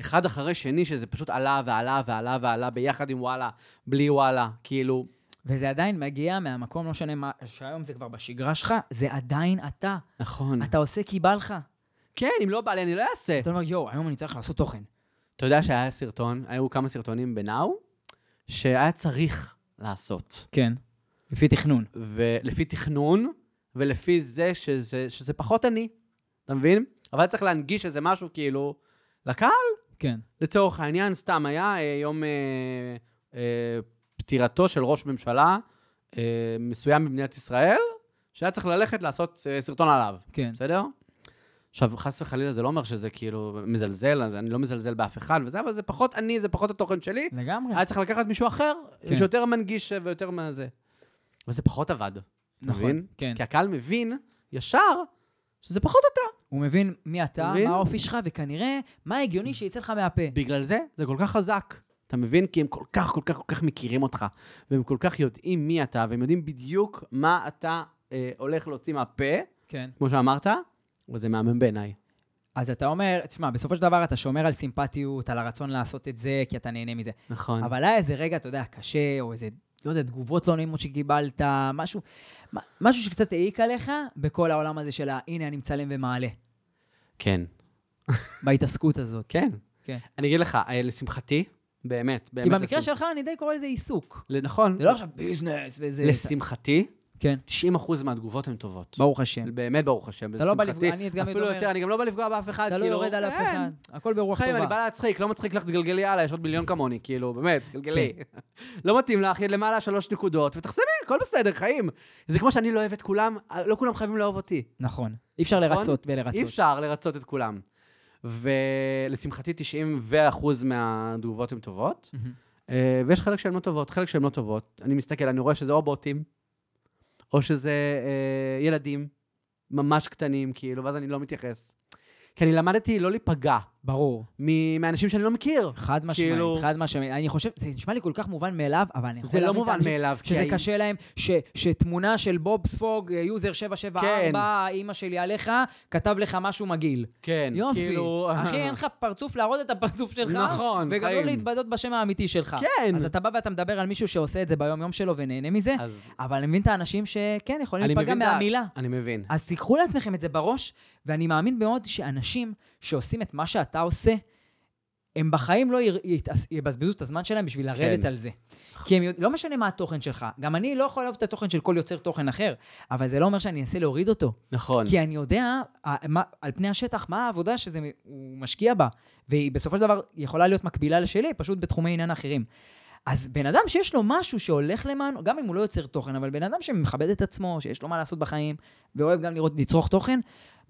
[SPEAKER 1] אחד אחרי שני, שזה פשוט עלה ועלה ועלה ועלה ביחד עם וואלה, בלי וואלה, כאילו...
[SPEAKER 2] וזה עדיין מגיע מהמקום, לא משנה מה, שהיום זה כבר בשגרה שלך, זה עדיין אתה.
[SPEAKER 1] נכון.
[SPEAKER 2] אתה עושה כי בא לך.
[SPEAKER 1] כן, אם לא בא לי, אני לא אעשה.
[SPEAKER 2] אתה אומר, יואו, היום אני צריך לעשות תוכן.
[SPEAKER 1] אתה יודע שהיה סרטון, היו כמה סרטונים בנאו, שהיה צריך לעשות.
[SPEAKER 2] כן. לפי תכנון.
[SPEAKER 1] ולפי תכנון, ולפי זה שזה, שזה פחות אני, אתה מבין? אבל צריך להנגיש איזה משהו כאילו לקהל.
[SPEAKER 2] כן.
[SPEAKER 1] לצורך העניין, סתם היה אה, יום אה, אה, פטירתו של ראש ממשלה אה, מסוים במדינת ישראל, שהיה צריך ללכת לעשות אה, סרטון עליו,
[SPEAKER 2] כן.
[SPEAKER 1] בסדר? עכשיו, חס וחלילה זה לא אומר שזה כאילו מזלזל, אז אני לא מזלזל באף אחד וזה, אבל זה פחות אני, זה פחות התוכן שלי.
[SPEAKER 2] לגמרי.
[SPEAKER 1] היה צריך לקחת מישהו אחר,
[SPEAKER 2] כן.
[SPEAKER 1] שיותר מנגיש אה, ויותר מהזה. וזה פחות עבד, אתה מבין?
[SPEAKER 2] כן.
[SPEAKER 1] כי הקהל מבין ישר שזה פחות אתה.
[SPEAKER 2] הוא מבין מי אתה,
[SPEAKER 1] מבין?
[SPEAKER 2] מה האופי שלך, וכנראה מה הגיוני שיצא לך מהפה.
[SPEAKER 1] בגלל זה, זה כל כך חזק. אתה מבין? כי הם כל כך, כל כך, כל כך מכירים אותך, והם כל כך יודעים מי אתה, והם יודעים בדיוק מה אתה אה, הולך להוציא מהפה,
[SPEAKER 2] כן.
[SPEAKER 1] כמו שאמרת, וזה מהמם בעיניי.
[SPEAKER 2] אז אתה אומר, תשמע, בסופו של דבר אתה שומר על סימפטיות, על הרצון לעשות את זה, כי אתה נהנה מזה.
[SPEAKER 1] נכון. אבל...
[SPEAKER 2] אבל היה איזה רגע, אתה יודע, קשה, או איזה, לא יודע, תגובות לא נעימות שקיבלת, משהו, מ- משהו שקצת העיק עליך בכל העולם הזה של ה- הנה, אני מצלם ומעלה,
[SPEAKER 1] כן.
[SPEAKER 2] בהתעסקות הזאת.
[SPEAKER 1] כן.
[SPEAKER 2] כן.
[SPEAKER 1] אני אגיד לך, אה, לשמחתי, באמת, באמת.
[SPEAKER 2] כי במקרה
[SPEAKER 1] לשמח-
[SPEAKER 2] שלך אני די קורא לזה עיסוק.
[SPEAKER 1] ל- נכון.
[SPEAKER 2] זה לא עכשיו ביזנס וזה...
[SPEAKER 1] לשמחתי,
[SPEAKER 2] כן.
[SPEAKER 1] 90% מהתגובות הן טובות.
[SPEAKER 2] ברוך השם.
[SPEAKER 1] באמת, ברוך השם.
[SPEAKER 2] אתה לא בא
[SPEAKER 1] לשמחתי,
[SPEAKER 2] לפגוע- אני גם
[SPEAKER 1] אפילו
[SPEAKER 2] אומר-
[SPEAKER 1] יותר, אני גם לא בא לפגוע באף אחד,
[SPEAKER 2] אתה לא
[SPEAKER 1] כאילו,
[SPEAKER 2] יורד על אף
[SPEAKER 1] אין.
[SPEAKER 2] אחד, הכל ברוח
[SPEAKER 1] חיים, אני בא
[SPEAKER 2] טובה.
[SPEAKER 1] להצחיק, לא מצחיק לך, תגלגלי הלאה, יש עוד מיליון כמוני, כאילו, באמת, גלגלי. [LAUGHS] לא מתאים לך, יד למעלה שלוש נקודות, ותחסמי, הכל בסדר, חיים. זה כמו שאני לא אוהב את כולם, לא כולם חייבים לאהוב אותי.
[SPEAKER 2] נכון. אי אפשר
[SPEAKER 1] נכון?
[SPEAKER 2] לרצות
[SPEAKER 1] אי
[SPEAKER 2] ולרצות.
[SPEAKER 1] אפשר לרצות את כולם. ולשמחתי, 90 ו-1% מהתגובות הן טובות,
[SPEAKER 2] מהמם.
[SPEAKER 1] אה, ויש חלק שהן לא טובות, חלק שהן לא טובות. אני מסתכל, אני רואה שזה או בוטים, או שזה אה, ילדים, ממש קטנים, כאילו, ואז אני לא מתייחס. כי אני למדתי לא להיפגע
[SPEAKER 2] ברור.
[SPEAKER 1] מ- מאנשים שאני לא מכיר.
[SPEAKER 2] חד משמעית,
[SPEAKER 1] כאילו-
[SPEAKER 2] חד משמעית. אני חושב, זה נשמע לי כל כך מובן מאליו, אבל אני יכול
[SPEAKER 1] זה לא
[SPEAKER 2] להבין את
[SPEAKER 1] מובן
[SPEAKER 2] האנשים
[SPEAKER 1] מאליו. כי
[SPEAKER 2] שזה
[SPEAKER 1] האם-
[SPEAKER 2] קשה להם, ש, שתמונה של בוב ספוג, אה,
[SPEAKER 1] כן.
[SPEAKER 2] יוזר 774, אימא שלי עליך, כתב לך משהו מגעיל.
[SPEAKER 1] כן,
[SPEAKER 2] יופי.
[SPEAKER 1] כאילו...
[SPEAKER 2] אחי, אין לך פרצוף להראות את הפרצוף שלך.
[SPEAKER 1] נכון,
[SPEAKER 2] וגם לא
[SPEAKER 1] חיים.
[SPEAKER 2] להתבדות בשם האמיתי שלך.
[SPEAKER 1] כן.
[SPEAKER 2] אז אתה בא ואתה מדבר על מישהו שעושה את זה ביום-יום שלו ונהנה מזה,
[SPEAKER 1] אז
[SPEAKER 2] אבל אני מבין את האנשים שכן יכולים
[SPEAKER 1] אני
[SPEAKER 2] להיפגע
[SPEAKER 1] מבין את ה-
[SPEAKER 2] מהמילה. אה,
[SPEAKER 1] אני מבין.
[SPEAKER 2] אז תיקחו לעצמכם את זה בראש, ואני מאמין מאוד שאנשים שעושים את מה שאתה עושה, הם בחיים לא יר- יתעס- יבזבזו את הזמן שלהם בשביל לרדת
[SPEAKER 1] כן.
[SPEAKER 2] על זה. כי הם, יודע- לא משנה מה התוכן שלך, גם אני לא יכול לאהוב את התוכן של כל יוצר תוכן אחר, אבל זה לא אומר שאני אנסה להוריד אותו.
[SPEAKER 1] נכון.
[SPEAKER 2] כי אני יודע אה, מה- על פני השטח מה העבודה שהוא משקיע בה, והיא בסופו של דבר יכולה להיות מקבילה לשלי, פשוט בתחומי עניין אחרים. אז בן אדם שיש לו משהו שהולך למען, גם אם הוא לא יוצר תוכן, אבל בן אדם שמכבד את עצמו, שיש לו מה לעשות בחיים, ואוהב גם לראות, לצרוך תוכן,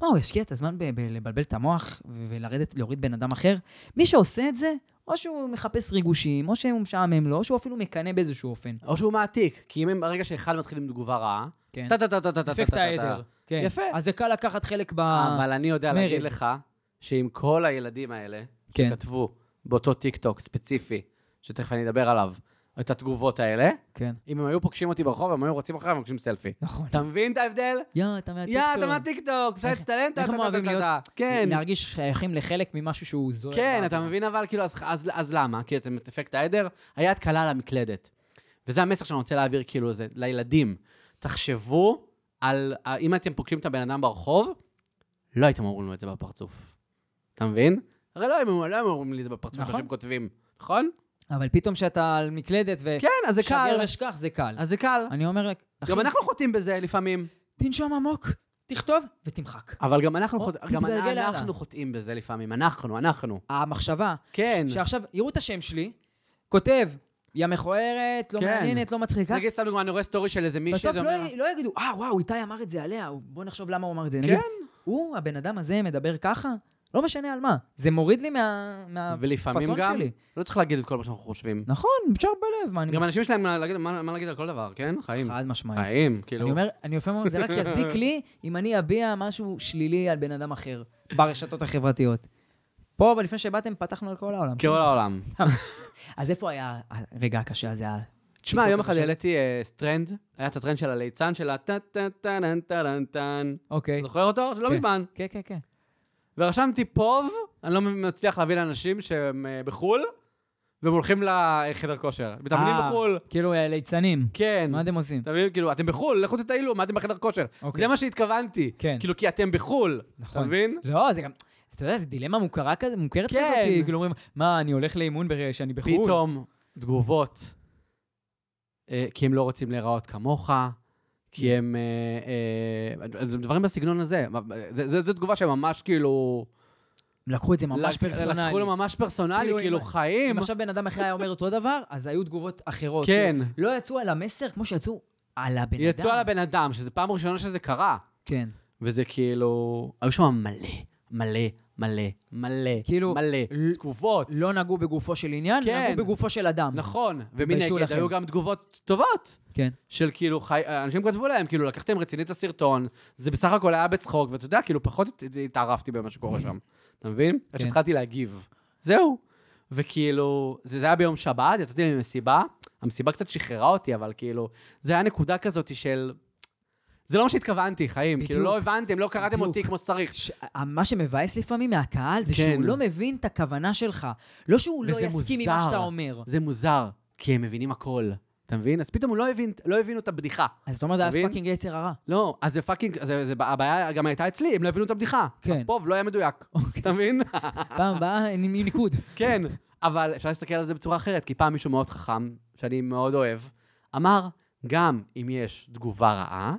[SPEAKER 2] מה, הוא ישקיע את הזמן ב- בלבלבל את המוח ו- ולרדת, להוריד בן אדם אחר? מי שעושה את זה, או שהוא מחפש ריגושים, או שהוא משעמם לו, או שהוא אפילו מקנא באיזשהו אופן.
[SPEAKER 1] או שהוא מעתיק, כי אם הם- ברגע שאחד מתחיל עם תגובה רעה,
[SPEAKER 2] כן.
[SPEAKER 1] טה טה טה טה טה טה
[SPEAKER 2] אפקט
[SPEAKER 1] טה,
[SPEAKER 2] העדר. כן.
[SPEAKER 1] יפה.
[SPEAKER 2] אז זה קל לקחת חלק ב...
[SPEAKER 1] אבל אני יודע להגיד
[SPEAKER 2] מרד.
[SPEAKER 1] לך, שעם כל הילדים האלה,
[SPEAKER 2] כן.
[SPEAKER 1] שכתבו באותו טיק טוק ספציפי, שתכף אני אדבר עליו, את התגובות האלה,
[SPEAKER 2] כן.
[SPEAKER 1] אם הם היו פוגשים אותי ברחוב, הם היו רצים אחריי ומבקשים סטלפי.
[SPEAKER 2] נכון.
[SPEAKER 1] אתה מבין את ההבדל?
[SPEAKER 2] יא, אתה מהטיקטוק.
[SPEAKER 1] יא, אתה מהטיקטוק, אפשר
[SPEAKER 2] איך-
[SPEAKER 1] להצטלם, טה
[SPEAKER 2] איך
[SPEAKER 1] טה
[SPEAKER 2] הם
[SPEAKER 1] טה
[SPEAKER 2] אוהבים
[SPEAKER 1] טה
[SPEAKER 2] להיות-
[SPEAKER 1] טה. כן,
[SPEAKER 2] להרגיש שייכים לחלק ממשהו שהוא זוהר.
[SPEAKER 1] כן,
[SPEAKER 2] בעבודה.
[SPEAKER 1] אתה מבין אבל, כאילו, אז- אז אז למה? כי אתם את אפקט העדר, היד קלה על המקלדת. וזה המסר שאני רוצה להעביר, כאילו, זה לילדים. תחשבו על, אם אתם פוגשים את הבן אדם ברחוב, לא הייתם אומרים לו את זה בפרצוף. אתה מבין? הרי לא היו לא היו אומרים לי את זה בפרצוף,
[SPEAKER 2] נכון.
[SPEAKER 1] אנשים כותבים, נכון?
[SPEAKER 2] אבל פתאום שאתה על מקלדת ו...
[SPEAKER 1] כן, אז זה
[SPEAKER 2] שגר
[SPEAKER 1] קל.
[SPEAKER 2] ושכח זה קל.
[SPEAKER 1] אז זה קל.
[SPEAKER 2] אני אומר, לק- אחי,
[SPEAKER 1] גם אנחנו חוטאים בזה לפעמים.
[SPEAKER 2] תנשום עמוק, תכתוב ותמחק.
[SPEAKER 1] אבל גם אנחנו
[SPEAKER 2] או,
[SPEAKER 1] חוט- גם
[SPEAKER 2] תתגלגל הלאה.
[SPEAKER 1] אנחנו חוטאים בזה לפעמים. אנחנו, אנחנו.
[SPEAKER 2] המחשבה,
[SPEAKER 1] כן.
[SPEAKER 2] ש- שעכשיו יראו את השם שלי, כותב, יא מכוערת, לא
[SPEAKER 1] כן.
[SPEAKER 2] מעניינת, לא מצחיקה.
[SPEAKER 1] נגיד, סתם דוגמא, אני רואה סטורי של איזה מישהי, זה
[SPEAKER 2] בסוף לא
[SPEAKER 1] אומר...
[SPEAKER 2] י- לא יגידו, אה, וואו, איתי אמר את זה עליה, הוא- בוא נחשוב למה הוא אמר את זה.
[SPEAKER 1] כן.
[SPEAKER 2] נגיד, הוא, הבן אדם הזה, מדבר ככה? לא משנה על מה. זה מוריד לי מה-
[SPEAKER 1] ולפעמים
[SPEAKER 2] מהפאסון
[SPEAKER 1] גם,
[SPEAKER 2] שלי.
[SPEAKER 1] לא צריך להגיד את כל מה שאנחנו חושבים.
[SPEAKER 2] נכון, אפשר בלב, מה אני
[SPEAKER 1] גם אנשים שלהם, מה להגיד- מה מה להגיד על כל דבר, כן? חיים.
[SPEAKER 2] חד משמעית.
[SPEAKER 1] חיים, כאילו.
[SPEAKER 2] אני אומר, אני לפעמים אומר, זה רק יזיק לי אם אני אביע משהו שלילי על בן אדם אחר ברשתות החברתיות. פה, אבל לפני שבאתם, פתחנו על כל העולם.
[SPEAKER 1] כל העולם.
[SPEAKER 2] אז איפה היה הרגע הקשה הזה? ה-
[SPEAKER 1] תשמע,
[SPEAKER 2] טיפול
[SPEAKER 1] יום אחד
[SPEAKER 2] קשה.
[SPEAKER 1] העליתי אה, טרנד, היה את הטרנד של הליצן של הטה טה טה טה טה טן.
[SPEAKER 2] אוקיי.
[SPEAKER 1] זוכר אותו? לא
[SPEAKER 2] כן.
[SPEAKER 1] מזמן.
[SPEAKER 2] כן, כן, כן.
[SPEAKER 1] ורשמתי פוב, אני לא מצליח להביא לאנשים שהם אה, בחו"ל, והם הולכים לחדר כושר. מתאמנים
[SPEAKER 2] אה,
[SPEAKER 1] בחו"ל.
[SPEAKER 2] כאילו, אה, ליצנים.
[SPEAKER 1] כן.
[SPEAKER 2] מה אתם עושים?
[SPEAKER 1] אתה מבין? כאילו, אתם בחו"ל, לכו תטיילו, מה אתם בחדר כושר?
[SPEAKER 2] אוקיי.
[SPEAKER 1] זה מה שהתכוונתי.
[SPEAKER 2] כן.
[SPEAKER 1] כאילו, כי אתם בחו"ל.
[SPEAKER 2] נכון.
[SPEAKER 1] אתה מבין?
[SPEAKER 2] לא, זה גם... אז אתה יודע, זו דילמה מוכרה כזה, מוכרת
[SPEAKER 1] כן.
[SPEAKER 2] כזאת, כי כאילו אומרים, מה, אני הולך לאימון ברגע שאני בחו"ל?
[SPEAKER 1] פתאום תגובות, אה, כי הם לא רוצים להיראות כמוך, כי
[SPEAKER 2] כן.
[SPEAKER 1] הם... אה, אה, זה דברים בסגנון הזה. אה, זה- זה- זו תגובה שממש כאילו...
[SPEAKER 2] לקחו את זה ממש
[SPEAKER 1] לק-
[SPEAKER 2] פרסונלי.
[SPEAKER 1] לקחו לו ממש פרסונלי,
[SPEAKER 2] כאילו,
[SPEAKER 1] כאילו
[SPEAKER 2] אם-
[SPEAKER 1] חיים.
[SPEAKER 2] אם עכשיו בן אדם אחר היה אומר אותו דבר, אז היו תגובות אחרות.
[SPEAKER 1] כן.
[SPEAKER 2] כאילו, לא יצאו על המסר כמו שיצאו על הבן אדם.
[SPEAKER 1] יצאו על הבן אדם, שזו פעם ראשונה שזה קרה.
[SPEAKER 2] כן.
[SPEAKER 1] וזה כאילו... היו שם מלא, מלא, מלא, מלא,
[SPEAKER 2] כאילו,
[SPEAKER 1] מלא, תגובות.
[SPEAKER 2] לא נגעו בגופו של עניין,
[SPEAKER 1] כן.
[SPEAKER 2] נגעו בגופו של אדם.
[SPEAKER 1] נכון,
[SPEAKER 2] תתביישו
[SPEAKER 1] ומנגד
[SPEAKER 2] לכם.
[SPEAKER 1] היו גם תגובות טובות.
[SPEAKER 2] כן.
[SPEAKER 1] של כאילו, חי... אנשים כתבו להם, כאילו, לקחתם רצינית את הסרטון, זה בסך הכל היה בצחוק, ואתה יודע, כאילו, פחות הת- התערפתי במה שקורה שם. אתה מבין? עד
[SPEAKER 2] כן.
[SPEAKER 1] שהתחלתי להגיב. זהו. וכאילו, זה, זה היה ביום שבת, יצאתי ממסיבה, המסיבה קצת שחררה אותי, אבל כאילו, זה היה נקודה כזאת של... זה לא מה שהתכוונתי, חיים.
[SPEAKER 2] בדיוק.
[SPEAKER 1] כאילו, לא הבנתם, לא קראתם
[SPEAKER 2] בדיוק.
[SPEAKER 1] אותי כמו שצריך.
[SPEAKER 2] ש... מה שמבאס לפעמים מהקהל זה
[SPEAKER 1] כן.
[SPEAKER 2] שהוא לא מבין את הכוונה שלך. לא שהוא לא
[SPEAKER 1] וזה
[SPEAKER 2] יסכים עם מה
[SPEAKER 1] מוזר.
[SPEAKER 2] שאתה אומר.
[SPEAKER 1] זה מוזר, כי הם מבינים הכל. אתה מבין? אז פתאום הוא לא הבין, לא הבינו את הבדיחה.
[SPEAKER 2] אז אתה אומר, זה היה
[SPEAKER 1] מבין?
[SPEAKER 2] פאקינג יצר הרע.
[SPEAKER 1] לא, אז זה פאקינג, זה, זה, הבעיה גם הייתה אצלי, הם לא הבינו את הבדיחה.
[SPEAKER 2] כן. אוקיי.
[SPEAKER 1] פוב לא היה מדויק, אתה מבין? [LAUGHS]
[SPEAKER 2] פעם הבאה אין עם ניקוד.
[SPEAKER 1] כן, אבל אפשר להסתכל על זה בצורה אחרת, כי פעם מישהו מאוד חכם, שאני מאוד אוהב, אמר, גם אם יש תגובה רעה,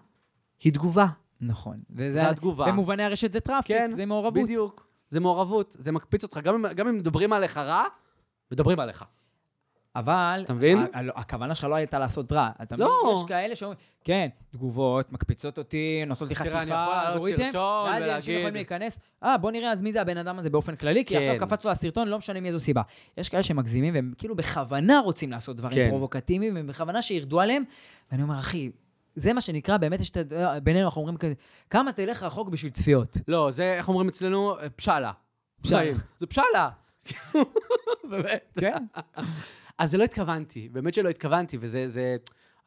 [SPEAKER 1] היא תגובה.
[SPEAKER 2] [LAUGHS] נכון. וזה
[SPEAKER 1] זה התגובה.
[SPEAKER 2] במובני הרשת זה טראפיק,
[SPEAKER 1] כן,
[SPEAKER 2] זה מעורבות.
[SPEAKER 1] בדיוק. זה מעורבות, זה מקפיץ אותך. גם אם, גם אם מדברים עליך רע, מדברים עליך.
[SPEAKER 2] אבל...
[SPEAKER 1] אתה מבין?
[SPEAKER 2] ה- ה- הכוונה שלך לא הייתה לעשות רע. אתה
[SPEAKER 1] לא.
[SPEAKER 2] מבין? יש כאלה שאומרים, כן, תגובות, מקפיצות אותי, נותנות לי
[SPEAKER 1] תראה,
[SPEAKER 2] חשיפה,
[SPEAKER 1] אני יכול לעלות סרטון
[SPEAKER 2] ואז אנשים
[SPEAKER 1] ולהגיד-
[SPEAKER 2] יכולים להיכנס, אה, בוא נראה אז מי זה הבן אדם הזה באופן כללי, כי
[SPEAKER 1] כן.
[SPEAKER 2] עכשיו קפץ לו הסרטון, לא משנה מאיזו סיבה. יש כאלה שמגזימים, והם כאילו בכוונה רוצים לעשות דברים
[SPEAKER 1] כן.
[SPEAKER 2] פרובוקטיביים, והם בכוונה שירדו עליהם, ואני אומר, אחי, זה מה שנקרא, באמת יש את אה, ה... בינינו אנחנו אומרים כזה, כמה תלך רחוק בשביל צפיות?
[SPEAKER 1] לא, זה, איך אומרים אצלנו? פשאלה.
[SPEAKER 2] פשלה.
[SPEAKER 1] חיים. זה פשלה. [LAUGHS] באמת.
[SPEAKER 2] כן?
[SPEAKER 1] אז זה לא התכוונתי, באמת שלא התכוונתי, וזה, זה...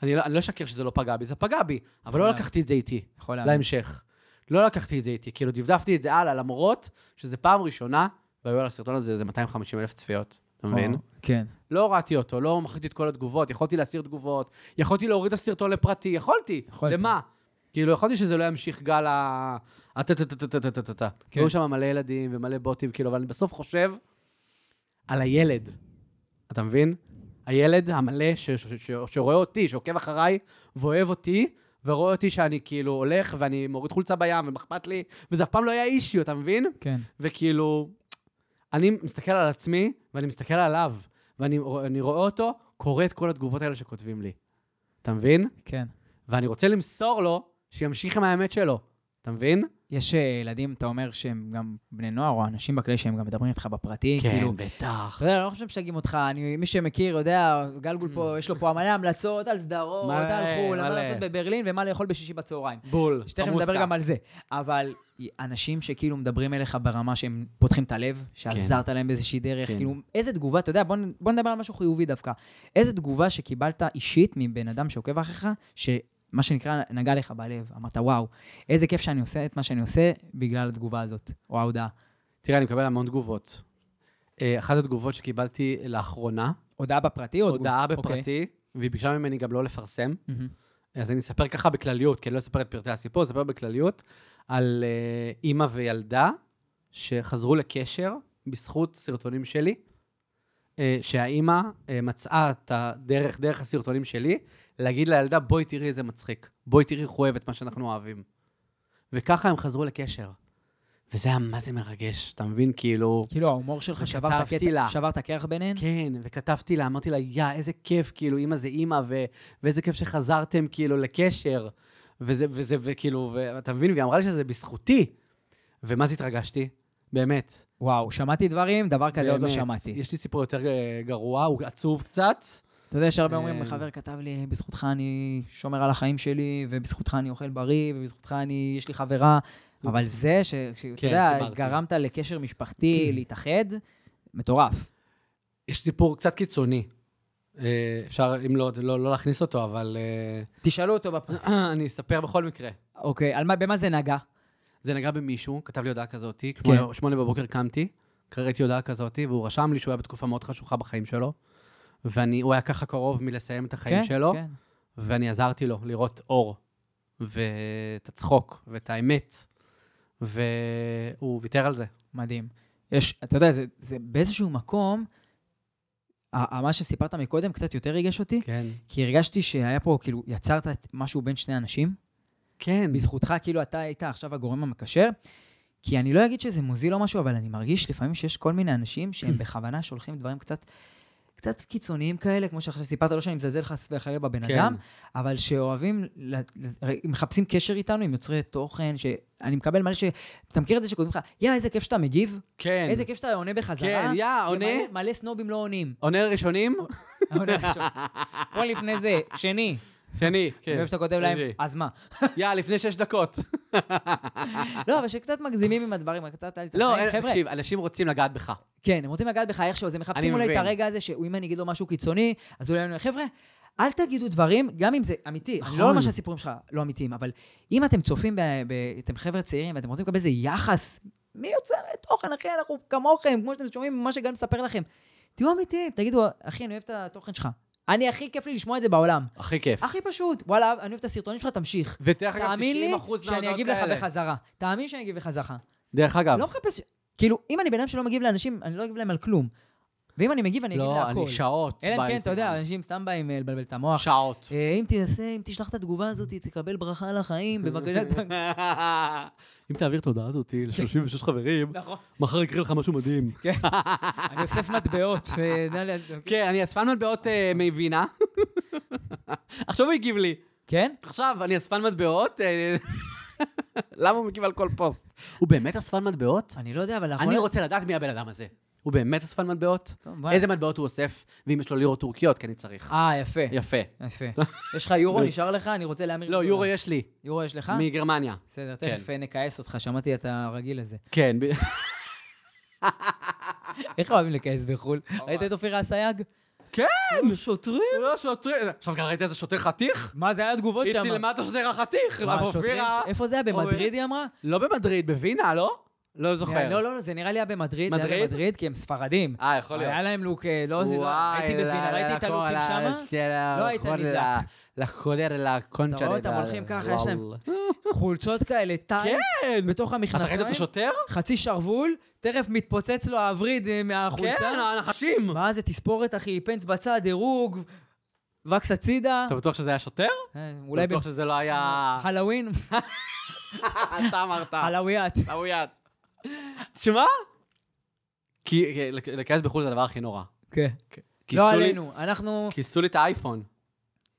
[SPEAKER 1] אני לא, אני לא אשקר שזה לא פגע בי, זה פגע בי, אבל לא
[SPEAKER 2] נכון.
[SPEAKER 1] לקחתי את זה איתי,
[SPEAKER 2] [LAUGHS] יכול להאמין.
[SPEAKER 1] להמשך. לא לקחתי את זה איתי, כאילו דפדפתי את זה הלאה, למרות שזה פעם ראשונה, והיו על הסרטון הזה איזה 250 אלף צפיות, אתה מבין?
[SPEAKER 2] כן.
[SPEAKER 1] לא הורדתי אותו, לא מחקתי את כל התגובות, יכולתי להסיר תגובות, יכולתי להוריד את הסרטון לפרטי, יכולתי.
[SPEAKER 2] יכולת.
[SPEAKER 1] למה? כאילו, יכולתי שזה לא ימשיך גל ה... הטה-טה-טה-טה-טה-טה-טה.
[SPEAKER 2] כן.
[SPEAKER 1] היו שם מלא ילדים ומלא בוטים, כאילו, אבל אני בסוף חושב על הילד. אתה מבין? הילד המלא ש- ש- ש- שרואה אותי, שעוקב אחריי, ואוהב אותי, ורואה אותי שאני כאילו הולך, ואני מוריד חולצה בים, ומאכפת לי, וזה אף פעם לא היה אישיו, אתה מבין?
[SPEAKER 2] כן.
[SPEAKER 1] וכאילו, אני מסתכל על עצמי, ואני מסתכל עליו, ואני רוא- אני רואה אותו, קורא את כל התגובות האלה שכותבים לי. אתה מבין?
[SPEAKER 2] כן.
[SPEAKER 1] ואני רוצה למסור לו שימשיך עם האמת שלו. אתה מבין?
[SPEAKER 2] יש אה, ילדים, אתה אומר שהם גם בני נוער, או אנשים בכלי שהם גם מדברים איתך בפרטי,
[SPEAKER 1] כן.
[SPEAKER 2] כאילו...
[SPEAKER 1] בטח.
[SPEAKER 2] אתה יודע, אני לא חושב שמשגעים אותך, אני, מי שמכיר יודע, גלגול פה, יש לו פה מלא המלצות על סדרות,
[SPEAKER 1] Mm. מלא,
[SPEAKER 2] על חו"ל, על מה
[SPEAKER 1] מלא.
[SPEAKER 2] לעשות בברלין ומה לאכול בשישי בצהריים.
[SPEAKER 1] בול.
[SPEAKER 2] שתכף
[SPEAKER 1] חמוסטה.
[SPEAKER 2] נדבר גם על זה. אבל אנשים שכאילו מדברים אליך ברמה שהם פותחים את הלב, שעזרת להם באיזושהי דרך,
[SPEAKER 1] כן.
[SPEAKER 2] כאילו, איזה תגובה, אתה יודע, בוא נ- בוא נדבר על משהו חיובי דווקא. איזה תגובה שקיבלת אישית מבן אדם שעוקב אחריך, שמה שנקרא, נגע לך בלב. אמרת, וואו, איזה כיף שאני עושה את מה שאני עושה בגלל התגובה הזאת, או ההודעה.
[SPEAKER 1] תראה, אני מקבל המון תגובות. אה, אחת התגובות שקיבלתי לאחרונה,
[SPEAKER 2] הודעה בפרטי או
[SPEAKER 1] הודעה
[SPEAKER 2] תגובה?
[SPEAKER 1] בפרטי, והיא ביקשה ממני גם לא לפרסם.
[SPEAKER 2] אוקיי. מהמם.
[SPEAKER 1] אז אני אספר ככה בכלליות, כי אני לא אספר את פרטי הסיפור, אספר בכלליות על אה, אימא וילדה שחזרו לקשר בזכות סרטונים שלי, אה, שהאימא אה, מצאה את הדרך, דרך הסרטונים שלי, להגיד לילדה, בואי תראי איזה מצחיק, בואי תראי איך הוא אוהב את מה שאנחנו אוהבים. וככה הם חזרו לקשר. וזה היה מה זה מרגש, אתה מבין? כאילו...
[SPEAKER 2] כאילו ההומור שלך שבר את
[SPEAKER 1] וכתבתי
[SPEAKER 2] הקטע,
[SPEAKER 1] לה.
[SPEAKER 2] שבר את הקרח ביניהן?
[SPEAKER 1] כן, וכתבתי לה, אמרתי לה, יא, איזה כיף, כאילו, אימא זה אימא, ו- ואיזה כיף שחזרתם, כאילו, לקשר. וזה, וזה, וכאילו, ואתה מבין? והיא אמרה לי שזה בזכותי. ומה זה התרגשתי? באמת.
[SPEAKER 2] וואו, שמעתי דברים, דבר כזה עוד לא
[SPEAKER 1] באמת.
[SPEAKER 2] שמעתי.
[SPEAKER 1] יש לי סיפור יותר אה, גרוע, הוא עצוב קצת.
[SPEAKER 2] אתה יודע שהרבה אומרים,
[SPEAKER 1] אה,
[SPEAKER 2] חבר כתב לי, בזכותך אני שומר על החיים שלי, ובזכותך אני אוכל בריא, ובזכותך אני, יש לי חברה. אבל זה ש... ש- אתה
[SPEAKER 1] כן,
[SPEAKER 2] יודע,
[SPEAKER 1] חיברתי.
[SPEAKER 2] גרמת לקשר
[SPEAKER 1] [CLEARS THROAT]
[SPEAKER 2] משפחתי להתאחד, מטורף.
[SPEAKER 1] יש סיפור קצת קיצוני. אה, אפשר, אם לא, לא, לא להכניס אותו, אבל אה, [CLEARS THROAT]
[SPEAKER 2] תשאלו אותו בפרק.
[SPEAKER 1] אני אספר בכל מקרה.
[SPEAKER 2] אוקיי, על מה- במה זה נגע?
[SPEAKER 1] זה נגע במישהו, כתב לי הודעה כזאת,
[SPEAKER 2] כן.
[SPEAKER 1] שמונה, שמונה בבוקר קמתי, קראתי הודעה כזאת, והוא רשם לי שהוא היה בתקופה מאוד חשוכה בחיים שלו, והוא היה ככה קרוב מלסיים את החיים
[SPEAKER 2] כן,
[SPEAKER 1] שלו,
[SPEAKER 2] כן.
[SPEAKER 1] ואני עזרתי לו לראות אור, ואת הצחוק, ואת האמת, והוא ויתר על זה.
[SPEAKER 2] מדהים. יש, אתה יודע, זה- זה באיזשהו מקום, ה- ה- מה שסיפרת מקודם קצת יותר ריגש אותי,
[SPEAKER 1] כן.
[SPEAKER 2] כי הרגשתי שהיה פה, כאילו, יצרת משהו בין שני אנשים.
[SPEAKER 1] כן.
[SPEAKER 2] בזכותך, כאילו, אתה היית עכשיו הגורם המקשר. כי אני לא אגיד שזה מוזיל או משהו, אבל אני מרגיש לפעמים שיש כל מיני אנשים
[SPEAKER 1] Mm.
[SPEAKER 2] שהם בכוונה שולחים דברים קצת, קצת קיצוניים כאלה, כמו שעכשיו סיפרת, לא שאני מזלזל חס וחלילה בבן
[SPEAKER 1] כן.
[SPEAKER 2] אדם, אבל שאוהבים, ל- ל- הרי מחפשים קשר איתנו עם יוצרי תוכן, שאני מקבל מלא ש... אתה מכיר את זה שכותבים לך, יא, איזה כיף שאתה מגיב,
[SPEAKER 1] כן.
[SPEAKER 2] איזה כיף שאתה עונה בחזרה.
[SPEAKER 1] כן, יא, עונה.
[SPEAKER 2] ומלא- מלא סנובים לא עונים. [LAUGHS]
[SPEAKER 1] עונה לראשונים?
[SPEAKER 2] העונה הראשון. בוא לפני זה, שני.
[SPEAKER 1] שני.
[SPEAKER 2] אני
[SPEAKER 1] כן.
[SPEAKER 2] אוהב שאתה כותב להם,
[SPEAKER 1] שני.
[SPEAKER 2] אז מה?
[SPEAKER 1] יא, לפני שש
[SPEAKER 2] [LAUGHS]
[SPEAKER 1] דקות.
[SPEAKER 2] לא, אבל שקצת מגזימים עם הדברים, קצת אל
[SPEAKER 1] לא,
[SPEAKER 2] תחיים,
[SPEAKER 1] אין-
[SPEAKER 2] חבר'ה.
[SPEAKER 1] תקשיב, אנשים רוצים לגעת בך.
[SPEAKER 2] כן, הם רוצים לגעת בך איכשהו, אז הם מחפשים
[SPEAKER 1] אני
[SPEAKER 2] אולי את
[SPEAKER 1] מבין.
[SPEAKER 2] הרגע הזה, שאם אני אגיד לו משהו קיצוני, אז אולי אני אומר, חבר'ה, אל תגידו דברים, גם אם זה אמיתי. אני לא
[SPEAKER 1] נכון.
[SPEAKER 2] אומר שהסיפורים שלך לא אמיתיים, אבל אם אתם צופים, ב- ב- אתם חבר'ה צעירים ואתם רוצים לקבל איזה יחס, מי יוצר תוכן, אחי, אנחנו כמוכם, כמו שאתם שומעים ממה שגל מספר לכם. תהיו אמיתיים, תגידו, אחי, אני אוהב את התוכן שלך. אני, הכי כיף לי לשמוע את זה בעולם.
[SPEAKER 1] הכי כיף.
[SPEAKER 2] הכי פשוט, וואלה, אני אוהב את הסרטונים שלך, תמשיך.
[SPEAKER 1] ודרך אגב, 90%
[SPEAKER 2] תאמין לי
[SPEAKER 1] מההודעות
[SPEAKER 2] שאני אגיב לך
[SPEAKER 1] כאלה.
[SPEAKER 2] בחזרה. תאמין לי שאני אגיב בחזרה.
[SPEAKER 1] דרך אגב.
[SPEAKER 2] לא מחפש... כאילו, אם אני בן אדם שלא מגיב לאנשים, אני לא אגיב להם על כלום. ואם אני מגיב, אני אגיב
[SPEAKER 1] לא,
[SPEAKER 2] להכל.
[SPEAKER 1] אני שעות.
[SPEAKER 2] אלא אם כן, אתה
[SPEAKER 1] באינסטגרם.
[SPEAKER 2] יודע, אנשים סתם באים אה, לבלבל את המוח.
[SPEAKER 1] [LAUGHS] שעות.
[SPEAKER 2] אה, אם תנסה, אם תשלח את התגובה הזאת, תקבל
[SPEAKER 1] [LAUGHS]
[SPEAKER 2] ברכה לחיים, בבקשה. ת-
[SPEAKER 1] אם תעביר את ההודעה הזאת ל-36 [LAUGHS] חברים,
[SPEAKER 2] נכון.
[SPEAKER 1] מחר יקרה לך משהו מדהים.
[SPEAKER 2] אני אוסף מטבעות. אה, נא ל-
[SPEAKER 1] [LAUGHS] כן, אני אספן מטבעות אה, [LAUGHS] מווינה. עכשיו הוא הגיב לי.
[SPEAKER 2] כן?
[SPEAKER 1] עכשיו, אני אספן מטבעות. אה, [LAUGHS] למה הוא מגיב על כל פוסט? הוא באמת אספן מטבעות?
[SPEAKER 2] אני לא יודע, אבל... אנחנו-
[SPEAKER 1] אני רוצה לדעת מי הבן אדם הזה. הוא באמת אספן מטבעות?
[SPEAKER 2] טוב, בוא.
[SPEAKER 1] איזה מטבעות הוא אוסף? ואם יש לו לירות טורקיות, כי אני צריך.
[SPEAKER 2] אה, יפה.
[SPEAKER 1] יפה.
[SPEAKER 2] יפה.
[SPEAKER 1] [LAUGHS]
[SPEAKER 2] יש לך יורו, נשאר לך? אני רוצה להמיר...
[SPEAKER 1] לא, יורו יש לי.
[SPEAKER 2] יורו יש
[SPEAKER 1] אה?
[SPEAKER 2] לך?
[SPEAKER 1] מגרמניה.
[SPEAKER 2] בסדר,
[SPEAKER 1] כן. [LAUGHS]
[SPEAKER 2] תכף אה, נכעס אותך, שמעתי את הרגיל הזה.
[SPEAKER 1] כן. ב-
[SPEAKER 2] איך אוהבים לכעס בחו"ל? ראית את אופירה אסייג?
[SPEAKER 1] כן!
[SPEAKER 2] שוטרים?
[SPEAKER 1] לא, שוטרים. עכשיו, גם ראית איזה שוטר חתיך?
[SPEAKER 2] מה זה היה התגובות
[SPEAKER 1] היא
[SPEAKER 2] שם?
[SPEAKER 1] צילמה את השוטר החתיך,
[SPEAKER 2] מה, שוטרים?
[SPEAKER 1] אופירה.
[SPEAKER 2] איפה זה היה?
[SPEAKER 1] אופירה.
[SPEAKER 2] במדריד היא אמרה?
[SPEAKER 1] לא במדריד, בווינה, לא? לא זוכר.
[SPEAKER 2] לא, לא, לא, זה נראה לי היה במדריד. זה היה
[SPEAKER 1] מדריד?
[SPEAKER 2] במדריד, כי הם ספרדים.
[SPEAKER 1] אה, יכול להיות.
[SPEAKER 2] היה להם לוק, אה, לא, זה לא, הייתי בפינה, ראיתי את הלוקים שמה? לא היית נדלק.
[SPEAKER 1] לחודר לקונצ'ה.
[SPEAKER 2] אתה רואה אותם הולכים ככה, יש להם- חולצות כאלה, טיים,
[SPEAKER 1] כן!
[SPEAKER 2] בתוך
[SPEAKER 1] אתה ראית את
[SPEAKER 2] המכנסיים,
[SPEAKER 1] השוטר?
[SPEAKER 2] חצי שרוול, תכף מתפוצץ לו הווריד אה, מהחולצה.
[SPEAKER 1] כן, הנחשים!
[SPEAKER 2] מה זה, תספורת אחי, פנס בצד, דירוג, וקס הצידה.
[SPEAKER 1] אתה בטוח שזה היה שוטר?
[SPEAKER 2] אה, אולי
[SPEAKER 1] אתה בטוח שזה לא היה...
[SPEAKER 2] בהלווין,
[SPEAKER 1] [LAUGHS] אתה אמרת.
[SPEAKER 2] הלוויית.
[SPEAKER 1] טעויית. תשמע, כי כי לכנס בחו"ל זה הדבר הכי נורא.
[SPEAKER 2] כן.
[SPEAKER 1] כיסו
[SPEAKER 2] לא
[SPEAKER 1] לי-
[SPEAKER 2] עלינו, אנחנו...
[SPEAKER 1] כיסו לי את האייפון,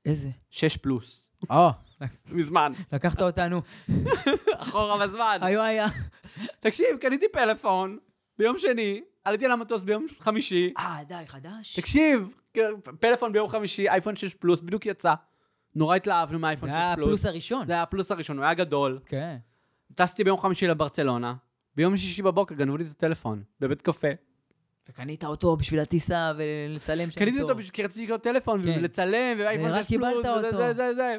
[SPEAKER 2] איזה?
[SPEAKER 1] 6 פלוס.
[SPEAKER 2] או,
[SPEAKER 1] מזמן.
[SPEAKER 2] לקחת אותנו.
[SPEAKER 1] אחורה בזמן.
[SPEAKER 2] היו היה.
[SPEAKER 1] תקשיב, קניתי פלאפון ביום שני, עליתי על המטוס ביום חמישי.
[SPEAKER 2] אה, די, חדש?
[SPEAKER 1] תקשיב, כן, פלאפון ביום חמישי, אייפון 6 פלוס, בדיוק יצא. נורא התלהבנו מהאייפון
[SPEAKER 2] זה
[SPEAKER 1] 6
[SPEAKER 2] היה
[SPEAKER 1] פלוס.
[SPEAKER 2] הפלוס הראשון.
[SPEAKER 1] זה היה הפלוס הראשון, הוא היה גדול.
[SPEAKER 2] כן.
[SPEAKER 1] טסתי ביום חמישי לברצלונה, ביום שישי בבוקר גנבו לי את הטלפון, בבית קפה.
[SPEAKER 2] וקנית אותו בשביל הטיסה ולצלם שם
[SPEAKER 1] קניתי אותו בש- כי רציתי לקנות טלפון
[SPEAKER 2] כן.
[SPEAKER 1] ולצלם, ואייפון
[SPEAKER 2] ורק
[SPEAKER 1] 6 פלוס,
[SPEAKER 2] קיבלת
[SPEAKER 1] וזה
[SPEAKER 2] אותו.
[SPEAKER 1] זה זה זה.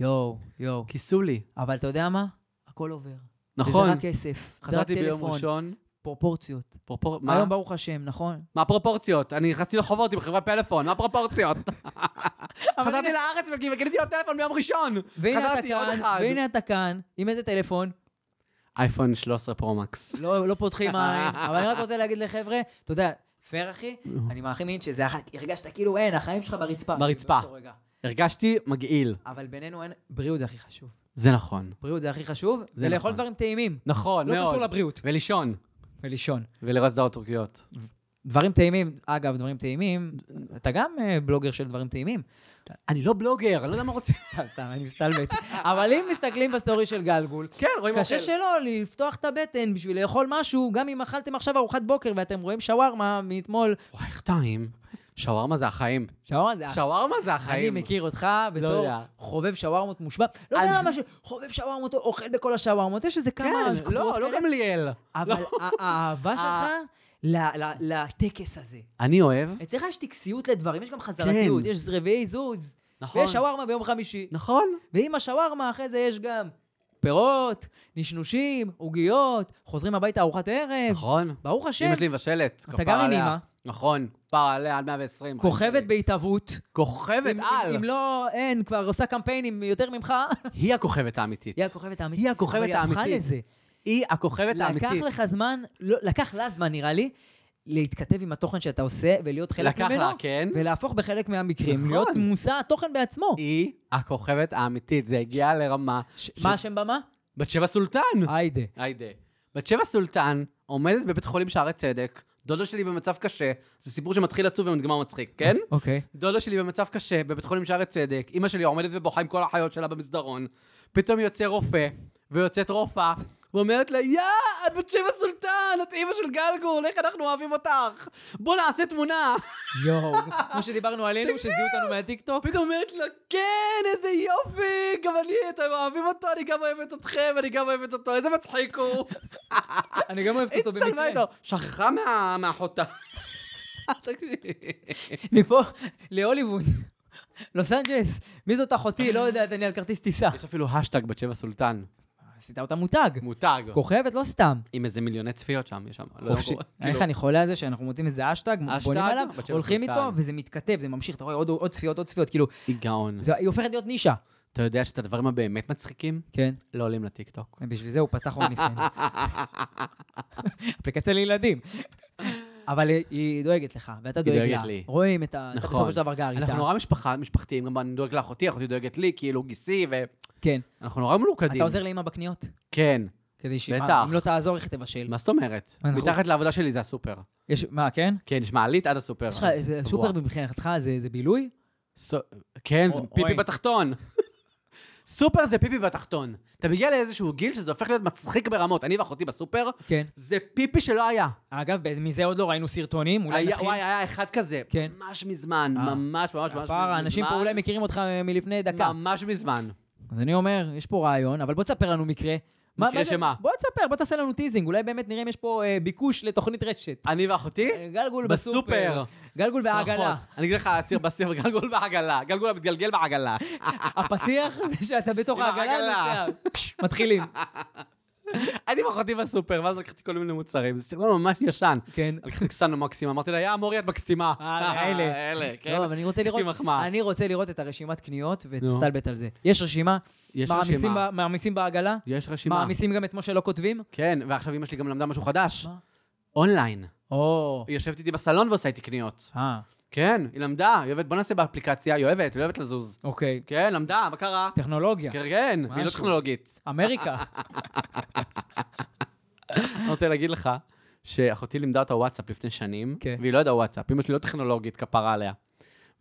[SPEAKER 2] יואו, יואו.
[SPEAKER 1] כיסו לי.
[SPEAKER 2] אבל אתה יודע מה? הכל עובר.
[SPEAKER 1] נכון.
[SPEAKER 2] זה רק כסף. זה רק
[SPEAKER 1] חזרתי ביום
[SPEAKER 2] טלפון,
[SPEAKER 1] ראשון.
[SPEAKER 2] פרופורציות.
[SPEAKER 1] פרופור- מה?
[SPEAKER 2] היום ברוך השם, נכון?
[SPEAKER 1] מה הפרופורציות? אני נכנסתי לחובות עם חברת פלאפון, מה
[SPEAKER 2] [LAUGHS]
[SPEAKER 1] הפרופורציות? חזרתי לארץ וקניתי עוד טלפון ביום ראשון.
[SPEAKER 2] והנה אתה
[SPEAKER 1] חזרתי עוד
[SPEAKER 2] כאן,
[SPEAKER 1] אחד.
[SPEAKER 2] והנה אתה כאן, עם איזה טלפון?
[SPEAKER 1] אייפון 13 פרומקס.
[SPEAKER 2] לא, לא
[SPEAKER 1] [LAUGHS]
[SPEAKER 2] פותחים עין, אבל אני רק רוצה להגיד לחבר'ה, אתה יודע, פייר אחי, אני מאמין שזה, אחת- הרגשת כאילו אין, החיים שלך ברצפה.
[SPEAKER 1] ברצפה.
[SPEAKER 2] באותו רגע.
[SPEAKER 1] הרגשתי מגעיל.
[SPEAKER 2] אבל בינינו אין, בריאות זה הכי חשוב.
[SPEAKER 1] זה נכון.
[SPEAKER 2] בריאות זה הכי חשוב,
[SPEAKER 1] זה
[SPEAKER 2] ולאכול
[SPEAKER 1] נכון.
[SPEAKER 2] דברים טעימים.
[SPEAKER 1] נכון,
[SPEAKER 2] לא
[SPEAKER 1] מאוד.
[SPEAKER 2] קשור לבריאות.
[SPEAKER 1] ולישון.
[SPEAKER 2] ולישון.
[SPEAKER 1] ולראות סדרות טורקיות.
[SPEAKER 2] דברים טעימים, אגב, דברים טעימים, אתה גם אה, בלוגר של דברים טעימים.
[SPEAKER 1] אני לא בלוגר, אני לא יודע מה רוצה.
[SPEAKER 2] סתם, אה, סתם, אני מסתלבט. [LAUGHS] אבל אם מסתכלים בסטורי של גלגול,
[SPEAKER 1] [LAUGHS] כן, רואים
[SPEAKER 2] קשה שלא לפתוח את הבטן בשביל לאכול משהו, גם אם אכלתם עכשיו ארוחת בוקר ואתם רואים שווארמה מאתמול.
[SPEAKER 1] וואי, איך טעים. שווארמה זה החיים.
[SPEAKER 2] שווארמה לא זה
[SPEAKER 1] שווארמה זה החיים.
[SPEAKER 2] אה. אני מכיר אותך בתור
[SPEAKER 1] יודע.
[SPEAKER 2] חובב שווארמות מושבע. לא
[SPEAKER 1] אז-
[SPEAKER 2] יודע מה ש... חובב שווארמות, אוכל בכל השווארמות, יש איזה כמה...
[SPEAKER 1] כן,
[SPEAKER 2] קבועות
[SPEAKER 1] לא, לא
[SPEAKER 2] כאלה.
[SPEAKER 1] גמליאל.
[SPEAKER 2] אבל לא. [LAUGHS] ה- האהבה
[SPEAKER 1] אה.
[SPEAKER 2] שלך ל- ל- לטקס הזה.
[SPEAKER 1] אני אוהב.
[SPEAKER 2] אצלך יש טקסיות לדברים, יש גם חזרתיות, יש רביעי זוז.
[SPEAKER 1] נכון.
[SPEAKER 2] ויש שווארמה ביום חמישי.
[SPEAKER 1] נכון.
[SPEAKER 2] ועם השווארמה אחרי זה יש גם פירות, נשנושים, עוגיות, חוזרים הביתה ארוחת ערב.
[SPEAKER 1] נכון.
[SPEAKER 2] ברוך השם,
[SPEAKER 1] אמא שלי מבשלת.
[SPEAKER 2] אתה
[SPEAKER 1] כפרה
[SPEAKER 2] גר עם
[SPEAKER 1] עליה.
[SPEAKER 2] אמא.
[SPEAKER 1] נכון, כפר עליה עד 120.
[SPEAKER 2] כוכבת בהתהוות.
[SPEAKER 1] כוכבת
[SPEAKER 2] אם-
[SPEAKER 1] על.
[SPEAKER 2] אם- אם לא, אין, כבר עושה קמפיינים יותר ממך.
[SPEAKER 1] היא הכוכבת האמיתית.
[SPEAKER 2] היא הכוכבת האמיתית.
[SPEAKER 1] היא הכוכבת
[SPEAKER 2] אבל היא
[SPEAKER 1] האמיתית.
[SPEAKER 2] הפכה לזה.
[SPEAKER 1] היא הכוכבת
[SPEAKER 2] לקח
[SPEAKER 1] האמיתית.
[SPEAKER 2] לך זמן, לא, לקח לה זמן נראה לי, להתכתב עם התוכן שאתה עושה ולהיות חלק
[SPEAKER 1] לקח
[SPEAKER 2] ממנו.
[SPEAKER 1] לה, כן.
[SPEAKER 2] ולהפוך בחלק מהמקרים,
[SPEAKER 1] נכון.
[SPEAKER 2] להיות מושא התוכן בעצמו.
[SPEAKER 1] היא הכוכבת האמיתית. זה הגיע לרמה...
[SPEAKER 2] מה השם במה?
[SPEAKER 1] בת שבע סולטן.
[SPEAKER 2] היידה.
[SPEAKER 1] היידה. בת שבע סולטן עומדת בבית חולים שערי צדק, דודו שלי במצב קשה, זה סיפור שמתחיל עצוב ונגמר מצחיק, כן?
[SPEAKER 2] אוקיי.
[SPEAKER 1] דודו שלי במצב קשה, בבית חולים שערי צדק, אימא שלי עומדת ובוכה עם כל החיות שלה במסדרון, פתאום יוצא רופא, ויוצאת רופאה, ואומרת לה, יא, את בת שבע סולטן, את אימא של גלגול, איך אנחנו אוהבים אותך? בוא נעשה תמונה.
[SPEAKER 2] יואו.
[SPEAKER 1] [LAUGHS]
[SPEAKER 2] כמו שדיברנו עלינו, שזיהו אותנו מהטיקטוק.
[SPEAKER 1] פתאום אומרת לה, כן, איזה יופי, גם אני, אתם אוהבים אותו, אני גם אוהבת אתכם, אני גם אוהבת אותו, איזה מצחיק הוא.
[SPEAKER 2] אני גם אוהבת אותו
[SPEAKER 1] הצטלמה
[SPEAKER 2] במקרה.
[SPEAKER 1] איתו. שכחה מה- מאחותה. תקשיב.
[SPEAKER 2] מפה להוליווד. לוס אנג'לס, מי זאת אחותי? לא יודעת, אני על כרטיס טיסה.
[SPEAKER 1] יש אפילו השטג בת שבע סולטן,
[SPEAKER 2] עשית אותה מותג.
[SPEAKER 1] מותג,
[SPEAKER 2] כוכבת, לא סתם.
[SPEAKER 1] עם איזה מיליוני צפיות שם, יש שם. לא יודע מה
[SPEAKER 2] חופשי.
[SPEAKER 1] קורה.
[SPEAKER 2] איך
[SPEAKER 1] כאילו,
[SPEAKER 2] אני חולה על זה שאנחנו מוצאים איזה אשטג,
[SPEAKER 1] האשטג,
[SPEAKER 2] בונים עליו,
[SPEAKER 1] בת שבע
[SPEAKER 2] הולכים
[SPEAKER 1] סולטן.
[SPEAKER 2] איתו, וזה מתכתב, זה ממשיך, אתה רואה עוד- עוד צפיות, עוד צפיות, כאילו,
[SPEAKER 1] היא גאון.
[SPEAKER 2] זה- היא הופכת להיות נישה.
[SPEAKER 1] אתה יודע שאת הדברים הבאמת מצחיקים
[SPEAKER 2] כן.
[SPEAKER 1] לא עולים לטיקטוק.
[SPEAKER 2] בשביל זה הוא פתח אוניפרנס.
[SPEAKER 1] [LAUGHS]
[SPEAKER 2] אפליקציה לילדים. אבל היא- היא דואגת לך, ואתה
[SPEAKER 1] היא
[SPEAKER 2] דואג
[SPEAKER 1] דואגת
[SPEAKER 2] לה.
[SPEAKER 1] לי.
[SPEAKER 2] רואים את ה... אתה
[SPEAKER 1] נכון.
[SPEAKER 2] בסופו של דבר גר איתה.
[SPEAKER 1] אנחנו נורא משפחה, משפחתיים, גם אני דואג לאחותי, אחותי דואגת לי, כאילו גיסי, ואנחנו
[SPEAKER 2] כן.
[SPEAKER 1] נורא מלוכדים.
[SPEAKER 2] אתה עוזר לאמא בקניות?
[SPEAKER 1] כן.
[SPEAKER 2] כדי ש...
[SPEAKER 1] בטח.
[SPEAKER 2] מה, אם לא תעזור, איך תבשל?
[SPEAKER 1] מה זאת אומרת?
[SPEAKER 2] אנחנו-
[SPEAKER 1] מתחת לעבודה שלי זה הסופר.
[SPEAKER 2] יש... מה, כן?
[SPEAKER 1] כן, יש מעלית עד הסופר.
[SPEAKER 2] יש לך
[SPEAKER 1] אז
[SPEAKER 2] איזה
[SPEAKER 1] קבוע.
[SPEAKER 2] סופר מבחינתך, זה זה בילוי?
[SPEAKER 1] ס- כן, זה
[SPEAKER 2] או-
[SPEAKER 1] פיפי
[SPEAKER 2] אוי.
[SPEAKER 1] בתחתון. [LAUGHS] סופר זה פיפי בתחתון. אתה מגיע לאיזשהו גיל שזה הופך להיות מצחיק ברמות. אני ואחותי בסופר,
[SPEAKER 2] כן.
[SPEAKER 1] זה פיפי שלא היה.
[SPEAKER 2] אגב, באיז- מזה עוד לא ראינו סרטונים, אולי
[SPEAKER 1] היה-
[SPEAKER 2] נתחיל...
[SPEAKER 1] וואי, היה אחד כזה.
[SPEAKER 2] כן.
[SPEAKER 1] ממש מזמן,
[SPEAKER 2] אה.
[SPEAKER 1] ממש ממש ממש מזמן.
[SPEAKER 2] הפער, האנשים פה אולי מכירים אותך מ- מלפני דקה.
[SPEAKER 1] ממש מזמן.
[SPEAKER 2] אז אני אומר, יש פה רעיון, אבל בוא תספר לנו מקרה. מה-
[SPEAKER 1] מקרה
[SPEAKER 2] מה זה-
[SPEAKER 1] שמה?
[SPEAKER 2] בוא תספר, בוא תעשה לנו טיזינג, אולי באמת נראה אם יש פה אה, ביקוש לתוכנית רשת. אה,
[SPEAKER 1] אני ואחותי?
[SPEAKER 2] גלגול בסופר.
[SPEAKER 1] בסופר.
[SPEAKER 2] גלגול בעגלה.
[SPEAKER 1] צרחות. אני אגיד לך, הסיר בסיר, [LAUGHS] גלגול בעגלה. גלגול המתגלגל בעגלה.
[SPEAKER 2] הפתיח זה שאתה בתוך
[SPEAKER 1] עם
[SPEAKER 2] העגלה,
[SPEAKER 1] העגלה.
[SPEAKER 2] נוסע. מתחילים.
[SPEAKER 1] הייתי עם אחותי בסופר, ואז לקחתי כל מיני מוצרים. זה סרטון ממש ישן. [LAUGHS]
[SPEAKER 2] כן.
[SPEAKER 1] לקחתי קסטנה מקסימה, אמרתי לה, יא מורי, את מקסימה.
[SPEAKER 2] אה, אלה.
[SPEAKER 1] אלה, כן.
[SPEAKER 2] לא, אבל אני רוצה
[SPEAKER 1] לקחתי
[SPEAKER 2] לראות,
[SPEAKER 1] מחמאה.
[SPEAKER 2] אני רוצה לראות את הרשימת קניות
[SPEAKER 1] נו.
[SPEAKER 2] ותסתלבט על זה. יש רשימה?
[SPEAKER 1] יש
[SPEAKER 2] מעמיסים
[SPEAKER 1] רשימה.
[SPEAKER 2] ב- מעמיסים בעגלה?
[SPEAKER 1] יש רשימה.
[SPEAKER 2] מעמיסים גם את מה שלא כותבים?
[SPEAKER 1] כן, ועכשיו אמא שלי גם למדה משהו חדש.
[SPEAKER 2] מה?
[SPEAKER 1] אונליין.
[SPEAKER 2] או.
[SPEAKER 1] היא יושבת איתי בסלון ועושה איתי קניות.
[SPEAKER 2] אה,
[SPEAKER 1] כן, היא למדה, היא אוהבת, בוא נעשה באפליקציה, היא אוהבת, היא אוהבת לזוז.
[SPEAKER 2] אוקיי.
[SPEAKER 1] כן, למדה, מה קרה?
[SPEAKER 2] טכנולוגיה.
[SPEAKER 1] כן, כן, היא לא
[SPEAKER 2] משהו.
[SPEAKER 1] טכנולוגית. [LAUGHS]
[SPEAKER 2] אמריקה.
[SPEAKER 1] אני רוצה להגיד לך שאחותי לימדה אותה וואטסאפ לפני שנים,
[SPEAKER 2] כן.
[SPEAKER 1] והיא לא ידעה וואטסאפ, אמא שלי לא טכנולוגית, כפרה עליה.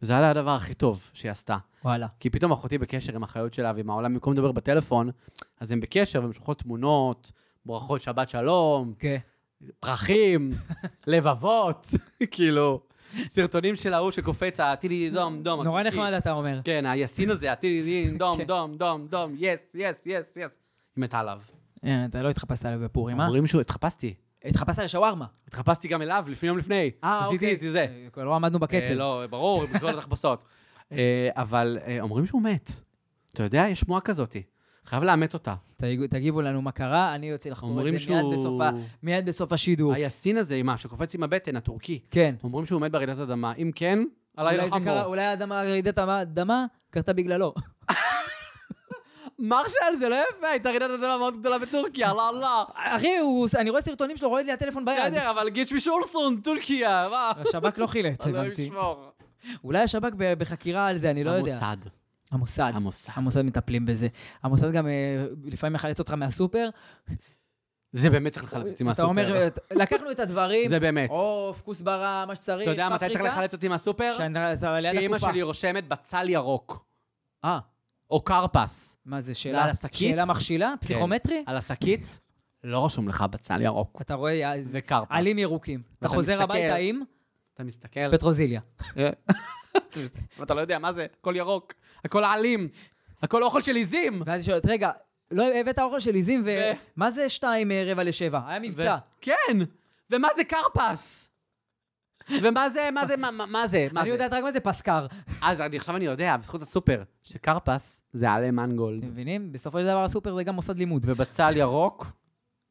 [SPEAKER 1] וזה היה הדבר הכי טוב שהיא עשתה.
[SPEAKER 2] וואלה.
[SPEAKER 1] כי פתאום אחותי בקשר עם החיות שלה ועם העולם, במקום לדבר בטלפון, אז הם בקשר והם שולחות תמונות, ברכות שבת שלום,
[SPEAKER 2] כן. [LAUGHS]
[SPEAKER 1] פרחים, לבבות, [LAUGHS] כאילו, סרטונים של ההוא שקופץ, הטילי דום דום.
[SPEAKER 2] נורא
[SPEAKER 1] הטיקי.
[SPEAKER 2] נחמד אתה אומר.
[SPEAKER 1] כן, היסין הזה, הטילי דין דום
[SPEAKER 2] [LAUGHS] כן.
[SPEAKER 1] דום דום דום, יס, יס, יס, יס. היא מתה עליו. כן,
[SPEAKER 2] אה, אתה לא התחפשת אליו בפורים, אה?
[SPEAKER 1] אומרים שהוא, התחפשתי.
[SPEAKER 2] התחפשת לשווארמה.
[SPEAKER 1] התחפשתי גם אליו לפני יום לפני.
[SPEAKER 2] אה, אוקיי.
[SPEAKER 1] עשיתי זה.
[SPEAKER 2] אה, כבר לא עמדנו בקצב.
[SPEAKER 1] אה, לא, ברור, עם כל
[SPEAKER 2] [LAUGHS]
[SPEAKER 1] התחפשות. אה, אבל אה, אומרים שהוא מת. אתה יודע, יש שמועה כזאתי. חייב לאמת אותה.
[SPEAKER 2] תגיבו- תגיבו לנו מה קרה, אני יוצא לחקור את זה
[SPEAKER 1] אומרים
[SPEAKER 2] מיד
[SPEAKER 1] שהוא-
[SPEAKER 2] בסוף ה- מיד בסוף השידור.
[SPEAKER 1] היסין הזה, עם מה, שקופץ עם הבטן, הטורקי.
[SPEAKER 2] כן.
[SPEAKER 1] אומרים שהוא מת ברעידת אדמה. אם כן, עליי
[SPEAKER 2] אולי זה
[SPEAKER 1] לחמור.
[SPEAKER 2] קרה- אולי האדמה- רעידת האדמה קרתה בגללו.
[SPEAKER 1] מרשל, זה לא יפה, הייתה רעידת אדמה מאוד גדולה בטורקיה, לא, לא.
[SPEAKER 2] אחי, הוא- אני רואה סרטונים שלו, רועד לי הטלפון ביד.
[SPEAKER 1] בסדר, אבל גיץ' משורסון, טורקיה, מה?
[SPEAKER 2] השב"כ לא חילץ,
[SPEAKER 1] אלוהים
[SPEAKER 2] הבנתי.
[SPEAKER 1] ישמור.
[SPEAKER 2] אולי השב"כ ב- בחקירה על זה, אני לא יודע.
[SPEAKER 1] המוסד.
[SPEAKER 2] המוסד.
[SPEAKER 1] המוסד.
[SPEAKER 2] המוסד מטפלים בזה. המוסד גם אה, לפעמים מחלץ אותך מהסופר.
[SPEAKER 1] זה באמת צריך לחלץ אותי
[SPEAKER 2] אתה אומר,
[SPEAKER 1] מהסופר.
[SPEAKER 2] אה, לקחנו את הדברים,
[SPEAKER 1] זה באמת.
[SPEAKER 2] עוף, כוסברה, מה שצריך,
[SPEAKER 1] אתה יודע מתי צריך
[SPEAKER 2] פפריקה,
[SPEAKER 1] לחלץ אותי מהסופר?
[SPEAKER 2] שאני- אתה ליד
[SPEAKER 1] שאימא
[SPEAKER 2] הקופה.
[SPEAKER 1] שלי רושמת בצל ירוק,
[SPEAKER 2] אה,
[SPEAKER 1] או כרפס,
[SPEAKER 2] מה זה,
[SPEAKER 1] ועל
[SPEAKER 2] שאלה
[SPEAKER 1] השקית? כן. אה,
[SPEAKER 2] שאלה מכשילה? פסיכומטרי?
[SPEAKER 1] על השקית, לא רשום לך בצל ירוק.
[SPEAKER 2] אתה רואה, יא, זה-
[SPEAKER 1] זה כרפס.
[SPEAKER 2] עלים ירוקים. אתה חוזר
[SPEAKER 1] מסתכל.
[SPEAKER 2] הביתה עם
[SPEAKER 1] אתה מסתכל,
[SPEAKER 2] פטרוזיליה.
[SPEAKER 1] [LAUGHS] ואתה לא יודע מה זה, הכל ירוק, הכל עלים, הכל אוכל של עיזים.
[SPEAKER 2] ואז היא שואלת, רגע, לא הבאת אוכל של עיזים,
[SPEAKER 1] ו-
[SPEAKER 2] ומה זה שתיים אה, רבע לשבע? היה מבצע.
[SPEAKER 1] ו- כן! ומה זה כרפס? ומה זה, מה
[SPEAKER 2] [LAUGHS]
[SPEAKER 1] זה, מה- מה מה זה? מה
[SPEAKER 2] אני
[SPEAKER 1] זה?
[SPEAKER 2] יודעת רק מה זה פסקר.
[SPEAKER 1] אז אני- עכשיו אני יודע, בזכות הסופר, שכרפס זה עלי מנגולד.
[SPEAKER 2] אתם מבינים? בסופו של דבר הסופר זה גם מוסד לימוד.
[SPEAKER 1] ובצל ירוק,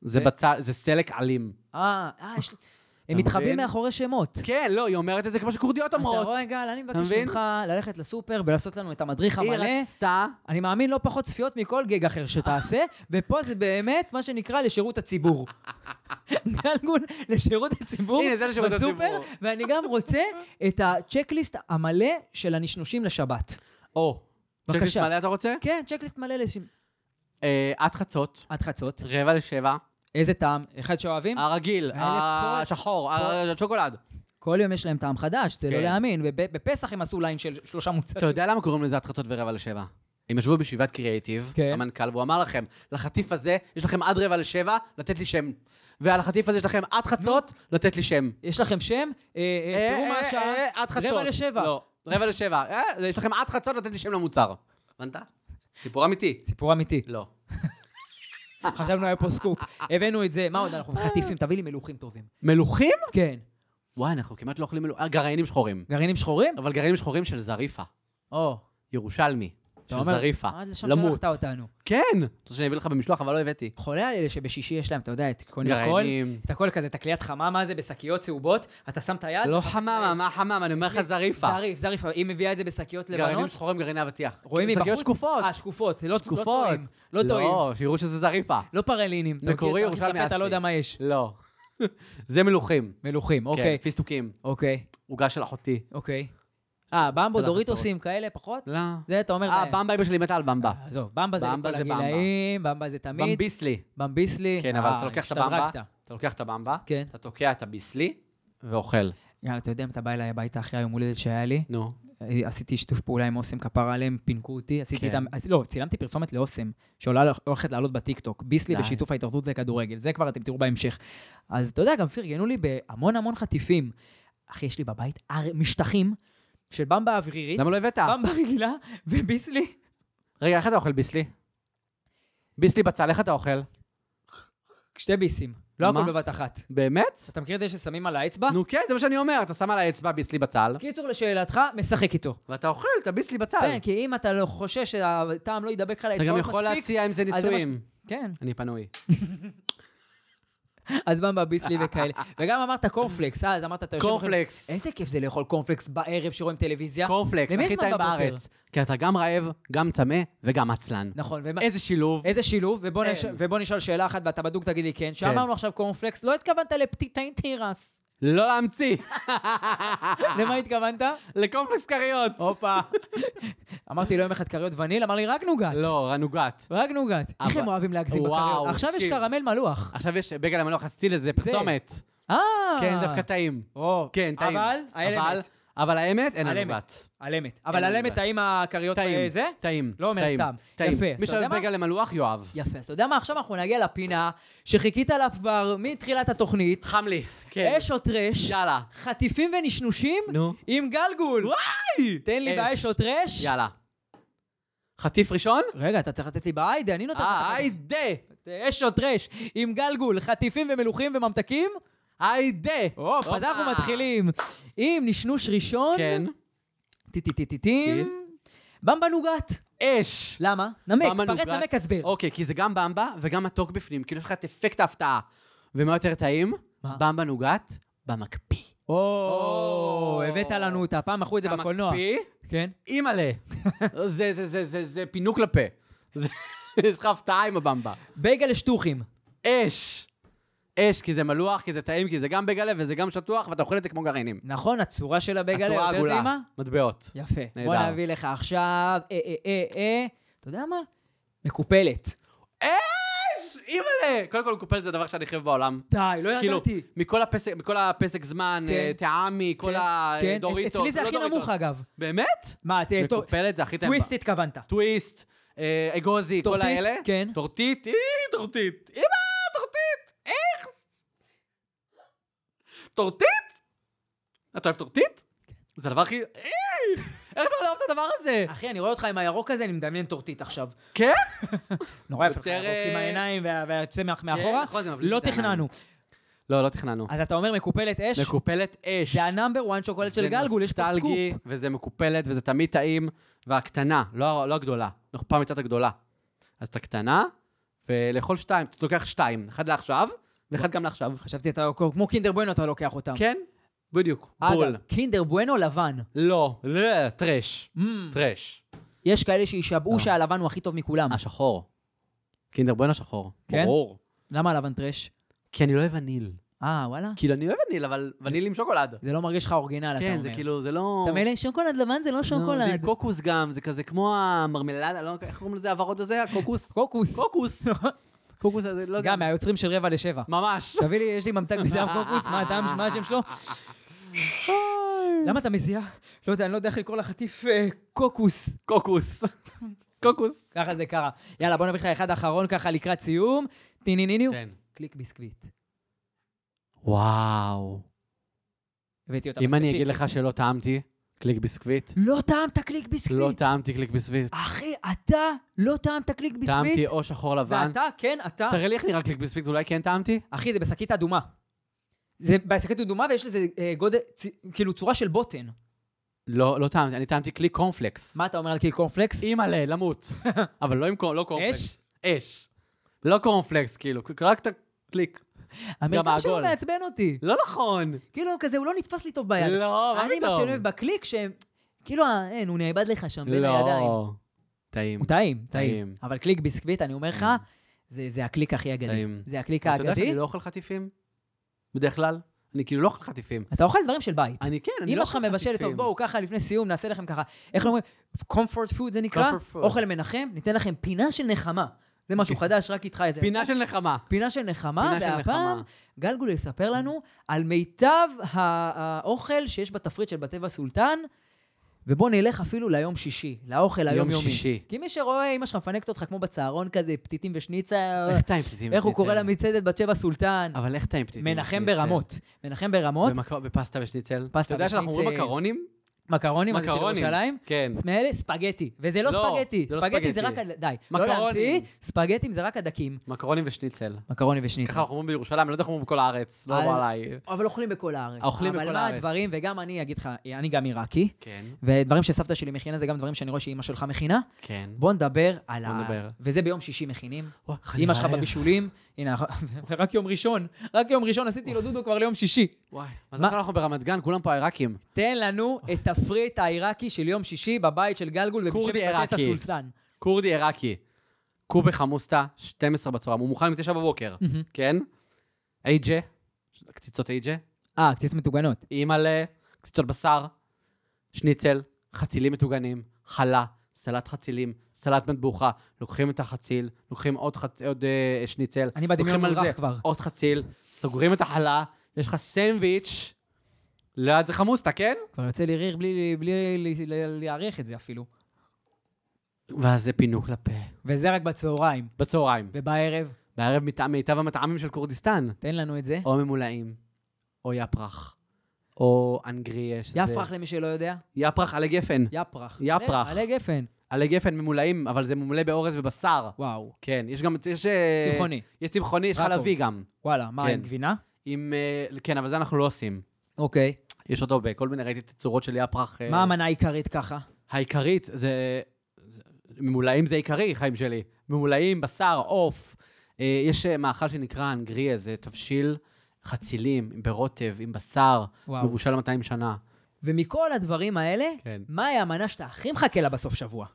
[SPEAKER 1] זה
[SPEAKER 2] זה-
[SPEAKER 1] בצל, זה סלק עלים.
[SPEAKER 2] אה, אה, יש... הם
[SPEAKER 1] אתה
[SPEAKER 2] מתחבאים
[SPEAKER 1] מבין?
[SPEAKER 2] מאחורי שמות.
[SPEAKER 1] כן, לא, היא אומרת את זה כמו שכורדיות
[SPEAKER 2] אתה
[SPEAKER 1] אומרות.
[SPEAKER 2] רואה, גל, אני
[SPEAKER 1] אתה
[SPEAKER 2] מבקש
[SPEAKER 1] מבין?
[SPEAKER 2] ממך ללכת לסופר ולעשות לנו את המדריך
[SPEAKER 1] היא
[SPEAKER 2] המלא.
[SPEAKER 1] רצתה,
[SPEAKER 2] אני מאמין לא פחות צפיות מכל גג אחר
[SPEAKER 1] [LAUGHS]
[SPEAKER 2] שתעשה, ופה זה באמת מה שנקרא לשירות הציבור. גלגול לשירות הציבור
[SPEAKER 1] הנה, זה לשירות
[SPEAKER 2] בסופר,
[SPEAKER 1] הציבור.
[SPEAKER 2] ואני גם
[SPEAKER 1] [LAUGHS]
[SPEAKER 2] רוצה את הצ'קליסט המלא של הנשנושים לשבת.
[SPEAKER 1] או,
[SPEAKER 2] בבקשה.
[SPEAKER 1] צ'קליסט מלא אתה רוצה?
[SPEAKER 2] כן, צ'קליסט מלא לש...
[SPEAKER 1] אה, עד חצות,
[SPEAKER 2] עד חצות.
[SPEAKER 1] רבע לשבע,
[SPEAKER 2] איזה טעם? אחד שאוהבים?
[SPEAKER 1] הרגיל,
[SPEAKER 2] האלה פה-
[SPEAKER 1] השחור,
[SPEAKER 2] פה-
[SPEAKER 1] השוקולד.
[SPEAKER 2] כל יום יש להם טעם חדש, זה לא
[SPEAKER 1] כן.
[SPEAKER 2] להאמין. בב- בפסח הם עשו ליין של שלושה
[SPEAKER 1] אתה [LAUGHS]
[SPEAKER 2] מוצרים.
[SPEAKER 1] יודע למה קוראים לזה התחלתות ורבע לשבע? הם ישבו בישיבת קריאיטיב,
[SPEAKER 2] כן.
[SPEAKER 1] המנכ"ל, והוא אמר לכם, לחטיף הזה יש לכם עד רבע לשבע לתת לי שם. ועל החטיף הזה יש לכם עד חצות לתת לי שם.
[SPEAKER 2] יש לכם שם? אה, אה,
[SPEAKER 1] אה,
[SPEAKER 2] תראו מה
[SPEAKER 1] אה,
[SPEAKER 2] השעה.
[SPEAKER 1] אה, עד חצות.
[SPEAKER 2] רבע לשבע.
[SPEAKER 1] לא, [LAUGHS] רבע לשבע. אה, יש לכם עד חצות לתת לי שם למוצר. הבנת? סיפור אמיתי. [LAUGHS]
[SPEAKER 2] סיפור אמיתי.
[SPEAKER 1] לא.
[SPEAKER 2] חשבנו היה פה סקופ. [LAUGHS] הבאנו את זה, מה עוד
[SPEAKER 1] אה.
[SPEAKER 2] אנחנו חטיפים? תביא לי מלוכים טובים.
[SPEAKER 1] מלוכים?
[SPEAKER 2] כן.
[SPEAKER 1] וואי, אנחנו כמעט לא אוכלים מלוכים. גרעינים שחורים.
[SPEAKER 2] גרעינים שחורים?
[SPEAKER 1] אבל גרעינים שחורים של זריפה.
[SPEAKER 2] או.
[SPEAKER 1] ירושלמי. של
[SPEAKER 2] אתה אומר,
[SPEAKER 1] זריפה.
[SPEAKER 2] עד לשם
[SPEAKER 1] למות.
[SPEAKER 2] שלחת אותנו.
[SPEAKER 1] כן! אתה רוצה שאני אביא לך במשלוח, אבל לא הבאתי.
[SPEAKER 2] חולה על אלה שבשישי יש להם, אתה יודע, את קונים הכל,
[SPEAKER 1] גרעינים.
[SPEAKER 2] את הכל כזה, את הקליית חממה הזה בשקיות צהובות, אתה שם את היד.
[SPEAKER 1] לא
[SPEAKER 2] אתה
[SPEAKER 1] חממה,
[SPEAKER 2] מסתכל.
[SPEAKER 1] מה חממה? אני אומר לך זריפה.
[SPEAKER 2] זריף, זריף, היא מביאה את זה בשקיות
[SPEAKER 1] גרעינים
[SPEAKER 2] לבנות.
[SPEAKER 1] שחורים, גרעיני אבטיח.
[SPEAKER 2] רואים מבחוץ?
[SPEAKER 1] שקיות שקופות.
[SPEAKER 2] אה, שקופות, לא
[SPEAKER 1] שקופות.
[SPEAKER 2] לא טועים. לא טועים.
[SPEAKER 1] לא, שיראו שזה זריפה.
[SPEAKER 2] לא פרלינים. אתה
[SPEAKER 1] מקורי
[SPEAKER 2] מכיר, אתה מכניס
[SPEAKER 1] ירושלמי
[SPEAKER 2] לפה, אתה לא
[SPEAKER 1] אסלי.
[SPEAKER 2] יודע מה יש.
[SPEAKER 1] אה, לא. [LAUGHS] זה מלוכים.
[SPEAKER 2] מלוכים,
[SPEAKER 1] כן,
[SPEAKER 2] אוקיי.
[SPEAKER 1] פיסטוקים.
[SPEAKER 2] אוקיי,
[SPEAKER 1] עוגה של אחותי.
[SPEAKER 2] אוקיי. אה, במבו,
[SPEAKER 1] צלחת
[SPEAKER 2] דוריטוסים כאלה, פחות?
[SPEAKER 1] לא.
[SPEAKER 2] זה אתה אומר...
[SPEAKER 1] אה,
[SPEAKER 2] להם.
[SPEAKER 1] במבה, אמא שלי מתה על במבה.
[SPEAKER 2] אה, עזוב, במבה זה
[SPEAKER 1] במבה
[SPEAKER 2] לכל
[SPEAKER 1] זה במבה.
[SPEAKER 2] הגילאים, במבה זה תמיד.
[SPEAKER 1] במביסלי.
[SPEAKER 2] במביסלי.
[SPEAKER 1] כן, אבל
[SPEAKER 2] אה,
[SPEAKER 1] אתה לוקח את
[SPEAKER 2] השתדרגת.
[SPEAKER 1] הבמבה, אתה לוקח את הבמבה,
[SPEAKER 2] כן.
[SPEAKER 1] אתה תוקע את הביסלי, ואוכל.
[SPEAKER 2] יאללה, אתה יודע אם אתה בא אליי הביתה אחרי היום הולדת שהיה לי?
[SPEAKER 1] נו.
[SPEAKER 2] אה, עשיתי שיתוף פעולה עם אוסם כפרה עליהם, פינקו אותי, עשיתי
[SPEAKER 1] כן.
[SPEAKER 2] איתם, אז- לא, צילמתי פרסומת לאוסם, שהולכת לעלות בטיקטוק, ביסלי
[SPEAKER 1] די.
[SPEAKER 2] בשיתוף ההתאחדות לכדורגל, זה כבר אתם תראו בהמשך. אז אתה יודע, גם פרגנו לי בהמון המון חטיפים. אחי, יש לי בבית הר- משטחים של במבה אוורירית,
[SPEAKER 1] למה לא הבאת?
[SPEAKER 2] במבה רגילה וביסלי.
[SPEAKER 1] רגע, איך אתה אוכל ביסלי? ביסלי בצל, איך אתה אוכל?
[SPEAKER 2] שתי ביסים, לא הכל
[SPEAKER 1] מה?
[SPEAKER 2] בבת אחת.
[SPEAKER 1] באמת?
[SPEAKER 2] אתה מכיר את זה ששמים על האצבע?
[SPEAKER 1] נו כן, זה מה שאני אומר, אתה שם על האצבע ביסלי בצל,
[SPEAKER 2] קיצור, לשאלתך, משחק איתו.
[SPEAKER 1] ואתה אוכל את הביסלי בצל.
[SPEAKER 2] כן, כי אם אתה לא חושש שהטעם לא יידבק לך
[SPEAKER 1] אה. אתה
[SPEAKER 2] לאצבעות
[SPEAKER 1] גם
[SPEAKER 2] מספיק...
[SPEAKER 1] יכול להציע אם זה
[SPEAKER 2] אז זה מה ש-
[SPEAKER 1] ניסויים.
[SPEAKER 2] כן,
[SPEAKER 1] אני פנוי.
[SPEAKER 2] אז במבה ביסלי וכאלה. וגם אמרת קורנפלקס, אה, אז אמרת אתה יושב... אוכל-
[SPEAKER 1] קורנפלקס.
[SPEAKER 2] איזה כיף זה לאכול קורנפלקס בערב שרואים טלוויזיה.
[SPEAKER 1] קורנפלקס,
[SPEAKER 2] למי
[SPEAKER 1] הכי
[SPEAKER 2] יש
[SPEAKER 1] טעים
[SPEAKER 2] אה? זמן בבוקר?
[SPEAKER 1] בארץ. כי אתה גם רעב, גם צמא וגם עצלן.
[SPEAKER 2] נכון, ומה-
[SPEAKER 1] איזה שילוב.
[SPEAKER 2] איזה שילוב, ובוא, נש...
[SPEAKER 1] אין.
[SPEAKER 2] ובוא נשאל שאלה אחת ואתה בדוק תגיד לי כן, שאמרנו עכשיו קורנפלקס, לא התכוונת לפתיתאים תירס.
[SPEAKER 1] לא להמציא. [LAUGHS] אה.
[SPEAKER 2] למה התכוונת?
[SPEAKER 1] לקורנפלקס כריות.
[SPEAKER 2] הופה. אמרתי לו יום אחד כריות וניל, אמר לי רק נוגת.
[SPEAKER 1] לא, נוגת.
[SPEAKER 2] רק נוגת. איך
[SPEAKER 1] אבל-
[SPEAKER 2] הם אוהבים להגזים
[SPEAKER 1] וואו,
[SPEAKER 2] בכריות? עכשיו יש
[SPEAKER 1] תקשיב.
[SPEAKER 2] קרמל מלוח.
[SPEAKER 1] עכשיו יש בגל המלוח, עשיתי לזה פרסומת.
[SPEAKER 2] אה.
[SPEAKER 1] כן, דווקא טעים.
[SPEAKER 2] או,
[SPEAKER 1] כן, טעים.
[SPEAKER 2] אבל, על
[SPEAKER 1] אבל-
[SPEAKER 2] אמת.
[SPEAKER 1] אבל האמת, אין
[SPEAKER 2] על
[SPEAKER 1] לנו
[SPEAKER 2] אמת.
[SPEAKER 1] בת.
[SPEAKER 2] על אמת. אבל על
[SPEAKER 1] לנו
[SPEAKER 2] אמת,
[SPEAKER 1] בעיה. האם
[SPEAKER 2] האם הכריות
[SPEAKER 1] טעים.
[SPEAKER 2] זה?
[SPEAKER 1] טעים.
[SPEAKER 2] לא אומר
[SPEAKER 1] טעים,
[SPEAKER 2] סתם.
[SPEAKER 1] טעים.
[SPEAKER 2] יפה, אז
[SPEAKER 1] מי
[SPEAKER 2] אתה יודע
[SPEAKER 1] שאוהב
[SPEAKER 2] מה?
[SPEAKER 1] בגל למלוח, יואב.
[SPEAKER 2] יפה, אז אתה יודע מה? עכשיו אנחנו נגיע לפינה שחיכית לה כבר מתחילת התוכנית.
[SPEAKER 1] חם לי. כן.
[SPEAKER 2] אש או טרש,
[SPEAKER 1] יאללה.
[SPEAKER 2] חטיפים ונשנושים
[SPEAKER 1] נו.
[SPEAKER 2] עם גלגול. תן לי
[SPEAKER 1] אש.
[SPEAKER 2] באש או טרש.
[SPEAKER 1] יאללה. חטיף ראשון?
[SPEAKER 2] רגע, אתה צריך לתת לי באיידה, אני נותן לך.
[SPEAKER 1] אה, היידה.
[SPEAKER 2] אש או טרש עם גלגול, חטיפים ומלוכים וממתקים.
[SPEAKER 1] היידה.
[SPEAKER 2] הופ, אז
[SPEAKER 1] הופה.
[SPEAKER 2] אנחנו מתחילים עם נשנוש ראשון.
[SPEAKER 1] כן.
[SPEAKER 2] טיטיטיטיטים. במבה נוגת.
[SPEAKER 1] אש.
[SPEAKER 2] למה? נמק,
[SPEAKER 1] במבה
[SPEAKER 2] פרט
[SPEAKER 1] נוגת.
[SPEAKER 2] נמק הסבר.
[SPEAKER 1] אוקיי, כי זה גם במבה וגם מתוק בפנים, כאילו יש לך את אפקט ההפתעה. ומה יותר טעים?
[SPEAKER 2] מה?
[SPEAKER 1] במבה נוגת במקפיא.
[SPEAKER 2] או, הבאת לנו אותה, פעם מכרו את זה בקולנוע.
[SPEAKER 1] המקפיא,
[SPEAKER 2] כן.
[SPEAKER 1] [LAUGHS] אימא'לה. זה- זה- זה- זה- זה פינוק לפה. [LAUGHS] זה- יש לך הפתעה עם הבמבה.
[SPEAKER 2] בייגל שטוחים.
[SPEAKER 1] אש. אש, כי זה מלוח, כי זה טעים, כי זה גם בגלה וזה גם שטוח, ואתה אוכל את זה כמו גרעינים.
[SPEAKER 2] נכון, הצורה של הבייגל
[SPEAKER 1] הצורה
[SPEAKER 2] יותר
[SPEAKER 1] עגולה.
[SPEAKER 2] טעימה?
[SPEAKER 1] מטבעות.
[SPEAKER 2] יפה. בוא
[SPEAKER 1] נהדר.
[SPEAKER 2] נביא לך עכשיו, אה, אה, אה, אה, אתה יודע מה? מקופלת.
[SPEAKER 1] אש! אימא'לה! קודם כל, קופל זה הדבר שאני חייב בעולם.
[SPEAKER 2] די, לא
[SPEAKER 1] כאילו,
[SPEAKER 2] ידעתי.
[SPEAKER 1] מכל הפסק, מכל הפסק זמן,
[SPEAKER 2] כן.
[SPEAKER 1] אה, טעמי, כל
[SPEAKER 2] כן, כן,
[SPEAKER 1] הדוריטות. לא
[SPEAKER 2] אצלי זה הכי נמוך אגב.
[SPEAKER 1] באמת?
[SPEAKER 2] מה, ת- טוב,
[SPEAKER 1] מקופלת זה הכי טעים.
[SPEAKER 2] טוויסט התכוונת.
[SPEAKER 1] טוויסט, אה, אגוזי, כל
[SPEAKER 2] טורטית,
[SPEAKER 1] האלה.
[SPEAKER 2] כן.
[SPEAKER 1] טורטית, אי, טורטית. אמא, טורטית! איך? טורטית? אתה אוהב טורטית?
[SPEAKER 2] כן.
[SPEAKER 1] זה הדבר הכי... אה, אי! איך אתה לא אוהב את הדבר הזה?
[SPEAKER 2] אחי, אני רואה אותך עם הירוק הזה, אני מדמיין טורטית עכשיו.
[SPEAKER 1] כן?
[SPEAKER 2] נורא יפה לך
[SPEAKER 1] יותר,
[SPEAKER 2] הירוק עם
[SPEAKER 1] אה,
[SPEAKER 2] העיניים וה- והצמח מאחורה.
[SPEAKER 1] נכון, זה מבליט
[SPEAKER 2] לא
[SPEAKER 1] את העיניים.
[SPEAKER 2] תכננו.
[SPEAKER 1] לא, לא תכננו.
[SPEAKER 2] אז אתה אומר מקופלת אש?
[SPEAKER 1] מקופלת אש.
[SPEAKER 2] זה הנאמבר 1 שוקולד של גלגול, יש פה
[SPEAKER 1] זה
[SPEAKER 2] סקופ.
[SPEAKER 1] נוסטלגי, וזה מקופלת, וזה תמיד טעים. והקטנה, לא, לא הגדולה. אנחנו פעם הייתה את הגדולה. אז את הקטנה, ולאכול שתיים. אתה לוקח שתיים. אחד לעכשיו, ואחד גם לעכשיו.
[SPEAKER 2] חשבתי אתה כמו קינדר בואנו אתה לוקח אותם.
[SPEAKER 1] כן, בדיוק. בול.
[SPEAKER 2] אגב, קינדר בואנו לבן.
[SPEAKER 1] לא, לא, טרש.
[SPEAKER 2] אמ,
[SPEAKER 1] טרש.
[SPEAKER 2] יש כאלה שישבעו
[SPEAKER 1] לא.
[SPEAKER 2] שהלבן הוא הכי טוב מכולם.
[SPEAKER 1] אה, השחור. קינדר בואנה שחור.
[SPEAKER 2] אה, כן?
[SPEAKER 1] ברור.
[SPEAKER 2] למה הלבן טרש?
[SPEAKER 1] כי אני לא אוהב וניל.
[SPEAKER 2] אה, וואלה?
[SPEAKER 1] כאילו, אני אוהב וניל, אבל וניל עם שוקולד.
[SPEAKER 2] זה לא מרגיש לך אורגינל, אתה אומר.
[SPEAKER 1] כן, זה כאילו, זה לא...
[SPEAKER 2] אתה מילא שוקולד לבן זה לא
[SPEAKER 1] לא, זה עם
[SPEAKER 2] שוקולד.
[SPEAKER 1] קוקוס גם, זה כזה כמו המרמלדה, לא, איך קוראים לזה הוורוד הזה?
[SPEAKER 2] [LAUGHS]
[SPEAKER 1] הקוקוס?
[SPEAKER 2] קוקוס.
[SPEAKER 1] קוקוס. קוקוס הזה, לא יודע.
[SPEAKER 2] גם מהיוצרים של רבע לשבע. [LAUGHS]
[SPEAKER 1] ממש.
[SPEAKER 2] תביא לי, יש לי ממתק
[SPEAKER 1] [LAUGHS]
[SPEAKER 2] בדם קוקוס, מה הטעם, מה השם שלו? למה אתה מזיע? לא יודע, אני לא יודע איך לקרוא לחטיף אה, קוקוס.
[SPEAKER 1] קוקוס. קוקוס.
[SPEAKER 2] ככה זה קרה. יאללה, בוא נביא לך אחד אחרון ככה לקראת סיום. טיניניניו.
[SPEAKER 1] כן.
[SPEAKER 2] קליק ביסקוויט.
[SPEAKER 1] וואו.
[SPEAKER 2] הבאתי אותה
[SPEAKER 1] אם אני אגיד לך שלא טעמתי קליק ביסקוויט,
[SPEAKER 2] לא טעמת קליק ביסקוויט.
[SPEAKER 1] לא טעמתי קליק ביסקוויט.
[SPEAKER 2] אחי, אתה לא טעמת קליק ביסקוויט.
[SPEAKER 1] טעמתי או שחור לבן.
[SPEAKER 2] ואתה, כן, אתה.
[SPEAKER 1] תראה לי איך נראה קליק ביסקוויט, אולי כן טעמתי?
[SPEAKER 2] אחי, זה בשקית אדומה. זה בשקית אדומה ויש לזה אה, גודל, צ- כאילו צורה של בוטן.
[SPEAKER 1] לא, לא טעמתי, אני טעמתי קליק קורנפלקס.
[SPEAKER 2] מה אתה אומר על קליק קורנפלקס?
[SPEAKER 1] אימא'לה, למות. אבל לא עם קור- לא
[SPEAKER 2] אש?
[SPEAKER 1] קורנפלקס. אש. לא קורנפלקס, כאילו, רק את הקליק.
[SPEAKER 2] המרקם שלו
[SPEAKER 1] העגול.
[SPEAKER 2] מעצבן אותי.
[SPEAKER 1] לא נכון.
[SPEAKER 2] כאילו, כזה, הוא לא נתפס לי טוב ביד.
[SPEAKER 1] לא, מה
[SPEAKER 2] אני, מה
[SPEAKER 1] פתאום?
[SPEAKER 2] שאני אוהב בקליק, שהם... כאילו, אה, אין, הוא נאבד לך שם בין הידיים.
[SPEAKER 1] לא. טעים.
[SPEAKER 2] הוא טעים, טעים.
[SPEAKER 1] טעים.
[SPEAKER 2] אבל קליק ביסקוויט, אני אומר לך, זה זה הקליק הכי אגדי.
[SPEAKER 1] טעים.
[SPEAKER 2] זה הקליק
[SPEAKER 1] אתה יודע שאני
[SPEAKER 2] האגדי.
[SPEAKER 1] לא אוכל חטיפים? בדרך כלל. אני כאילו לא אוכל חטיפים.
[SPEAKER 2] אתה אוכל דברים של בית.
[SPEAKER 1] אני כן, אני לא
[SPEAKER 2] אמא
[SPEAKER 1] אוכל
[SPEAKER 2] שלך
[SPEAKER 1] חטיפים.
[SPEAKER 2] מבשלת, טוב, בואו, ככה, לפני סיום, נעשה לכם ככה. איך אומרים? comfort food זה נקרא?
[SPEAKER 1] Comfort food.
[SPEAKER 2] אוכל מנחם, ניתן לכם פינה של נחמה. זה משהו חדש, רק איתך את זה.
[SPEAKER 1] פינה של נחמה.
[SPEAKER 2] פינה של נחמה,
[SPEAKER 1] פינה של
[SPEAKER 2] והפעם
[SPEAKER 1] נחמה.
[SPEAKER 2] גלגול יספר לנו על מיטב ה- האוכל שיש בתפריט של בטבע סולטן, ובואו נלך אפילו ליום שישי, לאוכל
[SPEAKER 1] יום
[SPEAKER 2] היומיומי.
[SPEAKER 1] שישי.
[SPEAKER 2] כי מי שרואה, אמא שלך מפנקת אותך כמו בצהרון כזה, פתיתים ושניצר,
[SPEAKER 1] איך טעים פתיתים?
[SPEAKER 2] אה, איך הוא קורא
[SPEAKER 1] ושניצל?
[SPEAKER 2] למצעדת בת שבע סולטן.
[SPEAKER 1] אבל איך טעים פתיתים?
[SPEAKER 2] מנחם
[SPEAKER 1] ושניצל?
[SPEAKER 2] ברמות. מנחם ברמות.
[SPEAKER 1] במקו- בפסטה ושניצל.
[SPEAKER 2] פסטה
[SPEAKER 1] אתה יודע שאנחנו אומרים
[SPEAKER 2] ושניצל.
[SPEAKER 1] מקרונים?
[SPEAKER 2] מקרונים, הזה של
[SPEAKER 1] מקרונים,
[SPEAKER 2] ירושלים?
[SPEAKER 1] כן.
[SPEAKER 2] מאלה ספגטי, וזה לא,
[SPEAKER 1] לא,
[SPEAKER 2] ספגטי.
[SPEAKER 1] זה לא
[SPEAKER 2] ספגטי זה רק...
[SPEAKER 1] ספגטי.
[SPEAKER 2] הד- די. לא
[SPEAKER 1] מקרונים.
[SPEAKER 2] להמציא, ספגטים זה רק הדקים.
[SPEAKER 1] מקרונים ושניצל.
[SPEAKER 2] מקרוני
[SPEAKER 1] ככה
[SPEAKER 2] ושניצל.
[SPEAKER 1] אנחנו אומרים בירושלים, אני לא יודע איך אומרים בכל הארץ, לא
[SPEAKER 2] על-
[SPEAKER 1] אמרו עליי.
[SPEAKER 2] אבל אוכלים בכל הארץ.
[SPEAKER 1] אוכלים בכל
[SPEAKER 2] אבל מה
[SPEAKER 1] הארץ.
[SPEAKER 2] הדברים, וגם אני אגיד לך, אני גם עיראקי,
[SPEAKER 1] כן,
[SPEAKER 2] ודברים שסבתא שלי מכינה זה גם דברים שאני רואה שאימא שלך מכינה.
[SPEAKER 1] כן.
[SPEAKER 2] בוא נדבר על
[SPEAKER 1] בוא
[SPEAKER 2] ה...
[SPEAKER 1] נדבר.
[SPEAKER 2] וזה ביום שישי מכינים.
[SPEAKER 1] וואי, אני
[SPEAKER 2] אימא שלך
[SPEAKER 1] רעב.
[SPEAKER 2] בבישולים. הנה, [LAUGHS] רק יום ראשון. רק יום ראשון עשיתי לו דודו כבר ליום שישי.
[SPEAKER 1] וואי,
[SPEAKER 2] מה-
[SPEAKER 1] מזל שאנחנו ברמת גן, כולם פה עיראקים.
[SPEAKER 2] תן לנו את תפריט העיראקי של יום שישי בבית של גלגול ובשם
[SPEAKER 1] כורדי
[SPEAKER 2] פטט
[SPEAKER 1] עיראקי.
[SPEAKER 2] הסולסן.
[SPEAKER 1] כורדי עיראקי, קובה חמוסטה, 12 בצהריים, הוא מוכן מ-9 בבוקר,
[SPEAKER 2] מהמם.
[SPEAKER 1] כן? אייג'ה, קציצות אייג'ה,
[SPEAKER 2] אה, קציצות מטוגנות.
[SPEAKER 1] אימאלה, קציצות בשר, שניצל, חצילים מטוגנים, חלה, סלט חצילים, סלט מטבוחה, לוקחים את החציל, לוקחים עוד, חצ... עוד אה, שניצל,
[SPEAKER 2] אני בדמיון
[SPEAKER 1] לוקחים על
[SPEAKER 2] מולרח
[SPEAKER 1] זה
[SPEAKER 2] כבר.
[SPEAKER 1] עוד חציל, סוגרים את החלה, יש לך סנדוויץ', ליד זה חמוסטה, כן?
[SPEAKER 2] כבר יוצא לי ריר בלי- בלי ל- ל- להעריך את זה אפילו.
[SPEAKER 1] ואז זה פינוק לפה.
[SPEAKER 2] וזה רק בצהריים.
[SPEAKER 1] בצהריים.
[SPEAKER 2] ובערב,
[SPEAKER 1] בערב מיטע- מיטב המטעמים של כורדיסטן.
[SPEAKER 2] תן לנו את זה.
[SPEAKER 1] או ממולאים, או יפרח, או אנגריה, שזה...
[SPEAKER 2] יפרח למי שלא יודע.
[SPEAKER 1] יפרח עלי גפן.
[SPEAKER 2] יפרח.
[SPEAKER 1] יפרח.
[SPEAKER 2] עלי גפן.
[SPEAKER 1] עלי גפן ממולאים, אבל זה ממולא באורז ובשר.
[SPEAKER 2] וואו.
[SPEAKER 1] כן, יש גם... יש... אה,
[SPEAKER 2] צמחוני.
[SPEAKER 1] יש צמחוני, יש
[SPEAKER 2] רק
[SPEAKER 1] חלבי גם.
[SPEAKER 2] וואלה, מה,
[SPEAKER 1] כן.
[SPEAKER 2] עם גבינה?
[SPEAKER 1] עם... אה, כן, אבל זה אנחנו לא עושים.
[SPEAKER 2] אוקיי.
[SPEAKER 1] יש אותו בכל מיני, ראיתי תצורות של יפרח. אה,
[SPEAKER 2] מה המנה העיקרית ככה?
[SPEAKER 1] העיקרית זה... זה- ממולאים זה עיקרי, חיים שלי. ממולאים, בשר, עוף. אה, יש אה, מאכל שנקרא אנגריה, זה תבשיל חצילים, עם ברוטב, עם בשר,
[SPEAKER 2] וואו.
[SPEAKER 1] מבושל 200 שנה.
[SPEAKER 2] ומכל הדברים האלה,
[SPEAKER 1] כן.
[SPEAKER 2] מהי המנה שאתה הכי מחכה לה בסוף שבוע?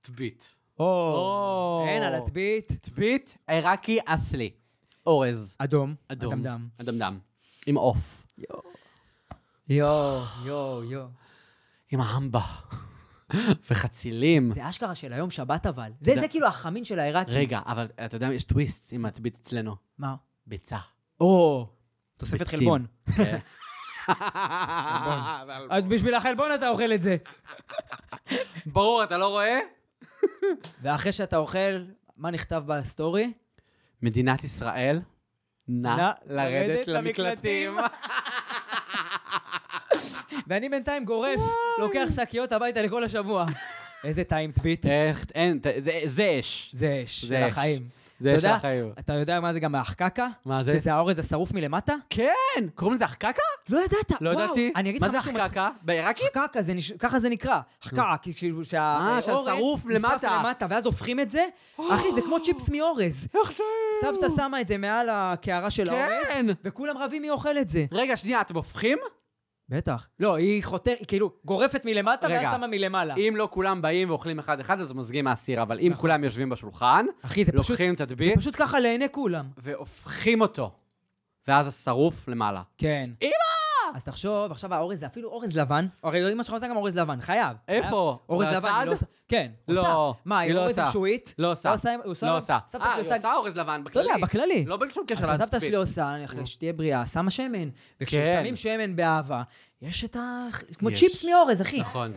[SPEAKER 1] טבית.
[SPEAKER 2] או, אין על הטבית.
[SPEAKER 1] טבית עיראקי אסלי. אורז.
[SPEAKER 2] אדום.
[SPEAKER 1] אדום.
[SPEAKER 2] אדמדם.
[SPEAKER 1] אדמדם. עם עוף.
[SPEAKER 2] [SIGHS] יואו, יואו, יואו.
[SPEAKER 1] עם המבה. וחצילים.
[SPEAKER 2] זה אשכרה של היום שבת אבל. זה
[SPEAKER 1] זה-
[SPEAKER 2] זה כאילו החמין של העיראקים.
[SPEAKER 1] רגע, אבל אתה יודע, יש טוויסט עם הטבית אצלנו.
[SPEAKER 2] מה?
[SPEAKER 1] ביצה.
[SPEAKER 2] או, תוספת
[SPEAKER 1] ביצים.
[SPEAKER 2] חלבון.
[SPEAKER 1] כן.
[SPEAKER 2] נכון. אז בשביל החלבון אתה אוכל את זה.
[SPEAKER 1] ברור, אתה לא רואה?
[SPEAKER 2] ואחרי שאתה אוכל, מה נכתב בסטורי?
[SPEAKER 1] מדינת ישראל, נא לרדת למקלטים.
[SPEAKER 2] ואני בינתיים גורף, לוקח שקיות הביתה לכל השבוע. איזה טעים טביט.
[SPEAKER 1] איך, אין, ת- זה- זה אש.
[SPEAKER 2] זה אש,
[SPEAKER 1] זה
[SPEAKER 2] של
[SPEAKER 1] אש.
[SPEAKER 2] החיים.
[SPEAKER 1] זה
[SPEAKER 2] אתה
[SPEAKER 1] אש של
[SPEAKER 2] יודע-
[SPEAKER 1] החיים.
[SPEAKER 2] אתה יודע מה זה גם מהחקקה?
[SPEAKER 1] מה זה?
[SPEAKER 2] שזה האורז השרוף מלמטה?
[SPEAKER 1] כן! קוראים לזה החקקה?
[SPEAKER 2] לא ידעת,
[SPEAKER 1] לא
[SPEAKER 2] וואו.
[SPEAKER 1] ידעתי.
[SPEAKER 2] אני אגיד לך
[SPEAKER 1] מה זה
[SPEAKER 2] משהו מצחיק.
[SPEAKER 1] החקקה? בעיראקית?
[SPEAKER 2] חקקה, זה נש- ככה זה נקרא. חקקה, כי כאילו
[SPEAKER 1] אה,
[SPEAKER 2] שהאורז
[SPEAKER 1] שהשרוף למטה.
[SPEAKER 2] למטה, אה. ואז הופכים את זה. אחי, זה כמו צ'יפס מאורז.
[SPEAKER 1] איך זה?
[SPEAKER 2] סבתא שמה את זה מעל הקערה של האורז,
[SPEAKER 1] כן!
[SPEAKER 2] וכולם רבים מי אוכל את זה.
[SPEAKER 1] רגע, שנייה, אתם הופכים?
[SPEAKER 2] בטח. לא, היא חותר, היא כאילו גורפת מלמטה
[SPEAKER 1] רגע.
[SPEAKER 2] ואז שמה מלמעלה.
[SPEAKER 1] אם לא כולם באים ואוכלים אחד-אחד, אז מוזגים מהסיר, אבל אם
[SPEAKER 2] אה. נכון.
[SPEAKER 1] כולם יושבים בשולחן,
[SPEAKER 2] אחי, זה פשוט,
[SPEAKER 1] לוקחים את
[SPEAKER 2] זה
[SPEAKER 1] הדביט
[SPEAKER 2] פשוט ככה לעיני כולם.
[SPEAKER 1] והופכים אותו, ואז השרוף למעלה.
[SPEAKER 2] כן. אמא! אז תחשוב, עכשיו האורז זה אפילו אורז לבן. הרי אמא שלך עושה גם אורז לבן, חייב.
[SPEAKER 1] איפה?
[SPEAKER 2] חייב. אורז
[SPEAKER 1] בצד?
[SPEAKER 2] לבן, היא לא עושה... כן,
[SPEAKER 1] לא,
[SPEAKER 2] עושה. מה,
[SPEAKER 1] היא
[SPEAKER 2] היא
[SPEAKER 1] לא
[SPEAKER 2] אורז עם
[SPEAKER 1] עושה.
[SPEAKER 2] שועית?
[SPEAKER 1] לא עושה.
[SPEAKER 2] עושה, היא עושה...
[SPEAKER 1] לא עושה.
[SPEAKER 2] סבתא
[SPEAKER 1] אה,
[SPEAKER 2] שלי
[SPEAKER 1] היא
[SPEAKER 2] עושה...
[SPEAKER 1] עושה אורז לבן,
[SPEAKER 2] לא
[SPEAKER 1] בכללי.
[SPEAKER 2] יודע, בכללי.
[SPEAKER 1] לא בשום קשר
[SPEAKER 2] אז סבתא שלי
[SPEAKER 1] לדביט.
[SPEAKER 2] עושה, אני אחרי שתהיה בריאה, שמה שמן. וכששמים שמן באהבה, יש את ה... כמו
[SPEAKER 1] כן. יש.
[SPEAKER 2] צ'יפס מאורז, אחי.
[SPEAKER 1] נכון.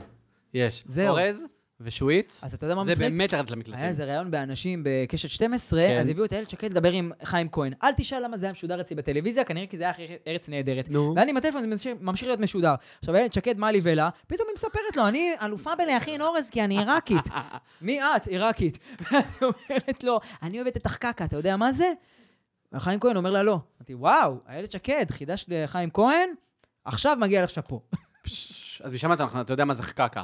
[SPEAKER 1] יש.
[SPEAKER 2] זהו.
[SPEAKER 1] אורז ושועית,
[SPEAKER 2] אז אתה יודע מה
[SPEAKER 1] זה
[SPEAKER 2] מצחיק?
[SPEAKER 1] באמת לרדת למקלטים.
[SPEAKER 2] היה איזה ראיון באנשים בקשת 12,
[SPEAKER 1] כן.
[SPEAKER 2] אז הביאו את איילת שקד לדבר עם חיים כהן. אל תשאל למה זה היה משודר אצלי בטלוויזיה, כנראה כי זה היה אחרי ארץ נהדרת.
[SPEAKER 1] נו.
[SPEAKER 2] ואני עם הטלפון, זה ממשיך- ממשיך להיות משודר. עכשיו, איילת שקד, מה לי ולה? פתאום היא מספרת לו, אני אלופה בלהכין אורז כי אני
[SPEAKER 1] [LAUGHS]
[SPEAKER 2] עיראקית. מי את? עיראקית. [LAUGHS] ואז היא אומרת לו, אני אוהבת את החקקה, אתה יודע מה זה? וחיים כהן אומר לה, לא. אמרתי, וואו, איילת שקד, חידשת לחיים כהן, עכשיו מגיע לך שאפו. [LAUGHS]
[SPEAKER 1] פש, אז משם אתה אתה יודע מה זה חקקה.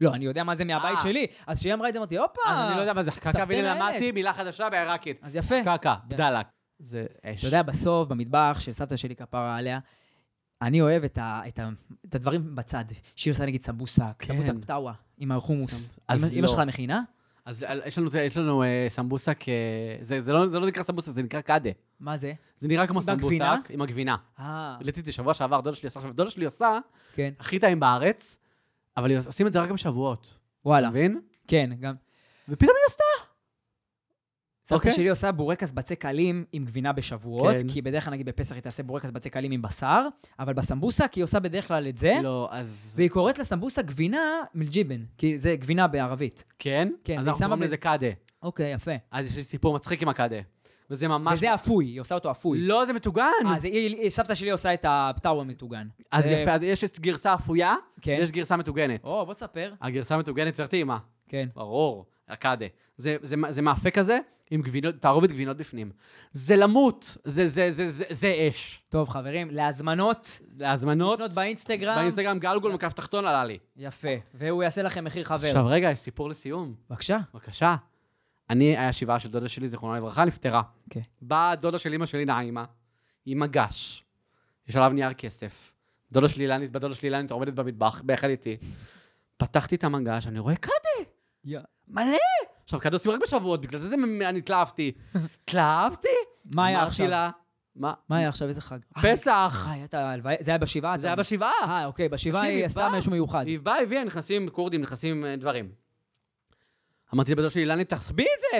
[SPEAKER 2] לא, אני יודע מה זה מהבית
[SPEAKER 1] אה.
[SPEAKER 2] שלי, אז כשהיא אמרה את זה, אמרתי, הופה.
[SPEAKER 1] אז אני לא יודע מה זה חקקה,
[SPEAKER 2] סחטיין
[SPEAKER 1] והנה
[SPEAKER 2] האמת.
[SPEAKER 1] למדתי מילה חדשה בעיראקית.
[SPEAKER 2] אז יפה.
[SPEAKER 1] חקקה,
[SPEAKER 2] כן.
[SPEAKER 1] בדלק. זה אש.
[SPEAKER 2] אתה יודע, בסוף, במטבח של סבתא שלי כפרה עליה, אני אוהב את, ה, את, ה, את הדברים בצד. שהיא עושה נגיד סמבוסה,
[SPEAKER 1] כן.
[SPEAKER 2] סמבוסה קטאווה, עם החומוס.
[SPEAKER 1] סמב- אז
[SPEAKER 2] אמא- אמא
[SPEAKER 1] לא.
[SPEAKER 2] שלך מכינה?
[SPEAKER 1] אז על- יש לנו, יש לנו אה, סמבוסק, אה, זה, זה, לא, זה לא נקרא סמבוסק, זה נקרא קאדה.
[SPEAKER 2] מה זה?
[SPEAKER 1] זה נראה כמו
[SPEAKER 2] עם
[SPEAKER 1] סמבוסק
[SPEAKER 2] הגבינה?
[SPEAKER 1] עם הגבינה.
[SPEAKER 2] אה,
[SPEAKER 1] העליתי את זה שבוע שעבר, דודה שלי עושה עכשיו, דודה שלי עושה
[SPEAKER 2] כן.
[SPEAKER 1] הכי טעים בארץ, אבל היא עוש- עושים את זה רק בשבועות. אתה
[SPEAKER 2] וואלה.
[SPEAKER 1] מבין?
[SPEAKER 2] כן, גם.
[SPEAKER 1] ופתאום היא עשתה.
[SPEAKER 2] סבתא
[SPEAKER 1] אוקיי.
[SPEAKER 2] שלי עושה בורקס בצק קלים עם גבינה בשבועות,
[SPEAKER 1] כן.
[SPEAKER 2] כי בדרך כלל נגיד בפסח היא תעשה בורקס בצק קלים עם בשר, אבל בסמבוסק היא עושה בדרך כלל את זה,
[SPEAKER 1] לא, אז...
[SPEAKER 2] והיא קוראת לסמבוסה גבינה מלג'יבן, כי זה גבינה בערבית.
[SPEAKER 1] כן?
[SPEAKER 2] כן,
[SPEAKER 1] אז
[SPEAKER 2] והיא
[SPEAKER 1] אנחנו
[SPEAKER 2] שמה
[SPEAKER 1] קוראים
[SPEAKER 2] ב-
[SPEAKER 1] לזה קאדה.
[SPEAKER 2] אוקיי, יפה.
[SPEAKER 1] אז יש לי סיפור מצחיק עם הקאדה. וזה ממש...
[SPEAKER 2] וזה אפוי, היא עושה אותו אפוי.
[SPEAKER 1] לא, זה מטוגן.
[SPEAKER 2] אה, זה- היא- היא- סבתא שלי עושה את הפטאוור מטוגן.
[SPEAKER 1] אז
[SPEAKER 2] זה-
[SPEAKER 1] יפה, אז יש את גרסה אפויה,
[SPEAKER 2] כן.
[SPEAKER 1] ויש גרסה מטוגנת.
[SPEAKER 2] או, בוא תספר.
[SPEAKER 1] הגרסה המטוגנת יותר טעימה,
[SPEAKER 2] כן.
[SPEAKER 1] ברור, אקדה. זה- זה מה- זה מאפה כזה עם גבינות, תערובת גבינות בפנים. זה למות, זה- זה- זה- זה- זה אש.
[SPEAKER 2] טוב, חברים, להזמנות,
[SPEAKER 1] להזמנות,
[SPEAKER 2] לפנות באינסטגרם.
[SPEAKER 1] באינסטגרם גלגול מקף תחתון עלה לי.
[SPEAKER 2] יפה. והוא יעשה לכם מחיר חבר.
[SPEAKER 1] עכשיו רגע, יש סיפור לסיום.
[SPEAKER 2] בבקשה.
[SPEAKER 1] בבקשה. אני, היה שבעה של דודה שלי, זיכרונה לברכה, נפטרה.
[SPEAKER 2] כן.
[SPEAKER 1] באה דודה של אמא שלי, נעימה, עם מגש. יש עליו נייר כסף. דודה שלי אילנית, בת דודה שלי אילנית עומדת במטבח, ביחד איתי. פתחתי את המגש, אני רואה קאדה, מלא! עכשיו, קאדה עושים רק בשבועות, בגלל זה, זה מ- אני
[SPEAKER 2] [LAUGHS]
[SPEAKER 1] התלהבתי. התלהבתי?
[SPEAKER 2] מה היה
[SPEAKER 1] אמרתי
[SPEAKER 2] עכשיו?
[SPEAKER 1] לה, מה?
[SPEAKER 2] מה היה עכשיו? איזה חג?
[SPEAKER 1] פסח!
[SPEAKER 2] אה, הייתה הלוויה? זה היה בשבעה?
[SPEAKER 1] זה היה
[SPEAKER 2] אתה אומר.
[SPEAKER 1] בשבעה.
[SPEAKER 2] אה, אוקיי, בשבעה
[SPEAKER 1] תקשיב,
[SPEAKER 2] היא
[SPEAKER 1] היא
[SPEAKER 2] עשתה
[SPEAKER 1] באה.
[SPEAKER 2] משהו מיוחד.
[SPEAKER 1] היא באה, הביאה, נכנסים כורדים, נכנסים אה, דברים. אמרתי לבדו שלי, אילנית, תחביא את זה!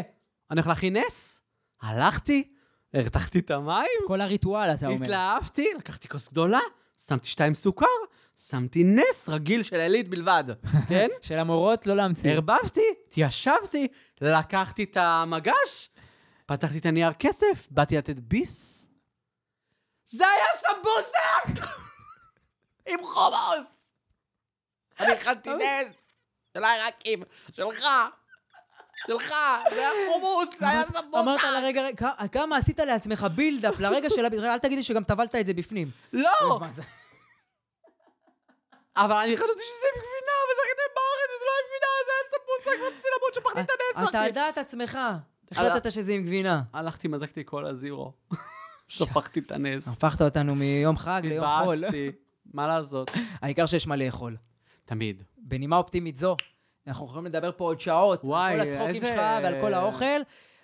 [SPEAKER 1] אני הולך להכין נס. הלכתי, הרתחתי את המים,
[SPEAKER 2] כל הריטואל, אתה אומר.
[SPEAKER 1] התלהבתי, לקחתי כוס גדולה, שמתי שתיים סוכר, שמתי נס רגיל של עילית בלבד,
[SPEAKER 2] [LAUGHS]
[SPEAKER 1] כן?
[SPEAKER 2] של המורות לא להמציא.
[SPEAKER 1] ערבבתי, התיישבתי, לקחתי את המגש, פתחתי את הנייר כסף, באתי לתת ביס. זה היה סמבוסק! עם חומוס! אני הכנתי נס, של העיראקים, שלך, שלך, זה היה חומוס, זה היה
[SPEAKER 2] אמרת
[SPEAKER 1] סמבוסק!
[SPEAKER 2] לרגע, רגע, כ- כמה עשית לעצמך בילדאפ לרגע של הביטחון, אל תגידי שגם טבלת את זה בפנים.
[SPEAKER 1] לא!
[SPEAKER 2] אה, מה זה?
[SPEAKER 1] אבל אני חשבתי שזה עם גבינה, וזה חיטי בארץ, וזה לא עם גבינה, זה היה עם סמבוסק, רציתי למות שפכתי את הנס,
[SPEAKER 2] אה, אתה
[SPEAKER 1] אחי.
[SPEAKER 2] על דעת עצמך, החלטת שזה עם גבינה.
[SPEAKER 1] הלכתי, מזגתי כל הזירו.
[SPEAKER 2] [LAUGHS]
[SPEAKER 1] שפכתי את הנס.
[SPEAKER 2] הפכת אותנו מיום חג ליום חול.
[SPEAKER 1] התבאסתי, [LAUGHS] מה לעשות?
[SPEAKER 2] העיקר שיש מה לאכול.
[SPEAKER 1] תמיד.
[SPEAKER 2] בנימה אופטימית זו, אנחנו יכולים לדבר פה עוד שעות,
[SPEAKER 1] וואי,
[SPEAKER 2] על כל הצחוקים
[SPEAKER 1] איזה-
[SPEAKER 2] שלך ועל כל האוכל,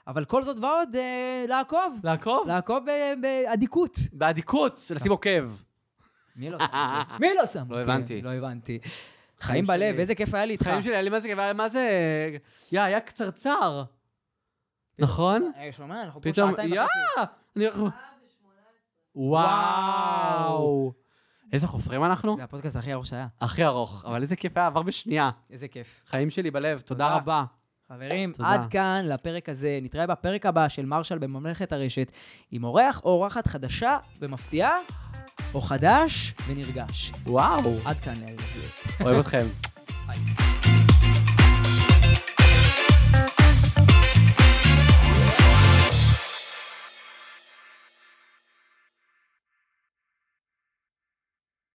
[SPEAKER 2] אבל כל זאת ועוד, אה, לעקוב.
[SPEAKER 1] לעקוב?
[SPEAKER 2] לעקוב ב- באדיקות.
[SPEAKER 1] באדיקות, לשים עוקב.
[SPEAKER 2] מי לא שם?
[SPEAKER 1] [LAUGHS]
[SPEAKER 2] אותי? מי לא שם?
[SPEAKER 1] לא
[SPEAKER 2] אותי?
[SPEAKER 1] הבנתי.
[SPEAKER 2] לא הבנתי. חיים בלב,
[SPEAKER 1] שלי.
[SPEAKER 2] איזה כיף היה לי איתך.
[SPEAKER 1] חיים שלי, היה לי מה זה, היה לי מה זה, יא, היה קצרצר. נכון?
[SPEAKER 2] אה, שומע, אנחנו פה
[SPEAKER 1] פתאום,
[SPEAKER 2] שעתיים
[SPEAKER 1] יא!
[SPEAKER 2] וחצי.
[SPEAKER 1] אני- וואו. איזה חופרים אנחנו?
[SPEAKER 2] זה הפודקאסט הכי ארוך שהיה.
[SPEAKER 1] הכי ארוך, אבל איזה כיף היה, עבר בשנייה.
[SPEAKER 2] איזה כיף.
[SPEAKER 1] חיים שלי בלב,
[SPEAKER 2] תודה.
[SPEAKER 1] תודה רבה.
[SPEAKER 2] חברים,
[SPEAKER 1] תודה.
[SPEAKER 2] עד כאן לפרק הזה. נתראה בפרק הבא של מרשל בממלכת הרשת, עם אורח או אורחת חדשה ומפתיעה, או חדש ונרגש.
[SPEAKER 1] וואו.
[SPEAKER 2] עד כאן להיום.
[SPEAKER 1] אוהב אתכם.